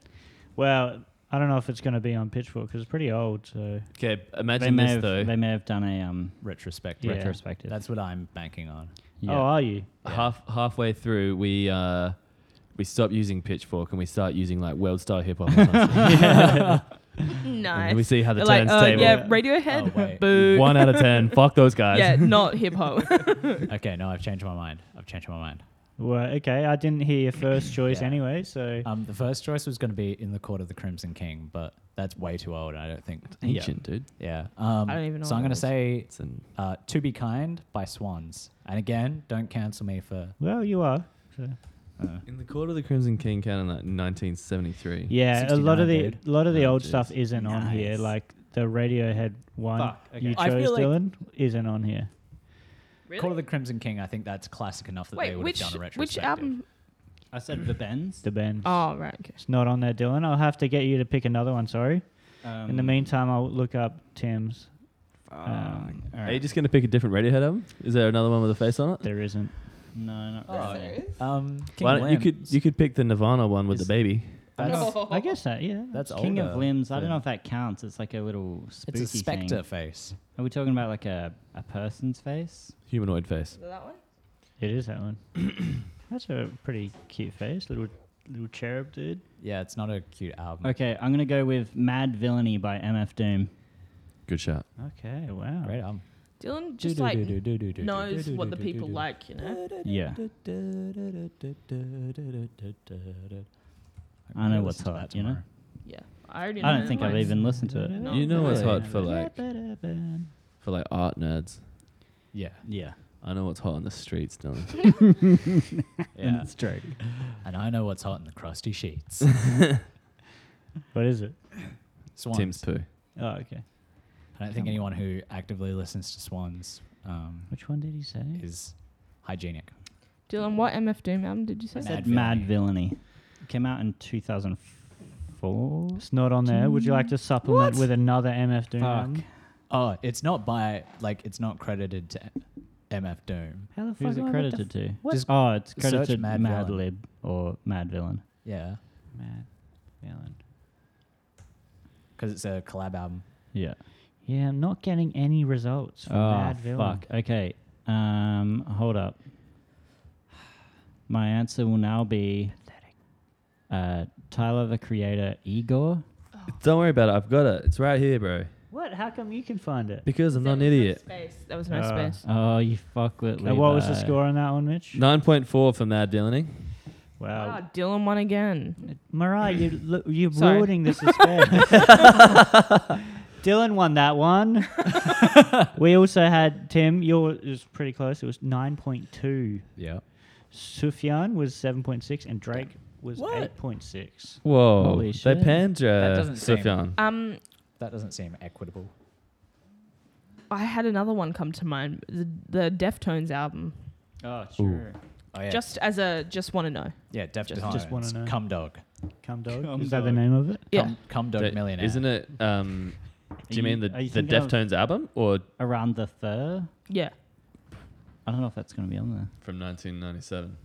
Speaker 6: Well, I don't know if it's gonna be on Pitchfork because it's pretty old. So
Speaker 2: Okay,
Speaker 6: they
Speaker 2: imagine
Speaker 6: may
Speaker 2: this
Speaker 6: have
Speaker 2: though.
Speaker 6: they may have done a um
Speaker 5: Retrospective.
Speaker 6: yeah. retrospective.
Speaker 5: That's what I'm banking on.
Speaker 6: Oh,
Speaker 2: yeah.
Speaker 6: are you?
Speaker 2: Half halfway through, we uh, we stop using Pitchfork and we start using like World Star Hip Hop. or something.
Speaker 3: Nice.
Speaker 2: And [laughs] we see how the
Speaker 3: They're like, uh,
Speaker 2: turntable.
Speaker 3: yeah, [laughs]
Speaker 5: Oh,
Speaker 3: Radiohead.
Speaker 5: wait.
Speaker 3: Boo.
Speaker 2: One out of ten. Fuck those guys. [laughs]
Speaker 3: Yeah, not hip hop.
Speaker 5: okay, no, I've changed my mind. I've changed my mind.
Speaker 6: Well, okay. I didn't hear your
Speaker 5: [coughs]
Speaker 6: first choice
Speaker 5: Yeah.
Speaker 6: anyway, so
Speaker 5: Um, the first choice was going to be In the Court of the Crimson King, but that's way too old. and I don't think.
Speaker 2: Ancient dude.
Speaker 5: Yeah. Um,
Speaker 3: I don't even know
Speaker 5: So I'm
Speaker 3: what
Speaker 5: going to
Speaker 3: that
Speaker 5: say
Speaker 2: It's an
Speaker 5: uh, To Be Kind by Swans. And again, don't cancel me for.
Speaker 6: well you are. So.
Speaker 2: In the court of the Crimson King canon, like 1973.
Speaker 6: Yeah, a lot of
Speaker 5: 69,
Speaker 6: the
Speaker 5: dude.
Speaker 6: a lot of the
Speaker 2: Oh,
Speaker 6: old
Speaker 2: jeez.
Speaker 6: stuff isn't on here.
Speaker 5: Nice.
Speaker 6: Like the Radiohead one
Speaker 5: Fuck, okay.
Speaker 6: you
Speaker 5: I feel
Speaker 6: chose,
Speaker 5: like-
Speaker 6: Dylan, isn't on here.
Speaker 3: [laughs]
Speaker 5: Court of the Crimson King, I think that's classic enough that they
Speaker 3: Wait,
Speaker 5: would
Speaker 3: which
Speaker 5: have done a
Speaker 3: which
Speaker 5: retrospective.
Speaker 3: album?
Speaker 6: I said the Bends. The Bends.
Speaker 3: Oh right, okay.
Speaker 6: It's not on there, Dylan. I'll have to get you to pick another one. Sorry. In the meantime, I'll look up Tim's. Um, all
Speaker 2: Are you
Speaker 6: right.
Speaker 2: just gonna pick a different Radiohead album? Is there another one with a face on it?
Speaker 6: There isn't. No,
Speaker 3: Oh,
Speaker 6: not really.
Speaker 5: Um, King
Speaker 2: Why don't, you could
Speaker 5: Limbs.
Speaker 2: you could pick the Nirvana one with
Speaker 6: Is-
Speaker 2: the baby.
Speaker 5: That's-
Speaker 6: I
Speaker 3: [laughs]
Speaker 6: guess that. Yeah,
Speaker 5: That's
Speaker 6: it's Oh. King of
Speaker 5: older
Speaker 6: Limbs. I don't
Speaker 5: than-
Speaker 6: know if that counts. It's like a little
Speaker 5: It's
Speaker 6: spooky
Speaker 5: a spectre
Speaker 6: thing.
Speaker 5: face.
Speaker 6: Are we talking about like a, a person's face?
Speaker 2: Humanoid face.
Speaker 3: that one?
Speaker 6: It is that one. [clears throat] That's a pretty cute face, little little cherub dude.
Speaker 5: Yeah, it's not a cute album.
Speaker 6: Okay, I'm gonna go with Mad Villainy by MF Doom.
Speaker 2: Good shot.
Speaker 6: Okay, wow.
Speaker 5: Great album.
Speaker 3: Dylan just like
Speaker 5: Do-do-do-do-do-do-do-do-do-do-do-do.
Speaker 3: knows what the people like, you know.
Speaker 6: Yeah.
Speaker 5: I'm
Speaker 6: I know
Speaker 5: gonna
Speaker 6: what's
Speaker 5: listen to
Speaker 6: hot,
Speaker 5: that
Speaker 6: you know?
Speaker 5: tomorrow.
Speaker 3: Yeah, I already.
Speaker 6: I
Speaker 3: know
Speaker 6: don't think I've
Speaker 3: mine.
Speaker 6: even listened to it.
Speaker 3: No.
Speaker 2: You know what's
Speaker 5: Really?
Speaker 2: hot for like for like art nerds.
Speaker 5: Yeah.
Speaker 6: Yeah.
Speaker 2: I know what's hot on the streets, Dylan.
Speaker 6: And [laughs]
Speaker 5: Yeah.
Speaker 6: it's straight.
Speaker 5: and I know what's hot in the
Speaker 6: [laughs]
Speaker 5: crusty sheets.
Speaker 6: What is it?
Speaker 5: Swans.
Speaker 2: Tim's poo.
Speaker 6: Oh, okay.
Speaker 5: I don't think anyone who actively listens to Swans um,
Speaker 6: Which one did he say?
Speaker 5: is hygienic.
Speaker 3: Dylan, what MF Doom album did you say?
Speaker 6: I
Speaker 5: Mad
Speaker 6: said Mad
Speaker 5: Villainy.
Speaker 6: Villainy. It came out in 2004. It's not on there. Would you like to supplement with another MF Doom? album?
Speaker 5: Oh, it's not by like it's not credited to MF Doom.
Speaker 6: How the fuck Who's it credited to?
Speaker 5: Just
Speaker 6: oh, it's
Speaker 5: search
Speaker 6: credited
Speaker 5: Mad
Speaker 6: Mad,
Speaker 5: Villain.
Speaker 6: Lib or Mad Villain.
Speaker 5: Yeah,
Speaker 6: Mad Oh, Villain.
Speaker 5: because it's a collab album.
Speaker 6: Yeah. Yeah, I'm not getting any results from
Speaker 5: Oh,
Speaker 6: Mad Villain. Ah, Fuck. Okay. Um, hold up. My answer will now be uh, Tyler the Creator Uh, Igor.
Speaker 2: Don't worry about it. I've got it. It's right here, bro.
Speaker 6: What? How come you can find it?
Speaker 2: Because I'm
Speaker 3: There
Speaker 2: not an
Speaker 3: was no
Speaker 2: idiot.
Speaker 3: Space. There was no space.
Speaker 6: Oh, you fucklet.
Speaker 4: And what was the
Speaker 6: Levi.
Speaker 4: score on that one, Mitch?
Speaker 2: Nine point four for Mad Dylaning.
Speaker 6: Wow.
Speaker 3: Ah, Dylan won again.
Speaker 6: Mariah, you, lo- you're
Speaker 3: Sorry.
Speaker 6: ruining the suspense. Dylan won that one. we also had Tim. Yours was pretty close. It was 9.2.
Speaker 5: Yeah.
Speaker 6: Sufyan was 7.6, and Drake was
Speaker 5: What?
Speaker 6: 8.6.
Speaker 2: Whoa.
Speaker 6: Holy
Speaker 2: They
Speaker 6: shit.
Speaker 2: panned you,
Speaker 5: That doesn't seem-
Speaker 2: Sufjan.
Speaker 3: Um,
Speaker 5: That doesn't seem equitable.
Speaker 3: I had another one come to mind. The, the Deftones album.
Speaker 6: Oh, sure.
Speaker 5: Oh yeah.
Speaker 3: Just as a, just want to know.
Speaker 5: yeah. Def
Speaker 6: just- just wanna know.
Speaker 5: Cum Dog.
Speaker 6: Come dog.
Speaker 4: Cum
Speaker 6: Is that the
Speaker 4: Dog.
Speaker 6: name of it?
Speaker 3: Yeah.
Speaker 5: Cum, cum Dog
Speaker 2: That-
Speaker 5: Millionaire.
Speaker 2: Isn't it? Um, do you,
Speaker 6: you-
Speaker 2: mean the
Speaker 6: are you
Speaker 2: the
Speaker 6: thinking of-
Speaker 2: Deftones album or
Speaker 6: Around the third.
Speaker 3: Yeah.
Speaker 6: I don't know if that's going to be on there.
Speaker 2: from 1997?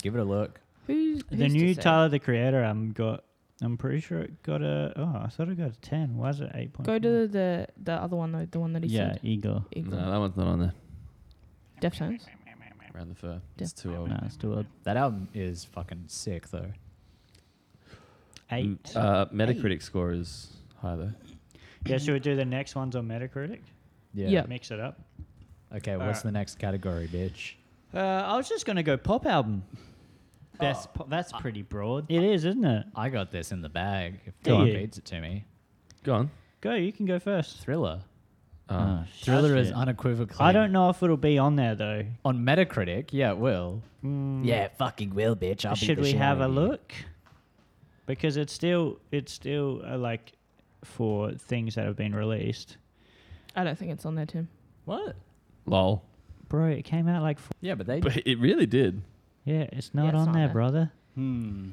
Speaker 5: Give it a look.
Speaker 3: Who's, who's
Speaker 6: the new
Speaker 3: to say?
Speaker 6: Tyler the Creator um got. I'm pretty sure it got a. Oh, I thought it got a 10. Why is it 8.4?
Speaker 3: Go to the the other one though. The one that he
Speaker 6: Yeah,
Speaker 3: said.
Speaker 6: Igor.
Speaker 3: Eagle.
Speaker 2: No, that one's not on there.
Speaker 3: Deftones.
Speaker 2: Around the fur. It's too old.
Speaker 6: No, it's too old.
Speaker 3: Oh.
Speaker 5: That album is fucking sick though.
Speaker 6: Eight.
Speaker 2: Mm, Uh, Metacritic score is high though.
Speaker 6: Yeah, should we do the next ones on Metacritic?
Speaker 5: Yeah.
Speaker 3: Yeah.
Speaker 6: Mix it up.
Speaker 5: Okay.
Speaker 6: All
Speaker 5: what's
Speaker 6: right.
Speaker 5: the next category, bitch?
Speaker 6: Uh, I was just gonna go pop album. Best pop. That's pretty broad. It is, isn't it?
Speaker 5: I got this in the bag. If
Speaker 6: Do
Speaker 5: Dylan
Speaker 6: you?
Speaker 5: beats it to me,
Speaker 2: Go on.
Speaker 6: Go. You can go first.
Speaker 5: Thriller.
Speaker 6: Ah,
Speaker 2: Uh,
Speaker 5: Thriller is
Speaker 6: Shit.
Speaker 5: unequivocally.
Speaker 6: I don't know if it'll be on there though.
Speaker 5: On Metacritic, yeah, it will.
Speaker 9: Yeah, it fucking will, bitch. I'll beat
Speaker 6: Should
Speaker 9: the
Speaker 6: we
Speaker 9: shit
Speaker 6: have a
Speaker 9: out of you.
Speaker 6: look? Because it's still it's still uh, like for things that have been released.
Speaker 3: I don't think it's on there, Tim.
Speaker 5: What?
Speaker 2: Lol.
Speaker 6: Bro, it came out like. F-
Speaker 5: Yeah, but they.
Speaker 2: But it really did.
Speaker 6: yeah, it's not
Speaker 3: it's
Speaker 6: on
Speaker 3: not
Speaker 6: there,
Speaker 3: there.
Speaker 6: brother.
Speaker 4: Hmm.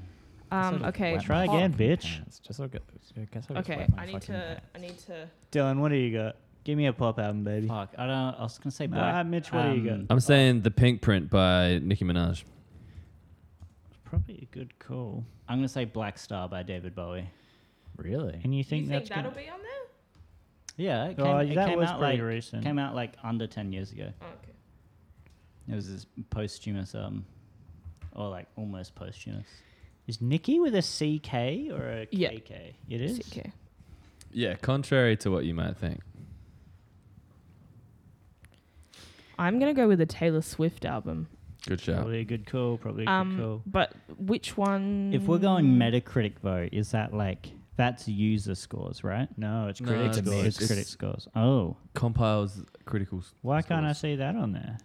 Speaker 3: Um,
Speaker 5: sort of
Speaker 3: okay.
Speaker 5: wet
Speaker 6: Try
Speaker 3: pop-
Speaker 6: again, bitch.
Speaker 5: It's just so good. I guess I'll just
Speaker 3: Okay,
Speaker 5: wet my
Speaker 3: I need
Speaker 5: fucking
Speaker 3: to.
Speaker 5: hat.
Speaker 3: I need to.
Speaker 4: Dylan, what do you got? Give me a pop album, baby. Fuck, I don't. I was gonna say black.
Speaker 6: Uh, Mitch, what do you got?
Speaker 4: Um,
Speaker 2: I'm saying the pink print by Nicki Minaj.
Speaker 6: It's probably a good call.
Speaker 4: I'm gonna say Black Star by David Bowie.
Speaker 5: Really?
Speaker 6: And you
Speaker 3: Do
Speaker 6: think
Speaker 3: you think
Speaker 6: that's
Speaker 3: that'll
Speaker 6: gonna-
Speaker 3: be on there?
Speaker 4: Yeah, it came,
Speaker 6: Oh,
Speaker 4: it
Speaker 6: that
Speaker 4: came
Speaker 6: was
Speaker 4: out
Speaker 6: pretty
Speaker 4: like
Speaker 6: recent.
Speaker 4: came out like under ten years ago.
Speaker 3: Oh, Okay.
Speaker 4: It was this posthumous um, or like almost posthumous.
Speaker 6: Is Nikki with a CK or a
Speaker 3: Yeah.
Speaker 6: KK? It is.
Speaker 3: CK.
Speaker 2: Yeah, contrary to what you might think.
Speaker 3: I'm gonna go with a Taylor Swift album.
Speaker 2: Good shout.
Speaker 6: Probably a good call. Probably a good
Speaker 3: Um,
Speaker 6: call.
Speaker 3: but which one?
Speaker 4: If we're going Metacritic vote, is that like that's user scores, right?
Speaker 6: No, it's
Speaker 2: No,
Speaker 6: critic
Speaker 2: it's
Speaker 6: scores.
Speaker 2: mixed.
Speaker 4: It's critic scores. Oh,
Speaker 2: Compiles critical. s-
Speaker 6: Why can't I
Speaker 2: scores.
Speaker 6: see that on there?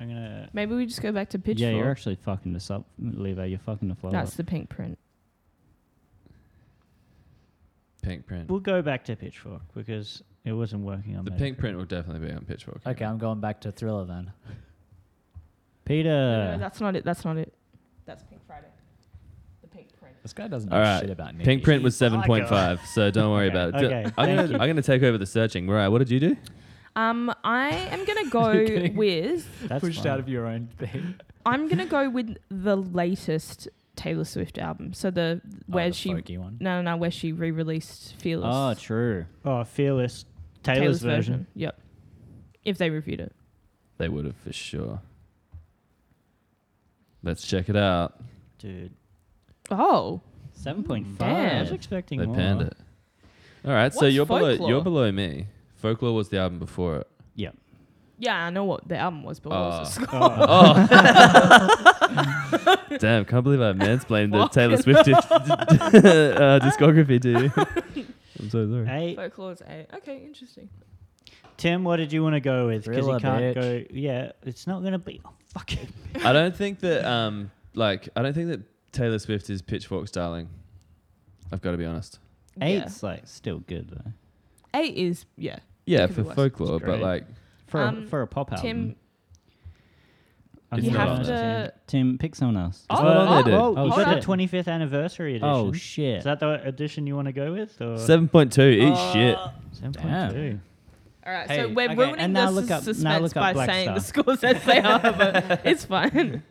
Speaker 6: I'm gonna.
Speaker 3: maybe we just go back to Pitchfork.
Speaker 4: yeah, you're actually fucking this up, Levi. You're fucking the floor.
Speaker 3: That's the pink print.
Speaker 2: Pink print.
Speaker 6: We'll go back to Pitchfork because it wasn't working on
Speaker 2: The
Speaker 6: Metacritic.
Speaker 2: pink print will definitely be on Pitchfork.
Speaker 5: Okay, I'm going back to Thriller then.
Speaker 4: Uh,
Speaker 3: No,
Speaker 4: Peter.
Speaker 3: that's not it. That's not it. That's Pink Friday. The pink print.
Speaker 5: This guy doesn't
Speaker 2: All
Speaker 5: know
Speaker 2: right.
Speaker 5: shit about Nikki.
Speaker 2: Pink print was
Speaker 6: Oh my
Speaker 2: 7.5, so don't worry about it. D-
Speaker 6: [laughs] okay,
Speaker 2: I'm,
Speaker 6: thank
Speaker 2: gonna, I'm gonna take over the searching. Right, what did you do?
Speaker 3: Um, I am
Speaker 4: [laughs]
Speaker 3: gonna go with.
Speaker 6: That's
Speaker 5: pushed
Speaker 6: fine.
Speaker 5: out of your own thing.
Speaker 3: I'm gonna go with the latest Taylor Swift album. So the where
Speaker 5: oh, the
Speaker 3: she
Speaker 5: folky one.
Speaker 3: no no no where she re-released Fearless.
Speaker 4: Oh, true.
Speaker 6: [laughs] Oh, fearless Taylor's, version.
Speaker 3: Yep. If they reviewed it.
Speaker 2: They would have for sure. Let's check it out.
Speaker 4: Dude,
Speaker 3: Oh,
Speaker 4: seven point five.
Speaker 3: Damn.
Speaker 6: Mm, I was expecting
Speaker 2: They
Speaker 6: more.
Speaker 2: panned it. All right, so
Speaker 3: What's
Speaker 2: you're below
Speaker 3: Folklore?
Speaker 2: you're below me. Folklore was the album before it.
Speaker 3: [laughs] yeah, I know what the album was, but what was the score?
Speaker 2: Oh. Damn, can't believe I mansplained the Taylor Swift dis- [laughs] uh, discography to you.
Speaker 3: [laughs]
Speaker 2: I'm so sorry.
Speaker 6: [laughs] Hey,
Speaker 3: Folklore's eight. Okay, interesting.
Speaker 6: Tim, what did you want to go with? Because you
Speaker 5: Thriller,
Speaker 6: can't
Speaker 5: bitch.
Speaker 6: go. Yeah, it's not gonna be. Oh, fuck it.
Speaker 2: I don't think that um like I don't think that Taylor Swift is pitchfork styling. I've got to be honest.
Speaker 4: Eight's like still good though.
Speaker 3: Yeah. Eight is yeah.
Speaker 2: Yeah,
Speaker 3: could
Speaker 2: for
Speaker 3: be worse.
Speaker 2: folklore, but
Speaker 6: great.
Speaker 2: like
Speaker 4: For
Speaker 3: Um,
Speaker 4: a, for a pop album.
Speaker 3: Tim,
Speaker 4: I'm
Speaker 2: It's
Speaker 3: you
Speaker 2: not
Speaker 4: sorry.
Speaker 3: have
Speaker 2: on
Speaker 3: to.
Speaker 4: Tim, pick someone else.
Speaker 3: Oh,
Speaker 2: not on there, dude.
Speaker 6: Oh, you
Speaker 3: hold
Speaker 6: got
Speaker 3: on.
Speaker 6: the 25th anniversary edition.
Speaker 4: Oh shit.
Speaker 6: Is that the edition you want to go with? Or
Speaker 2: seven point two. Eat shit.
Speaker 6: Seven point
Speaker 5: Damn.
Speaker 6: two.
Speaker 3: All right,
Speaker 6: Hey,
Speaker 3: so we're
Speaker 6: okay,
Speaker 3: ruining
Speaker 6: and
Speaker 3: the
Speaker 6: now look
Speaker 3: sus-
Speaker 6: up- now
Speaker 3: suspense
Speaker 6: look up
Speaker 3: by
Speaker 6: Black
Speaker 3: saying
Speaker 6: Star.
Speaker 3: the scores as they are, but
Speaker 6: [laughs]
Speaker 3: it's fine.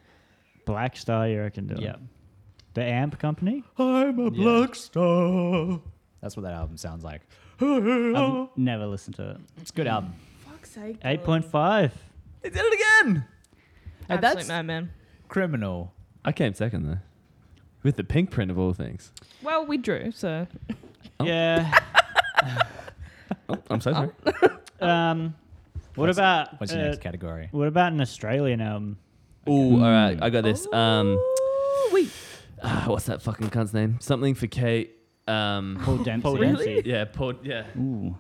Speaker 6: Black Star, you reckon? Dylan?
Speaker 4: Yeah.
Speaker 6: The amp company.
Speaker 7: I'm a black star.
Speaker 5: That's what that album sounds like.
Speaker 6: Um,
Speaker 4: I've never listened to it.
Speaker 5: It's a good album.
Speaker 3: Fuck's sake.
Speaker 6: Eight point five.
Speaker 2: They did it again.
Speaker 5: Hey,
Speaker 3: Absolute
Speaker 5: that's
Speaker 3: madman.
Speaker 5: criminal.
Speaker 2: I came second though, with the pink print of all things.
Speaker 3: Well, we drew, so
Speaker 2: Oh.
Speaker 6: Yeah.
Speaker 2: Oh, I'm so sorry.
Speaker 6: um, what
Speaker 5: What's-
Speaker 6: about
Speaker 5: What's your
Speaker 6: uh,
Speaker 5: next category?
Speaker 6: What about an Australian album?
Speaker 2: Ooh, all right, I got this. Um,
Speaker 3: wait.
Speaker 2: ah, what's that fucking cunt's name? Something for Kate. Um,
Speaker 4: Paul
Speaker 6: Oh,
Speaker 4: Dempsey.
Speaker 6: Dempsey.
Speaker 2: yeah, Paul. Yeah,
Speaker 4: Ooh.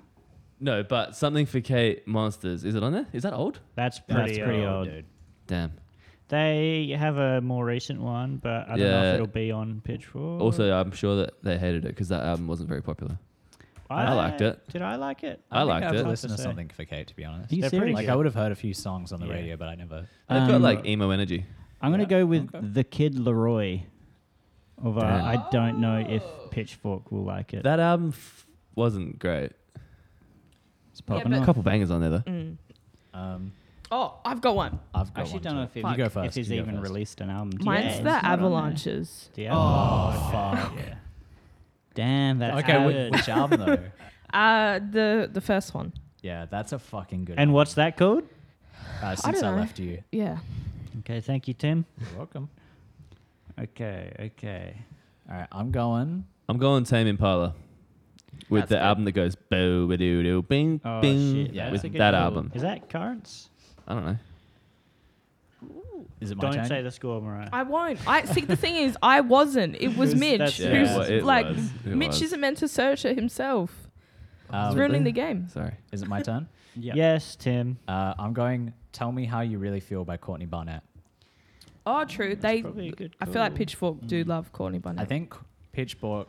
Speaker 2: no, but something for Kate. Monsters. Is it on there? Is that old?
Speaker 6: That's
Speaker 4: That's
Speaker 6: pretty,
Speaker 4: pretty
Speaker 6: old.
Speaker 4: old.
Speaker 5: dude.
Speaker 2: Damn.
Speaker 6: They have a more recent one, but I don't know
Speaker 2: Yeah.
Speaker 6: if it'll be on Pitchfork.
Speaker 2: Also, I'm sure that they hated it because that album wasn't very popular. I liked it.
Speaker 6: Did I like it?
Speaker 2: I
Speaker 5: think
Speaker 2: liked
Speaker 5: I've
Speaker 2: it.
Speaker 5: listened to
Speaker 6: Say.
Speaker 5: something for Kate, to be honest.
Speaker 4: you
Speaker 6: They're pretty
Speaker 4: serious?
Speaker 5: Like I would have heard a few songs on the
Speaker 6: Yeah.
Speaker 5: radio, but I never.
Speaker 2: They've got
Speaker 4: Um,
Speaker 2: like emo energy.
Speaker 4: I'm gonna
Speaker 5: Yeah,
Speaker 4: go with
Speaker 5: okay.
Speaker 4: the Kid Leroy. Although
Speaker 2: Damn.
Speaker 4: I don't know if
Speaker 3: Oh.
Speaker 4: Pitchfork will like it.
Speaker 2: That album f- wasn't great.
Speaker 4: It's popping
Speaker 3: but-
Speaker 2: A
Speaker 4: off.
Speaker 2: couple bangers on there though.
Speaker 3: Mm.
Speaker 5: Um,
Speaker 3: Oh, I've got one.
Speaker 5: I've got
Speaker 4: I actually
Speaker 5: one
Speaker 4: don't
Speaker 5: too.
Speaker 4: know if, he,
Speaker 5: you go
Speaker 4: if
Speaker 5: first.
Speaker 4: he's
Speaker 5: you go
Speaker 4: even
Speaker 5: first.
Speaker 4: released an album.
Speaker 3: Mine's
Speaker 4: Yeah, it's not on
Speaker 3: the
Speaker 4: there.
Speaker 3: Avalanches.
Speaker 4: The Oh, fuck. Damn, that's
Speaker 5: Okay,
Speaker 4: added.
Speaker 5: whi- which album though?
Speaker 3: Uh, the the first one.
Speaker 5: Yeah, that's a fucking good.
Speaker 6: And what's that called?
Speaker 5: album. Uh, since
Speaker 3: don't
Speaker 5: I,
Speaker 3: know.
Speaker 5: left you,
Speaker 3: Yeah.
Speaker 6: Okay, thank you, Tim.
Speaker 5: you're welcome.
Speaker 6: Okay, okay.
Speaker 5: All right, I'm going.
Speaker 2: I'm going Tame Impala with
Speaker 3: That's
Speaker 2: the
Speaker 3: good.
Speaker 2: album that goes boo ba doo doo bing
Speaker 6: Oh,
Speaker 2: bing
Speaker 6: shit,
Speaker 5: Yeah.
Speaker 2: with
Speaker 6: that's a
Speaker 2: that
Speaker 6: good call.
Speaker 2: album.
Speaker 6: Is that Currents?
Speaker 2: I don't know.
Speaker 5: Is it my
Speaker 6: Don't
Speaker 5: turn?
Speaker 6: say the score, Mariah.
Speaker 3: I won't. I see. The thing is, I wasn't. It was
Speaker 6: Who's-
Speaker 3: Mitch.
Speaker 6: that's- Yeah,
Speaker 3: who's
Speaker 6: it wa-
Speaker 2: it
Speaker 3: like
Speaker 2: was, it
Speaker 3: Mitch
Speaker 2: was.
Speaker 3: isn't meant to search it himself. He's
Speaker 5: Um,
Speaker 2: Really?
Speaker 3: ruining the game.
Speaker 2: Sorry.
Speaker 5: is it my turn?
Speaker 4: Yeah.
Speaker 6: Yes, Tim.
Speaker 5: Uh, I'm going. Tell me how you really feel by Courtney Barnett.
Speaker 3: Oh, true. They.
Speaker 6: Probably a good
Speaker 3: I feel like
Speaker 6: call.
Speaker 3: Pitchfork do love Courtney Barnett.
Speaker 5: I think Pitchfork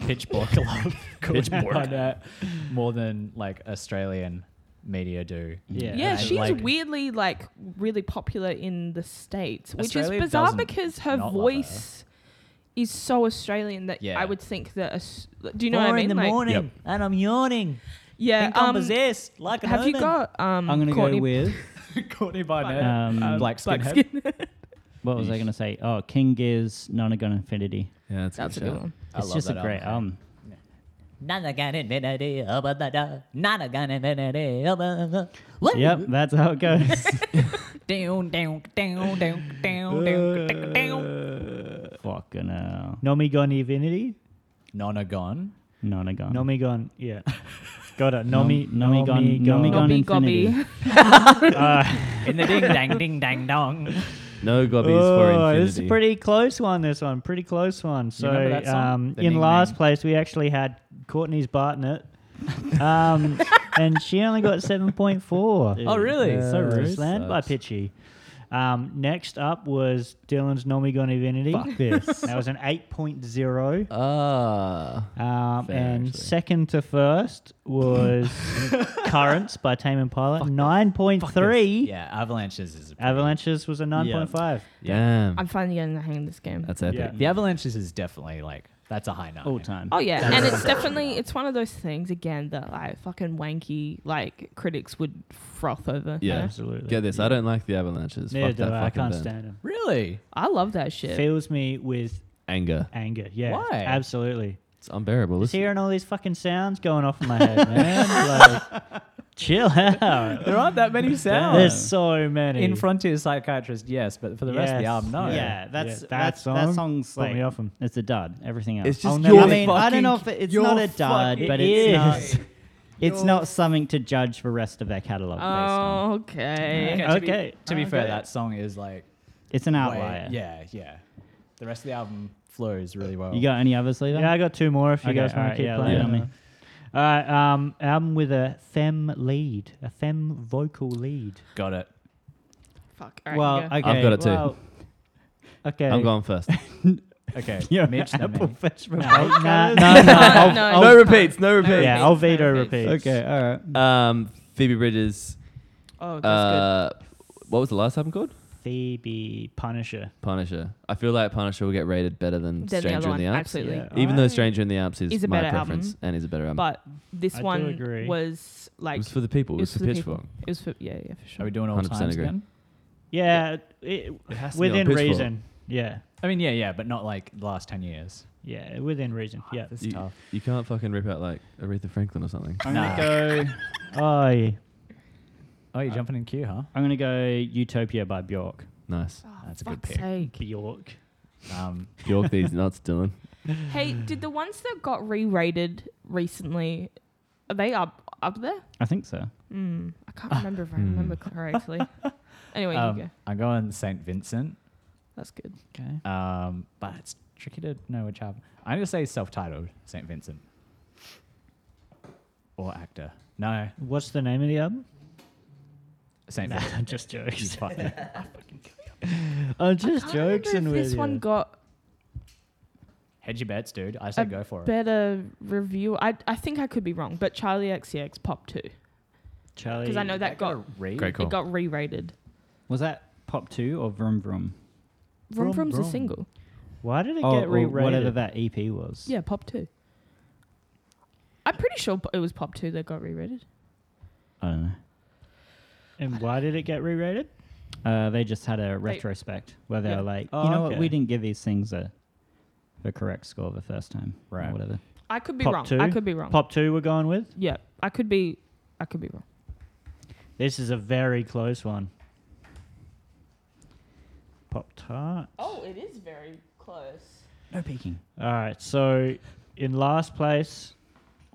Speaker 5: pitchfork love going
Speaker 2: Pitchfork.
Speaker 5: on at more than like Australian media do.
Speaker 6: Yeah.
Speaker 3: Yeah,
Speaker 5: And,
Speaker 3: she's
Speaker 5: like,
Speaker 3: weirdly like really popular in the states, which
Speaker 5: Australia
Speaker 3: is bizarre
Speaker 5: doesn't
Speaker 3: because her
Speaker 5: not love her.
Speaker 3: voice is so Australian that
Speaker 5: Yeah.
Speaker 3: I would think that. Aus- Do you know what I mean? Like-
Speaker 5: Yep.
Speaker 6: and I'm yawning.
Speaker 3: yeah.
Speaker 6: I'm
Speaker 3: Um,
Speaker 6: possessed like
Speaker 3: have you got um?
Speaker 4: I'm gonna
Speaker 3: Courtney-
Speaker 4: go with
Speaker 5: Courtney Barnett,
Speaker 9: [laughs]
Speaker 4: Um,
Speaker 5: um, black
Speaker 3: Black
Speaker 5: skinhead.
Speaker 3: Skin.
Speaker 4: what was I gonna say? Oh, King Gear's Nonagon Infinity.
Speaker 2: Yeah, that's,
Speaker 3: That's a
Speaker 2: good
Speaker 3: good
Speaker 2: shout.
Speaker 3: one.
Speaker 5: I
Speaker 4: It's
Speaker 5: love
Speaker 4: just a
Speaker 5: that
Speaker 4: great album.
Speaker 9: Nanagan infinity, abba da da. Nanagan infinity, abba da. What?
Speaker 4: Yep, that's how it goes. [laughs]
Speaker 9: Down, down, down, down, down, down, down.
Speaker 4: Fucking hell.
Speaker 6: Nomigon Divinity?
Speaker 5: Nonagon.
Speaker 4: Nonagon.
Speaker 6: Nomigon, yeah. got it. Nomi,
Speaker 4: Nom-
Speaker 6: Nomigon.
Speaker 4: Nomigon.
Speaker 6: Nomigon.
Speaker 3: Gobby
Speaker 4: Infinity.
Speaker 3: Gobby.
Speaker 5: In the ding dang [laughs] ding dang dong.
Speaker 2: No gobbies for
Speaker 6: Oh,
Speaker 2: infinity.
Speaker 6: this is a pretty close one. This one, pretty close one. So,
Speaker 5: remember that song?
Speaker 6: um,
Speaker 5: The
Speaker 6: in
Speaker 5: Ning
Speaker 6: last
Speaker 5: Nang.
Speaker 6: place, we actually had Courtney's Bartnett, um, and she only got seven point four.
Speaker 5: Oh, really?
Speaker 6: Uh,
Speaker 5: So rude.
Speaker 6: slammed by
Speaker 2: Sucks.
Speaker 6: Pitchy. Um, next up was Dylan's Nomigon Divinity. Fuck this. [laughs] that was an 8.0.
Speaker 2: Ah,
Speaker 6: Um,
Speaker 2: Fair,
Speaker 6: and
Speaker 2: actually.
Speaker 6: second to first was Currents by Tame Impala, 9.3.
Speaker 5: Yeah, Avalanches is. a pretty-
Speaker 6: Avalanches was a 9.5.
Speaker 2: damn.
Speaker 3: I'm finally getting the hang of this game.
Speaker 2: That's epic.
Speaker 6: Yeah.
Speaker 5: The Avalanches is definitely like that's a high nine.
Speaker 4: All time.
Speaker 3: Oh yeah, and it's definitely it's one of those things again that like fucking wanky like critics would froth over. you
Speaker 2: Yeah.
Speaker 3: know?
Speaker 6: Absolutely.
Speaker 2: Get this. I don't like the avalanches.
Speaker 6: Neither
Speaker 2: Fuck
Speaker 6: do
Speaker 2: that
Speaker 6: I. I
Speaker 2: fucking
Speaker 6: can't
Speaker 2: band.
Speaker 6: stand him.
Speaker 5: Really?
Speaker 3: I love that shit.
Speaker 6: Fills me with
Speaker 2: Anger.
Speaker 6: anger. Yeah.
Speaker 5: Why?
Speaker 6: Absolutely.
Speaker 2: It's unbearable.
Speaker 6: Just
Speaker 2: Listen,
Speaker 6: hearing all these fucking sounds going off in my head, man. Like, chill out.
Speaker 5: There aren't that many sounds.
Speaker 6: There's so many.
Speaker 5: in Frontier Psychiatrist, yes, but for the rest of the
Speaker 6: Yes.
Speaker 5: album, no.
Speaker 4: Yeah, that's
Speaker 6: Yeah, that
Speaker 4: that's
Speaker 6: song
Speaker 4: that song's
Speaker 6: put
Speaker 4: like
Speaker 6: me off 'em.
Speaker 4: it's a dud. Everything else.
Speaker 7: It's just
Speaker 6: I'll
Speaker 7: your
Speaker 6: never-
Speaker 4: I mean, I don't
Speaker 7: fucking-
Speaker 4: know if it- it's
Speaker 7: your
Speaker 4: not a dud,
Speaker 7: fucking-
Speaker 4: but
Speaker 6: It
Speaker 4: it's
Speaker 6: is.
Speaker 4: not. It's not something to judge the rest of their catalog based
Speaker 3: Oh.
Speaker 4: on.
Speaker 3: okay.
Speaker 5: Okay. To be,
Speaker 6: Okay.
Speaker 5: to be fair,
Speaker 6: Okay.
Speaker 5: that song is like
Speaker 4: It's an
Speaker 5: way-
Speaker 4: outlier.
Speaker 5: yeah, yeah. The rest of the album flows really well.
Speaker 4: You got any others, Levi?
Speaker 6: Yeah, I got two more if you
Speaker 4: Okay,
Speaker 6: guys want
Speaker 4: alright,
Speaker 6: to keep
Speaker 4: yeah,
Speaker 6: playing
Speaker 4: lay it
Speaker 6: on
Speaker 4: on
Speaker 6: me.
Speaker 4: me.
Speaker 6: All right, um, album with a femme lead, a femme vocal lead.
Speaker 5: got it.
Speaker 3: Fuck. All right,
Speaker 6: well,
Speaker 3: you go.
Speaker 6: okay,
Speaker 2: I've got it too.
Speaker 6: well, okay,
Speaker 2: I'm going first.
Speaker 4: [laughs]
Speaker 5: Okay.
Speaker 6: Yeah,
Speaker 5: Mitch,
Speaker 6: man,
Speaker 5: then me.
Speaker 6: professional.
Speaker 4: No,
Speaker 6: vocal
Speaker 4: no,
Speaker 6: lead.
Speaker 4: no,
Speaker 2: [laughs]
Speaker 3: I'll- No, I'll-
Speaker 2: no repeats. No
Speaker 3: repeats.
Speaker 2: repeats.
Speaker 6: yeah, I'll
Speaker 3: repeats,
Speaker 6: veto
Speaker 3: no
Speaker 6: repeats.
Speaker 3: repeats.
Speaker 4: Okay, all right.
Speaker 2: Um, Phoebe Bridges.
Speaker 3: Oh, that's
Speaker 2: Uh, what was the last album called?
Speaker 6: Phoebe Punisher.
Speaker 2: Punisher. I feel like Punisher will get rated better than
Speaker 3: good. Then the
Speaker 2: Stranger
Speaker 3: other one,
Speaker 2: in the Alps.
Speaker 3: absolutely.
Speaker 6: Yeah.
Speaker 2: Even though
Speaker 6: Alright.
Speaker 2: Stranger in the Alps is,
Speaker 3: Is a
Speaker 2: my
Speaker 3: better
Speaker 2: preference
Speaker 3: album,
Speaker 2: and is a better album.
Speaker 3: But this
Speaker 6: I do agree.
Speaker 3: one was like
Speaker 2: it was for the people. It
Speaker 3: it
Speaker 2: was,
Speaker 3: was
Speaker 2: for
Speaker 3: for the people.
Speaker 2: Pitchfork.
Speaker 3: it was for yeah yeah for
Speaker 5: Are
Speaker 3: sure.
Speaker 5: we doing all
Speaker 2: 100%
Speaker 5: times
Speaker 2: agree.
Speaker 5: again?
Speaker 6: Yeah, it,
Speaker 2: It has to be on
Speaker 6: within
Speaker 2: Pitchfork.
Speaker 6: reason. Yeah,
Speaker 5: I mean, yeah, yeah, but not like the last ten years.
Speaker 6: yeah, within reason. Yeah.
Speaker 5: This is
Speaker 2: You,
Speaker 5: tough.
Speaker 2: you can't fucking rip out like Aretha Franklin or something.
Speaker 4: I'm
Speaker 5: Nah.
Speaker 4: gonna go.
Speaker 6: Oh, yeah.
Speaker 5: Oh, you're jumping in queue, huh?
Speaker 4: I'm gonna go Utopia by Bjork.
Speaker 2: Nice.
Speaker 3: Oh,
Speaker 5: That's a good
Speaker 3: fuck's
Speaker 5: pick.
Speaker 3: sake.
Speaker 6: Bjork.
Speaker 5: Um,
Speaker 2: York
Speaker 3: [laughs]
Speaker 2: these nuts, Dylan.
Speaker 3: Hey, did the ones that got re-rated recently are they up up there?
Speaker 4: I think so.
Speaker 3: Mm, I can't
Speaker 6: Ah.
Speaker 3: remember if I remember
Speaker 6: Hmm. [laughs]
Speaker 3: correctly. Anyway,
Speaker 5: um,
Speaker 3: you go.
Speaker 5: I'm going Saint Vincent,
Speaker 3: That's good.
Speaker 4: Okay.
Speaker 5: um, but it's tricky to know which album. I'm gonna say self-titled Saint Vincent or actor. No,
Speaker 6: What's the name of the album?
Speaker 5: Saint
Speaker 6: Nah,
Speaker 3: [laughs]
Speaker 5: Vincent.
Speaker 6: I'm just joking.
Speaker 5: You fucking-
Speaker 6: I'm
Speaker 3: I
Speaker 6: just
Speaker 3: can't remember
Speaker 6: joking
Speaker 3: if
Speaker 6: with
Speaker 3: this
Speaker 6: you.
Speaker 3: one got
Speaker 5: Hedge your bets, dude. I say go for it.
Speaker 3: better review. I I think I could be wrong, but Charlie XCX Pop Two
Speaker 6: Charlie.
Speaker 3: because I know that got
Speaker 5: a read.
Speaker 2: Great call.
Speaker 3: it got re-rated.
Speaker 4: Was that Pop Two or Vroom Vroom?
Speaker 3: Vroom
Speaker 5: Vroom
Speaker 3: Vroom's a
Speaker 5: Vroom.
Speaker 3: single.
Speaker 6: Why did it
Speaker 4: Or-
Speaker 6: get
Speaker 4: Oh, or
Speaker 6: re-rated?
Speaker 4: whatever that EP was.
Speaker 3: Yeah, Pop Two. I'm pretty sure it was Pop Two that got re-rated.
Speaker 4: I don't know.
Speaker 6: And why did it get re-rated?
Speaker 4: Uh, they just had a retrospect where they
Speaker 3: Yeah.
Speaker 4: were like,
Speaker 5: Oh,
Speaker 4: you know
Speaker 5: okay.
Speaker 4: what, we didn't give these things a the correct score the first time,
Speaker 5: Right.
Speaker 4: Or whatever.
Speaker 3: I could be
Speaker 6: Pop
Speaker 3: wrong.
Speaker 6: two?
Speaker 3: I could be wrong.
Speaker 6: Pop two we're going with.
Speaker 3: Yeah, I could be. I could be wrong.
Speaker 6: This is a very close one. Pop tart.
Speaker 3: Oh, it is very close.
Speaker 4: No peeking.
Speaker 6: All right, so in last place,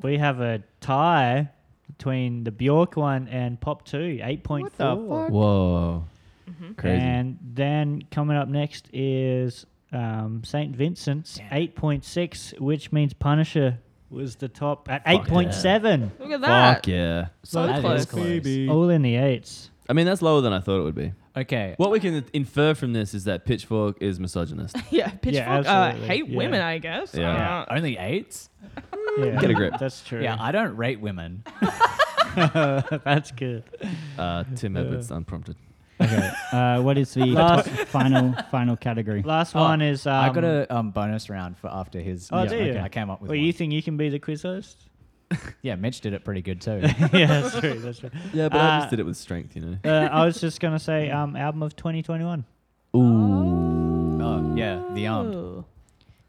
Speaker 6: we have a tie between the Bjork one and Pop two, eight point four.
Speaker 2: Whoa.
Speaker 3: Mm-hmm.
Speaker 2: Crazy.
Speaker 6: And then coming up next is um, St. Vincent's 8.6, which means Punisher was the top at
Speaker 2: Fuck yeah.
Speaker 6: 8.7.
Speaker 3: Look at that.
Speaker 2: Fuck yeah.
Speaker 3: So
Speaker 5: That is
Speaker 3: close.
Speaker 5: close.
Speaker 6: All in the eights.
Speaker 2: I mean, that's lower than I thought it would be.
Speaker 5: Okay.
Speaker 2: What we can infer from this is that Pitchfork is misogynist.
Speaker 3: [laughs] yeah, Pitchfork uh,
Speaker 6: absolutely.
Speaker 3: hate
Speaker 6: Yeah.
Speaker 3: women, I guess.
Speaker 2: Yeah.
Speaker 3: Uh,
Speaker 5: Only eights?
Speaker 6: Yeah,
Speaker 2: Get a grip.
Speaker 6: That's true.
Speaker 5: Yeah, I don't rate women.
Speaker 6: [laughs] that's good.
Speaker 2: Uh, [laughs] Tim Edwards, unprompted.
Speaker 6: Okay. Uh, what is the [laughs] last final final category? Last
Speaker 5: Oh,
Speaker 6: one is um,
Speaker 5: I [laughs] got a um, bonus round for after his.
Speaker 6: Oh, do you?
Speaker 5: I came up with
Speaker 6: Well,
Speaker 5: one.
Speaker 6: you think you can be the quiz host?
Speaker 5: [laughs]
Speaker 6: [laughs]
Speaker 5: Yeah, Mitch did it pretty good too.
Speaker 6: yeah, that's true. That's true.
Speaker 2: Yeah, but I
Speaker 6: Uh,
Speaker 2: just did it with strength, you know.
Speaker 6: Uh, I was just gonna say um, album of 2021,
Speaker 5: oh, yeah, the armed.
Speaker 3: ooh.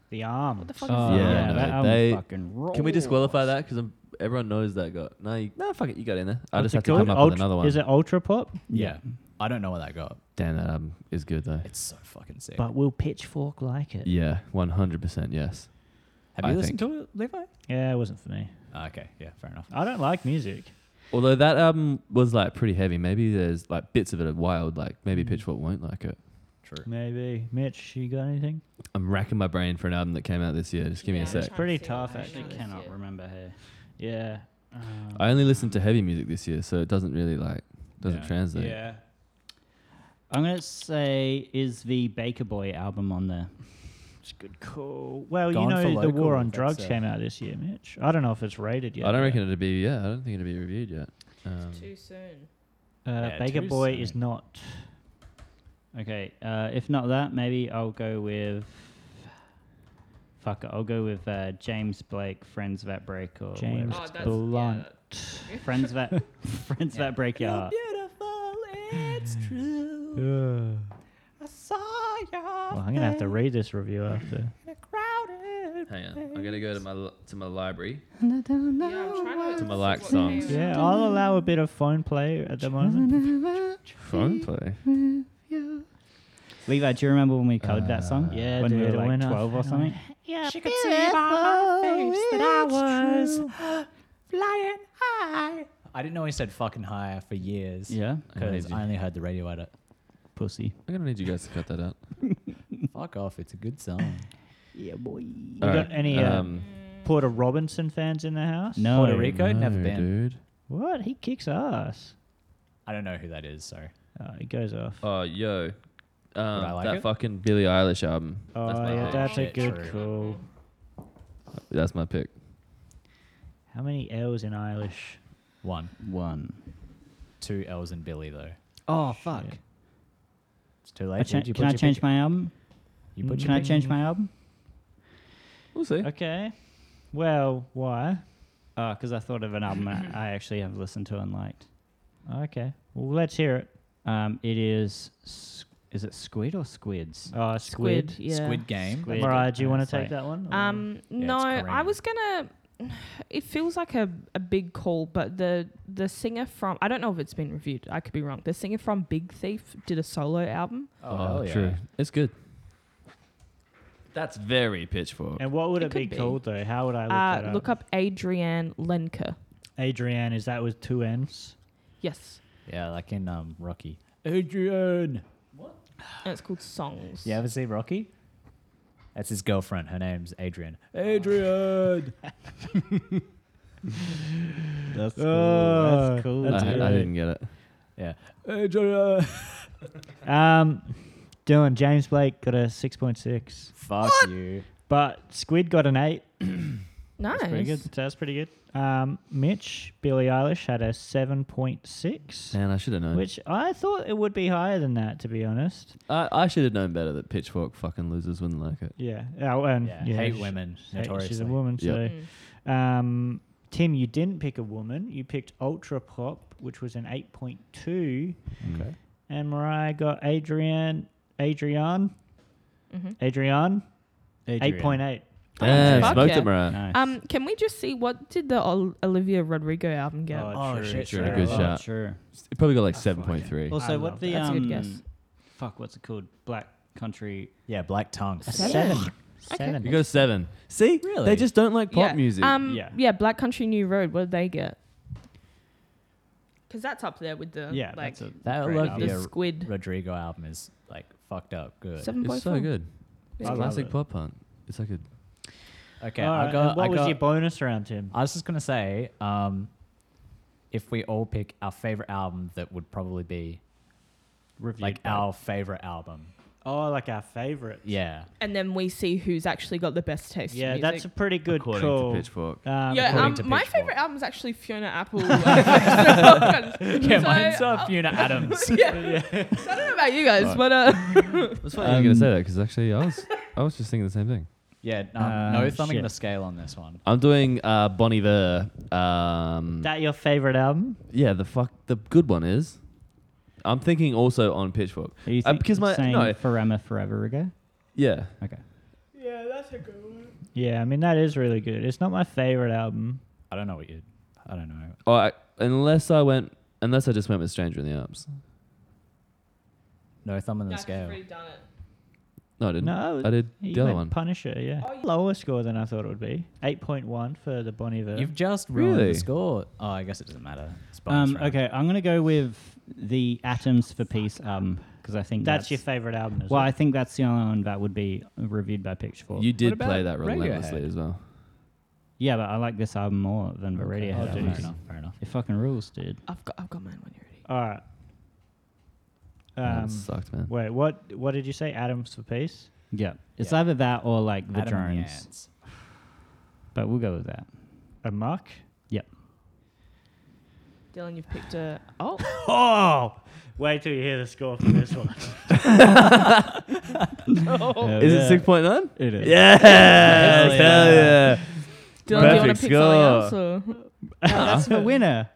Speaker 6: The Arm. What
Speaker 3: the fuck is
Speaker 6: oh,
Speaker 3: that?
Speaker 2: Yeah,
Speaker 6: yeah,
Speaker 2: no,
Speaker 6: that album
Speaker 2: they-
Speaker 6: fucking rules.
Speaker 2: Can we disqualify that? Because everyone knows that got. No, you, no, fuck it. You got in there. I
Speaker 6: What's
Speaker 2: just
Speaker 6: it
Speaker 2: have to
Speaker 6: called?
Speaker 2: come up with
Speaker 6: Ultra-
Speaker 2: another one.
Speaker 6: Is it Ultra Pop?
Speaker 5: Yeah. I don't know what that got.
Speaker 2: Damn, that album is good, though.
Speaker 5: It's so fucking sick.
Speaker 6: But will Pitchfork like it?
Speaker 2: Yeah, 100% yes.
Speaker 5: Have you
Speaker 2: I
Speaker 5: listened to it, Levi?
Speaker 6: Yeah, it wasn't for me.
Speaker 5: Ah, okay, yeah, fair enough.
Speaker 6: I don't like music.
Speaker 2: Although that album was like pretty heavy. Maybe there's like bits of it are wild. Like
Speaker 6: Mm.
Speaker 2: maybe Pitchfork won't like it.
Speaker 5: True.
Speaker 6: Maybe Mitch, you got anything?
Speaker 2: I'm racking my brain for an album that came out this year. Just give
Speaker 3: Yeah,
Speaker 2: me a sec.
Speaker 3: Trying to
Speaker 6: Pretty
Speaker 3: see
Speaker 6: tough.
Speaker 3: what I
Speaker 6: Actually,
Speaker 3: know this
Speaker 6: cannot
Speaker 3: year.
Speaker 6: remember here. Yeah. Um,
Speaker 2: I only listened to heavy music this year, so it doesn't really like doesn't
Speaker 6: Yeah.
Speaker 2: translate.
Speaker 6: Yeah. I'm gonna say is the Baker Boy album on there. It's a good call. Well,
Speaker 5: Gone for
Speaker 6: you know the
Speaker 5: Local,
Speaker 6: War on
Speaker 5: that's,
Speaker 6: Drugs
Speaker 5: uh,
Speaker 6: came out this year, Mitch. I don't know if it's rated yet.
Speaker 2: I don't
Speaker 6: but,
Speaker 2: reckon it'd be. Yeah, I don't think it'd be reviewed yet. Um,
Speaker 3: Too soon.
Speaker 6: Uh,
Speaker 5: Yeah,
Speaker 6: Baker
Speaker 5: too
Speaker 6: Boy is
Speaker 5: soon.
Speaker 6: not. Okay. Uh, if not that, maybe I'll go with. Fuck it. I'll go with uh, James [laughs] Blake, Friends That Break, or James
Speaker 3: Oh, that's-
Speaker 6: Blunt.
Speaker 3: Oh.
Speaker 6: Friends That [laughs] Friends That Break Your Heart.
Speaker 5: Beautiful, it's true. I saw
Speaker 6: Well, I'm gonna have to read this review after.
Speaker 5: crowded.
Speaker 2: Hang on, I'm gonna go to my l- to my library
Speaker 3: Yeah, I'm trying
Speaker 2: to
Speaker 3: to.
Speaker 2: my like
Speaker 3: what
Speaker 2: songs.
Speaker 3: they-
Speaker 6: Yeah, I'll allow a bit of phone play at the moment.
Speaker 2: Phone
Speaker 6: [laughs]
Speaker 2: play.
Speaker 6: Levi, do you remember when we covered that song?
Speaker 5: yeah,
Speaker 6: when we
Speaker 5: dude,
Speaker 6: were
Speaker 5: I
Speaker 6: like
Speaker 5: went off,
Speaker 6: 12 or
Speaker 5: hang on.
Speaker 6: something.
Speaker 5: Yeah, she could see by my face that I was flying high. I didn't know he said fucking high for years.
Speaker 6: Yeah,
Speaker 5: Because
Speaker 2: Amazing.
Speaker 5: I only heard the radio edit.
Speaker 6: pussy.
Speaker 2: I'm gonna need you guys to cut that out.
Speaker 5: Fuck off, it's a good song.
Speaker 6: Yeah, boy. You
Speaker 2: All
Speaker 6: got
Speaker 2: right,
Speaker 6: any uh,
Speaker 2: um,
Speaker 6: Porter Robinson fans in the house?
Speaker 5: No. Puerto Rico? Never been.
Speaker 2: dude.
Speaker 6: What? He kicks ass.
Speaker 5: I don't know who that is, so.
Speaker 6: Oh, he goes off.
Speaker 2: Oh, yo,
Speaker 5: I
Speaker 2: um,
Speaker 5: like
Speaker 2: that
Speaker 5: it?
Speaker 2: fucking Billie Eilish album.
Speaker 6: Oh,
Speaker 2: that's, my
Speaker 6: yeah,
Speaker 2: pick.
Speaker 6: that's a
Speaker 5: shit,
Speaker 6: good
Speaker 5: true.
Speaker 6: call.
Speaker 2: that's my pick.
Speaker 6: How many L's in Irish?
Speaker 5: One.
Speaker 6: One.
Speaker 5: Two L's and Billy, though.
Speaker 6: Oh, fuck.
Speaker 5: It's too late.
Speaker 6: I cha-
Speaker 5: dude. You
Speaker 6: can
Speaker 5: put
Speaker 6: I
Speaker 5: your
Speaker 6: change
Speaker 5: pick-
Speaker 6: my album?
Speaker 5: You put
Speaker 6: Mm,
Speaker 5: your
Speaker 6: can I
Speaker 5: pick-
Speaker 6: change my album?
Speaker 2: We'll see.
Speaker 6: Okay. Well, why? Oh, because I thought of an album I I actually have listened to and liked. Okay. Well, let's hear it. Um, it is. s- Is it Squid or Squids? Oh,
Speaker 3: Squid.
Speaker 6: Squid.
Speaker 3: Yeah.
Speaker 5: Squid Game. Oh,
Speaker 6: Squid. Mariah, do you want
Speaker 5: It's
Speaker 6: to take
Speaker 5: like-
Speaker 6: that one? or-
Speaker 3: Um,
Speaker 5: it's
Speaker 3: no, I
Speaker 5: Korean.
Speaker 3: was gonna. It feels like a, a big call, but the the singer from I don't know if it's been reviewed. I could be wrong. The singer from Big Thief did a solo album.
Speaker 5: Oh, hell yeah.
Speaker 2: true. It's good. That's very pitchfork.
Speaker 6: and what would
Speaker 3: it
Speaker 6: it, be,
Speaker 3: could be.
Speaker 6: called though? How would I look
Speaker 3: Uh,
Speaker 6: that up?
Speaker 3: look up Adrienne Lenker.
Speaker 6: Adrienne, is that with two N's?
Speaker 3: Yes,
Speaker 5: Yeah, like in um, Rocky. Adrian.
Speaker 3: and it's called Songs.
Speaker 5: You ever see Rocky? That's his girlfriend. Her name's Adrian. Adrian.
Speaker 6: That's cool.
Speaker 5: Oh,
Speaker 6: that's cool.
Speaker 2: I,
Speaker 6: That's
Speaker 2: I didn't get it.
Speaker 5: yeah. Adrian.
Speaker 6: good. Um, Dylan, James Blake got a 6.6,
Speaker 5: Fuck you.
Speaker 6: but Squid got an 8.
Speaker 3: nice.
Speaker 6: That's pretty good. That's pretty good. Um, Mitch, Billie Eilish had a 7.6,
Speaker 2: Man, I should have known.
Speaker 6: which I thought it would be higher than that, to be honest.
Speaker 2: I, I should have known better that pitchfork fucking losers wouldn't like it.
Speaker 6: Yeah. Oh, and
Speaker 5: Yeah,
Speaker 6: yeah,
Speaker 5: hate
Speaker 6: she-
Speaker 5: women.
Speaker 6: hey,
Speaker 5: Notoriously.
Speaker 6: She's a woman,
Speaker 2: Yep.
Speaker 3: Mm.
Speaker 6: so. Um, Tim, you didn't pick a woman. You picked Ultra Pop, which was an 8.2.
Speaker 2: Mm.
Speaker 5: Okay.
Speaker 6: And Mariah got Adrian, Adrian,
Speaker 3: Mhm.
Speaker 6: Adrian, 8.8.
Speaker 2: Yeah,
Speaker 3: fuck
Speaker 2: smoked
Speaker 3: yeah.
Speaker 2: it, Mariah.
Speaker 6: Nice.
Speaker 3: Um, can we just see what did the Ol- Olivia Rodrigo album get?
Speaker 5: Oh, shit,
Speaker 2: sure. Good shot.
Speaker 6: Sure.
Speaker 2: It probably got like 7.3.
Speaker 6: Also,
Speaker 5: I
Speaker 6: what
Speaker 5: love
Speaker 6: the
Speaker 3: That's a
Speaker 6: um,
Speaker 3: good guess.
Speaker 6: fuck? What's it called? Black Country
Speaker 5: Yeah, Black Tongue.
Speaker 3: Seven.
Speaker 2: You got a 7. See?
Speaker 5: Really?
Speaker 2: They just don't like pop
Speaker 3: Yeah.
Speaker 2: music.
Speaker 3: Um, yeah.
Speaker 6: Yeah.
Speaker 3: Black Country New Road. What did they get? Because that's up there with the
Speaker 6: Yeah,
Speaker 3: like
Speaker 6: that's a
Speaker 5: That
Speaker 6: great
Speaker 5: Olivia
Speaker 6: album.
Speaker 3: the squid.
Speaker 5: Rodrigo album is like fucked up good.
Speaker 3: Seven
Speaker 2: it's
Speaker 3: point
Speaker 2: so
Speaker 3: four.
Speaker 2: good. It's
Speaker 6: I love
Speaker 2: classic
Speaker 6: it.
Speaker 2: pop punk. It's like a.
Speaker 5: Okay,
Speaker 6: All right,
Speaker 5: I
Speaker 6: and
Speaker 5: got.
Speaker 6: what
Speaker 5: I
Speaker 6: was
Speaker 5: got.
Speaker 6: your bonus round, Tim?
Speaker 5: I was just gonna say, um, if we all pick our favorite album, that would probably be
Speaker 6: Reviewed
Speaker 5: like
Speaker 6: by-
Speaker 5: our favorite album.
Speaker 6: oh, like our favorite.
Speaker 5: Yeah.
Speaker 3: and then we see who's actually got the best taste. in
Speaker 6: Yeah, that's a
Speaker 3: music.
Speaker 6: pretty good
Speaker 2: According
Speaker 6: call.
Speaker 2: to Pitchfork.
Speaker 6: Um,
Speaker 3: yeah.
Speaker 5: according
Speaker 3: Um,
Speaker 5: to
Speaker 3: my
Speaker 5: Pitchfork.
Speaker 3: favorite album is actually Fiona Apple. [laughs] yeah,
Speaker 5: Yeah, mine's
Speaker 6: uh, [laughs]
Speaker 3: [laughs]
Speaker 5: up, Fiona Adams.
Speaker 3: yeah. So I don't know about you guys, but uh,
Speaker 2: That's why I was gonna say that because actually I was I was just thinking the same thing.
Speaker 5: Yeah, um,
Speaker 6: Uh,
Speaker 5: no thumbing
Speaker 6: shit.
Speaker 5: the scale on this one.
Speaker 2: I'm doing uh, Bon Iver. Um,
Speaker 6: that your favorite album?
Speaker 2: yeah, the fuck the good one is. I'm thinking also on Pitchfork.
Speaker 6: Are you
Speaker 2: Uh,
Speaker 4: Um,
Speaker 6: think-
Speaker 2: because my
Speaker 6: saying
Speaker 2: no,
Speaker 6: Forever Forever ago?
Speaker 2: yeah,
Speaker 6: Okay.
Speaker 3: that's a good one.
Speaker 6: Yeah, I mean that is really good. It's not my favorite album.
Speaker 5: I don't know what you. I don't know.
Speaker 2: oh, I, unless I went unless I just went with Stranger in the Alps.
Speaker 5: No thumbing the scale.
Speaker 3: done it.
Speaker 2: No, I didn't.
Speaker 6: No,
Speaker 2: I did
Speaker 6: You
Speaker 2: the other
Speaker 6: went
Speaker 2: one.
Speaker 6: Punisher, yeah.
Speaker 3: Oh, yeah.
Speaker 6: Lower score than I thought it would be. Eight point one for the Bon Iver.
Speaker 5: You've just ruined
Speaker 2: Really?
Speaker 5: the score. Oh, I guess it doesn't matter. It's bonus
Speaker 6: um,
Speaker 5: round.
Speaker 4: Okay, I'm gonna go with the Atoms for Peace album because I think
Speaker 6: That's
Speaker 4: that's,
Speaker 6: your favorite album. As
Speaker 4: well,
Speaker 6: well,
Speaker 4: I think that's the only one that would be reviewed by Pitchfork.
Speaker 2: You did play that
Speaker 5: about
Speaker 2: relentlessly
Speaker 5: Radiohead?
Speaker 2: as well.
Speaker 4: yeah, but I like this album more than the
Speaker 5: Okay,
Speaker 4: Radiohead
Speaker 5: yeah,
Speaker 4: album.
Speaker 5: fair enough. Fair enough.
Speaker 4: It fucking rules, dude.
Speaker 3: I've got, I've got mine when you're ready.
Speaker 6: All right.
Speaker 2: That
Speaker 6: Um,
Speaker 2: sucked, man.
Speaker 6: wait, what? What did you say? Atoms for Peace.
Speaker 4: Yeah, it's
Speaker 5: Yeah.
Speaker 4: either that or like the
Speaker 5: Adam and the
Speaker 4: drones,
Speaker 5: Ants.
Speaker 4: but we'll go with that.
Speaker 6: A
Speaker 4: [laughs]
Speaker 6: muck.
Speaker 3: Dylan, you've picked a. Oh,
Speaker 6: Oh, wait till you hear the score for this one. [laughs]
Speaker 2: Is it six point nine?
Speaker 6: It is. [laughs]
Speaker 2: Yes, hell yeah.
Speaker 3: Dylan, do you want
Speaker 2: Perfect
Speaker 3: to pick something else? Or?
Speaker 6: That's the winner.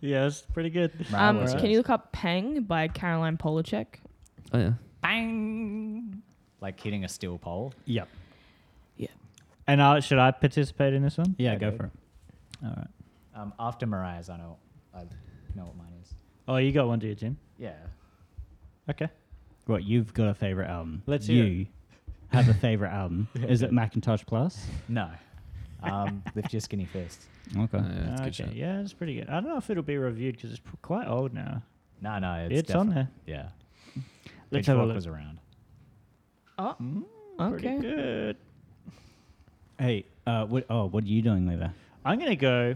Speaker 6: Yeah, that's pretty good.
Speaker 5: Round
Speaker 3: Um,
Speaker 5: was
Speaker 3: can you look up "Pang" by Caroline Polachek?
Speaker 2: Oh yeah.
Speaker 5: bang, like hitting a steel pole.
Speaker 6: Yep.
Speaker 3: Yeah.
Speaker 6: And i should I participate in this one?
Speaker 4: Yeah,
Speaker 5: I
Speaker 4: go
Speaker 5: did.
Speaker 4: for it.
Speaker 6: All right.
Speaker 5: Um, after Mariah's, I know, I know what mine is.
Speaker 6: Oh, you got one, do you, Jim?
Speaker 5: Yeah.
Speaker 6: Okay.
Speaker 4: What you've got a favorite album?
Speaker 6: Let's hear
Speaker 4: you
Speaker 6: it.
Speaker 4: have a favorite
Speaker 6: [laughs]
Speaker 4: album. Is it Macintosh Plus?
Speaker 5: No. Um, [laughs] lift your skinny fist.
Speaker 4: Okay.
Speaker 2: Oh, yeah, it's a good
Speaker 6: okay.
Speaker 2: shot.
Speaker 6: yeah, it's pretty good. I don't know if it'll be reviewed because it's p- quite old now.
Speaker 5: No, no, it's,
Speaker 6: It's, on
Speaker 5: defi-
Speaker 6: there.
Speaker 5: Yeah.
Speaker 6: Let's have a
Speaker 5: Pitchfork
Speaker 6: look.
Speaker 5: was around.
Speaker 3: Oh,
Speaker 6: Mm, Pretty
Speaker 3: okay.
Speaker 6: good.
Speaker 4: Hey, uh, what? Oh, what are you doing, Lever?
Speaker 6: I'm gonna go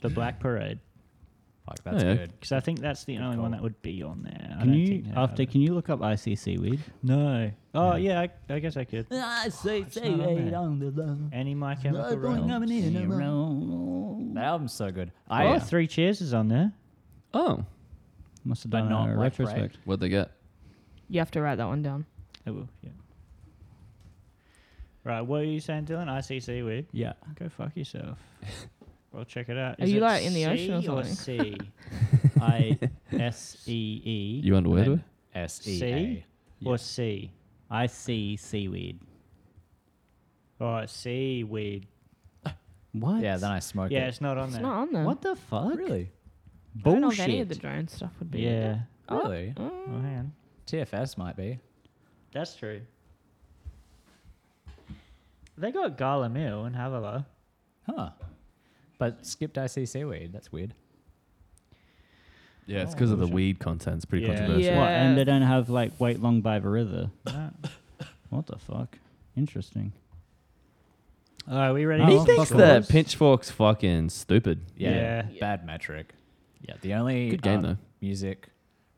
Speaker 6: the Black Parade
Speaker 5: Fuck, that's
Speaker 2: yeah.
Speaker 5: good.
Speaker 6: because I think that's the only one
Speaker 5: call.
Speaker 6: that would be on there. I
Speaker 4: Can
Speaker 6: don't
Speaker 4: you
Speaker 6: think they have
Speaker 4: after?
Speaker 6: it.
Speaker 4: Can you look up ICC weed?
Speaker 6: No. Oh yeah, I, I guess I could.
Speaker 3: Ah,
Speaker 9: I say,
Speaker 6: say Oh, not on it there.
Speaker 9: on the love.
Speaker 6: Any My Chemical Romance.
Speaker 5: That album's so good. I
Speaker 6: Oh, Three Cheers is on there.
Speaker 2: Oh,
Speaker 4: Must have
Speaker 5: But
Speaker 4: done
Speaker 5: not
Speaker 4: a
Speaker 5: Black Parade.
Speaker 4: retrospect.
Speaker 2: what'd they get?
Speaker 3: You have to write that one down.
Speaker 6: I will. Oh, Yeah. Right. What are you saying, Dylan? ICC weed.
Speaker 4: Yeah.
Speaker 6: Go fuck yourself. well, check it out.
Speaker 3: Are you, like, in the ocean or something?
Speaker 6: C I S E
Speaker 2: [laughs]
Speaker 6: E.
Speaker 2: You underwear?
Speaker 6: and
Speaker 2: do it?
Speaker 6: then
Speaker 5: S E
Speaker 6: C
Speaker 5: A.
Speaker 6: or C?
Speaker 4: I see seaweed.
Speaker 6: Oh, seaweed.
Speaker 4: What?
Speaker 5: Yeah, then I smoke
Speaker 6: Yeah,
Speaker 5: it.
Speaker 6: it's not on
Speaker 3: It's
Speaker 6: there.
Speaker 3: not on there.
Speaker 4: What the fuck?
Speaker 5: Really?
Speaker 3: I don't know if any of the
Speaker 4: Bullshit.
Speaker 3: drone stuff would be. in
Speaker 6: Yeah.
Speaker 3: there. Oh.
Speaker 5: Really?
Speaker 6: Oh, hang on.
Speaker 5: TFS might be.
Speaker 6: That's true. They got Gala Mill and Havila.
Speaker 5: Huh. But skipped ICC weed. That's weird.
Speaker 2: Yeah, it's because of the weed content's pretty
Speaker 6: Yeah.
Speaker 2: controversial.
Speaker 3: Yeah.
Speaker 4: What? And they don't have like wait long by
Speaker 3: [laughs]
Speaker 4: the river.
Speaker 6: No.
Speaker 4: What the fuck? Interesting.
Speaker 6: All right, we ready?
Speaker 4: He
Speaker 6: for-
Speaker 4: thinks
Speaker 6: Oh, fuck
Speaker 2: that
Speaker 6: off.
Speaker 2: Pitchfork's fucking stupid.
Speaker 5: Yeah.
Speaker 6: Yeah.
Speaker 5: Bad metric. Yeah. The only
Speaker 2: Good game,
Speaker 5: um,
Speaker 2: though.
Speaker 5: music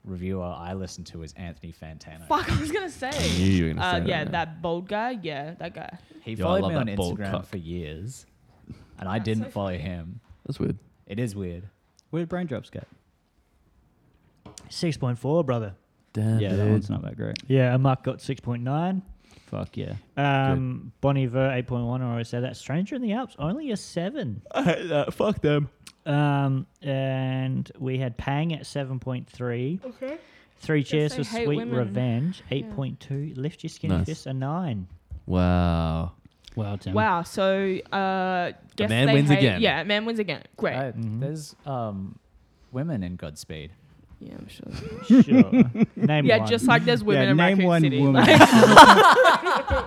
Speaker 5: reviewer I listen to is Anthony Fantano.
Speaker 3: Uh, Fuck, I was gonna
Speaker 2: I
Speaker 3: say.
Speaker 2: knew you were gonna
Speaker 3: Uh,
Speaker 2: say that.
Speaker 3: yeah,
Speaker 2: man.
Speaker 3: that bold guy. Yeah, that guy.
Speaker 5: He
Speaker 2: Yo, I
Speaker 5: followed
Speaker 2: love
Speaker 5: me on
Speaker 2: that bold
Speaker 5: Instagram
Speaker 2: cock.
Speaker 5: for years, and I didn't
Speaker 3: so
Speaker 5: follow him.
Speaker 2: That's weird.
Speaker 5: It is weird.
Speaker 4: Where did brain drops get?
Speaker 6: Six point four, brother.
Speaker 2: Damn,
Speaker 4: Yeah, that
Speaker 5: [laughs]
Speaker 4: one's not that great.
Speaker 6: Yeah, Mark got six point nine.
Speaker 4: Fuck yeah.
Speaker 6: Um, Bonnie Ver eight point one. I already said that. Stranger in the Alps only a seven.
Speaker 2: I hate
Speaker 5: Uh,
Speaker 2: that. Fuck them.
Speaker 6: Um, and we had Pang at seven point three. Okay. Three Cheers
Speaker 3: they
Speaker 6: was
Speaker 3: hate
Speaker 6: Sweet
Speaker 3: women.
Speaker 6: Revenge eight point two. Lift Your Skinny
Speaker 2: Nice.
Speaker 6: Fist a nine.
Speaker 2: Wow.
Speaker 4: Wow, Tim.
Speaker 3: Wow. So, uh, guess
Speaker 2: man
Speaker 3: they
Speaker 2: wins
Speaker 3: hate-
Speaker 2: again.
Speaker 3: Yeah, man wins again. Great.
Speaker 5: Uh,
Speaker 2: Mm-hmm.
Speaker 5: There's um, women in Godspeed.
Speaker 3: yeah, I'm
Speaker 6: [laughs]
Speaker 3: sure.
Speaker 6: Sure. Name
Speaker 3: Yeah,
Speaker 6: one.
Speaker 3: just like there's women
Speaker 4: Yeah,
Speaker 3: in
Speaker 4: name
Speaker 3: Raccoon
Speaker 4: one
Speaker 3: City.
Speaker 4: woman.
Speaker 3: Like,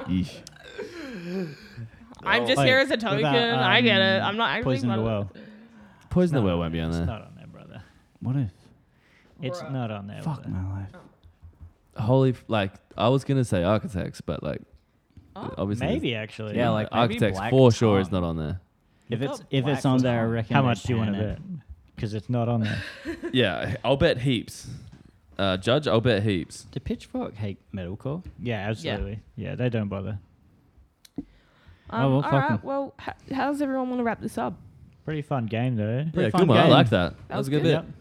Speaker 2: Yeesh.
Speaker 3: [laughs] I'm just
Speaker 6: Oh,
Speaker 3: here as a
Speaker 6: without,
Speaker 3: token. I get it.
Speaker 6: um,
Speaker 3: I'm not actually.
Speaker 6: Poison
Speaker 3: one
Speaker 6: the
Speaker 3: of-
Speaker 6: Well.
Speaker 2: Poison the
Speaker 6: No,
Speaker 2: well won't be on
Speaker 6: It's
Speaker 2: there.
Speaker 6: not on there, brother.
Speaker 4: What if?
Speaker 6: It's
Speaker 3: Bruh.
Speaker 6: not on there.
Speaker 4: Fuck
Speaker 6: brother.
Speaker 4: my life.
Speaker 3: Oh,
Speaker 2: Holy, f- like I was gonna say architects, but like
Speaker 3: Oh.
Speaker 2: obviously there's-
Speaker 6: Maybe actually.
Speaker 5: Yeah, like maybe
Speaker 2: architects
Speaker 5: Black
Speaker 2: for sure is
Speaker 5: Tongue.
Speaker 2: not on there.
Speaker 4: If it's
Speaker 5: got
Speaker 4: if
Speaker 5: black
Speaker 4: it's on there, I
Speaker 5: lung.
Speaker 4: reckon.
Speaker 6: How
Speaker 4: they
Speaker 6: much do you want to
Speaker 4: ban it.
Speaker 6: bet? because it's not on there.
Speaker 2: yeah, I'll bet heaps. Uh, Judge, I'll bet heaps.
Speaker 4: Do Pitchfork hate metalcore?
Speaker 6: Yeah, absolutely. Yeah, they don't bother.
Speaker 3: Um,
Speaker 6: Oh, well,
Speaker 3: all
Speaker 6: fuck
Speaker 3: right.
Speaker 6: 'em.
Speaker 3: Well, h- how does everyone want to wrap this up?
Speaker 6: Pretty fun game though.
Speaker 2: yeah,
Speaker 6: Pretty fun
Speaker 2: good one. I
Speaker 6: game.
Speaker 2: like that. That,
Speaker 3: That
Speaker 2: was a
Speaker 3: was
Speaker 2: good,
Speaker 3: good.
Speaker 2: bit.
Speaker 6: Yep.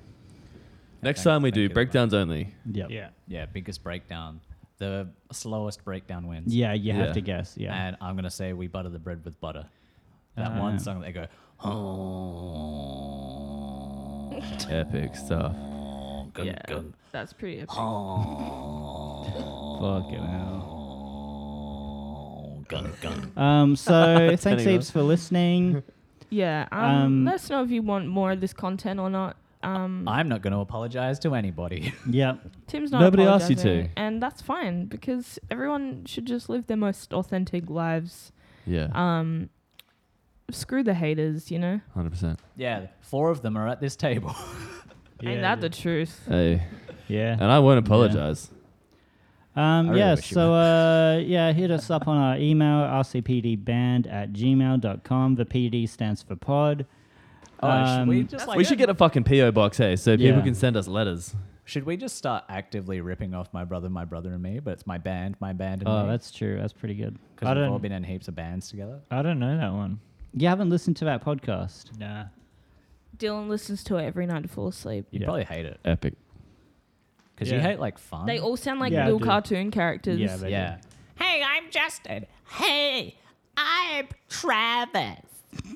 Speaker 2: Next
Speaker 5: Thank-
Speaker 2: time we
Speaker 5: thank
Speaker 2: do
Speaker 5: you very
Speaker 2: breakdowns only.
Speaker 6: Yep. Yeah.
Speaker 5: Yeah. Yeah, biggest breakdown. The slowest breakdown wins.
Speaker 6: Yeah, you
Speaker 2: Yeah.
Speaker 6: have to guess. Yeah.
Speaker 5: And I'm gonna say we butter the bread with butter. That
Speaker 2: Uh-huh.
Speaker 6: Ah.
Speaker 5: one song they go
Speaker 2: Epic stuff.
Speaker 3: yeah, that's pretty epic.
Speaker 6: Fucking hell. Um,
Speaker 3: [laughs]
Speaker 6: so thanks heaps for listening.
Speaker 3: Yeah. Um,
Speaker 6: Um,
Speaker 3: let us know if you want more of this content or not. Um,
Speaker 5: I'm not gonna apologize to anybody. [laughs]
Speaker 6: Yep.
Speaker 3: Tim's not.
Speaker 2: Nobody asked you
Speaker 3: apologising,
Speaker 2: to.
Speaker 3: and that's fine because everyone should just live their most authentic lives.
Speaker 2: Yeah,
Speaker 3: Um, screw the haters, you know.
Speaker 2: hundred percent.
Speaker 5: yeah, four of them are at this table.
Speaker 3: Ain't
Speaker 6: Yeah,
Speaker 3: that the truth?
Speaker 2: Hey,
Speaker 6: Yeah.
Speaker 2: and I won't apologize.
Speaker 6: Um,
Speaker 5: I really
Speaker 6: yeah,
Speaker 5: wish you
Speaker 6: so uh, yeah, hit us up on our email, rcpdband at gmail.com. The PD stands for pod.
Speaker 5: Oh, [laughs] should
Speaker 6: Um,
Speaker 5: we just
Speaker 3: That's
Speaker 5: like
Speaker 2: We should get a fucking PO box, hey, so people
Speaker 6: Yeah.
Speaker 2: can send us letters.
Speaker 5: should we just start actively ripping off my brother, my brother and me? But it's my band, my band and
Speaker 6: Oh,
Speaker 5: me.
Speaker 6: that's true. That's pretty good. I
Speaker 5: because we've all
Speaker 6: don't,
Speaker 5: been in heaps of bands together.
Speaker 2: Uh,
Speaker 6: I don't know that one. You haven't listened to that podcast? Nah.
Speaker 3: Dylan listens to it every night to fall asleep.
Speaker 5: You
Speaker 6: Yeah.
Speaker 5: probably hate it
Speaker 2: Epic.
Speaker 5: because you
Speaker 6: Yeah.
Speaker 5: hate like fun.
Speaker 3: They all sound like
Speaker 6: Yeah, I
Speaker 3: little
Speaker 6: do.
Speaker 3: cartoon characters.
Speaker 6: Yeah, they
Speaker 5: yeah.
Speaker 9: Hey, I'm Justin. Hey, I'm Travis.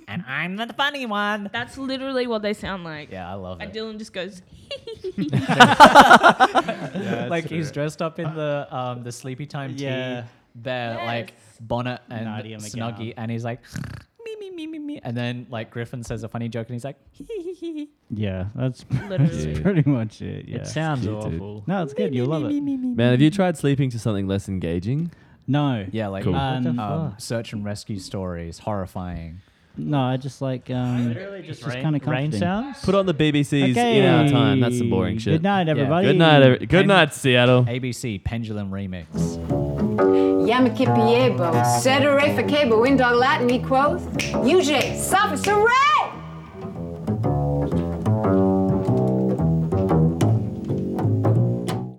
Speaker 9: And I'm the funny one.
Speaker 3: That's literally what they sound like.
Speaker 5: Yeah, I love
Speaker 3: And
Speaker 5: it.
Speaker 3: Dylan just goes, [laughs]
Speaker 5: like he's dressed up in
Speaker 6: [laughs]
Speaker 5: the um the sleepy time tea,
Speaker 6: Yeah.
Speaker 5: the like bonnet and
Speaker 6: Nadia McGowan.
Speaker 5: snuggie, and he's like [laughs] me me me me me, and then like Griffin says a funny joke, and he's like [laughs]
Speaker 6: Yeah, that's [laughs]
Speaker 3: Literally.
Speaker 6: that's pretty much it. Yeah.
Speaker 5: it sounds
Speaker 2: Cute, dude.
Speaker 5: awful.
Speaker 6: no, it's good. You'll love it.
Speaker 2: Man, have you tried sleeping to something less engaging?
Speaker 6: No.
Speaker 5: Yeah, like
Speaker 2: Cool.
Speaker 6: What the
Speaker 5: um, um,
Speaker 6: fuck?
Speaker 5: search and rescue stories, horrifying.
Speaker 6: No, I just like um, just kind of
Speaker 7: rain sounds.
Speaker 2: Put on the BBC's in our time. That's some boring shit.
Speaker 6: Good night, everybody.
Speaker 2: Good night, every- good
Speaker 5: And-
Speaker 2: night, Seattle.
Speaker 5: ABC Pendulum Remix.
Speaker 1: Yamakipiebo, Sedere Facabo, in Dog Latin he quoth, Uge, Safa, Saray!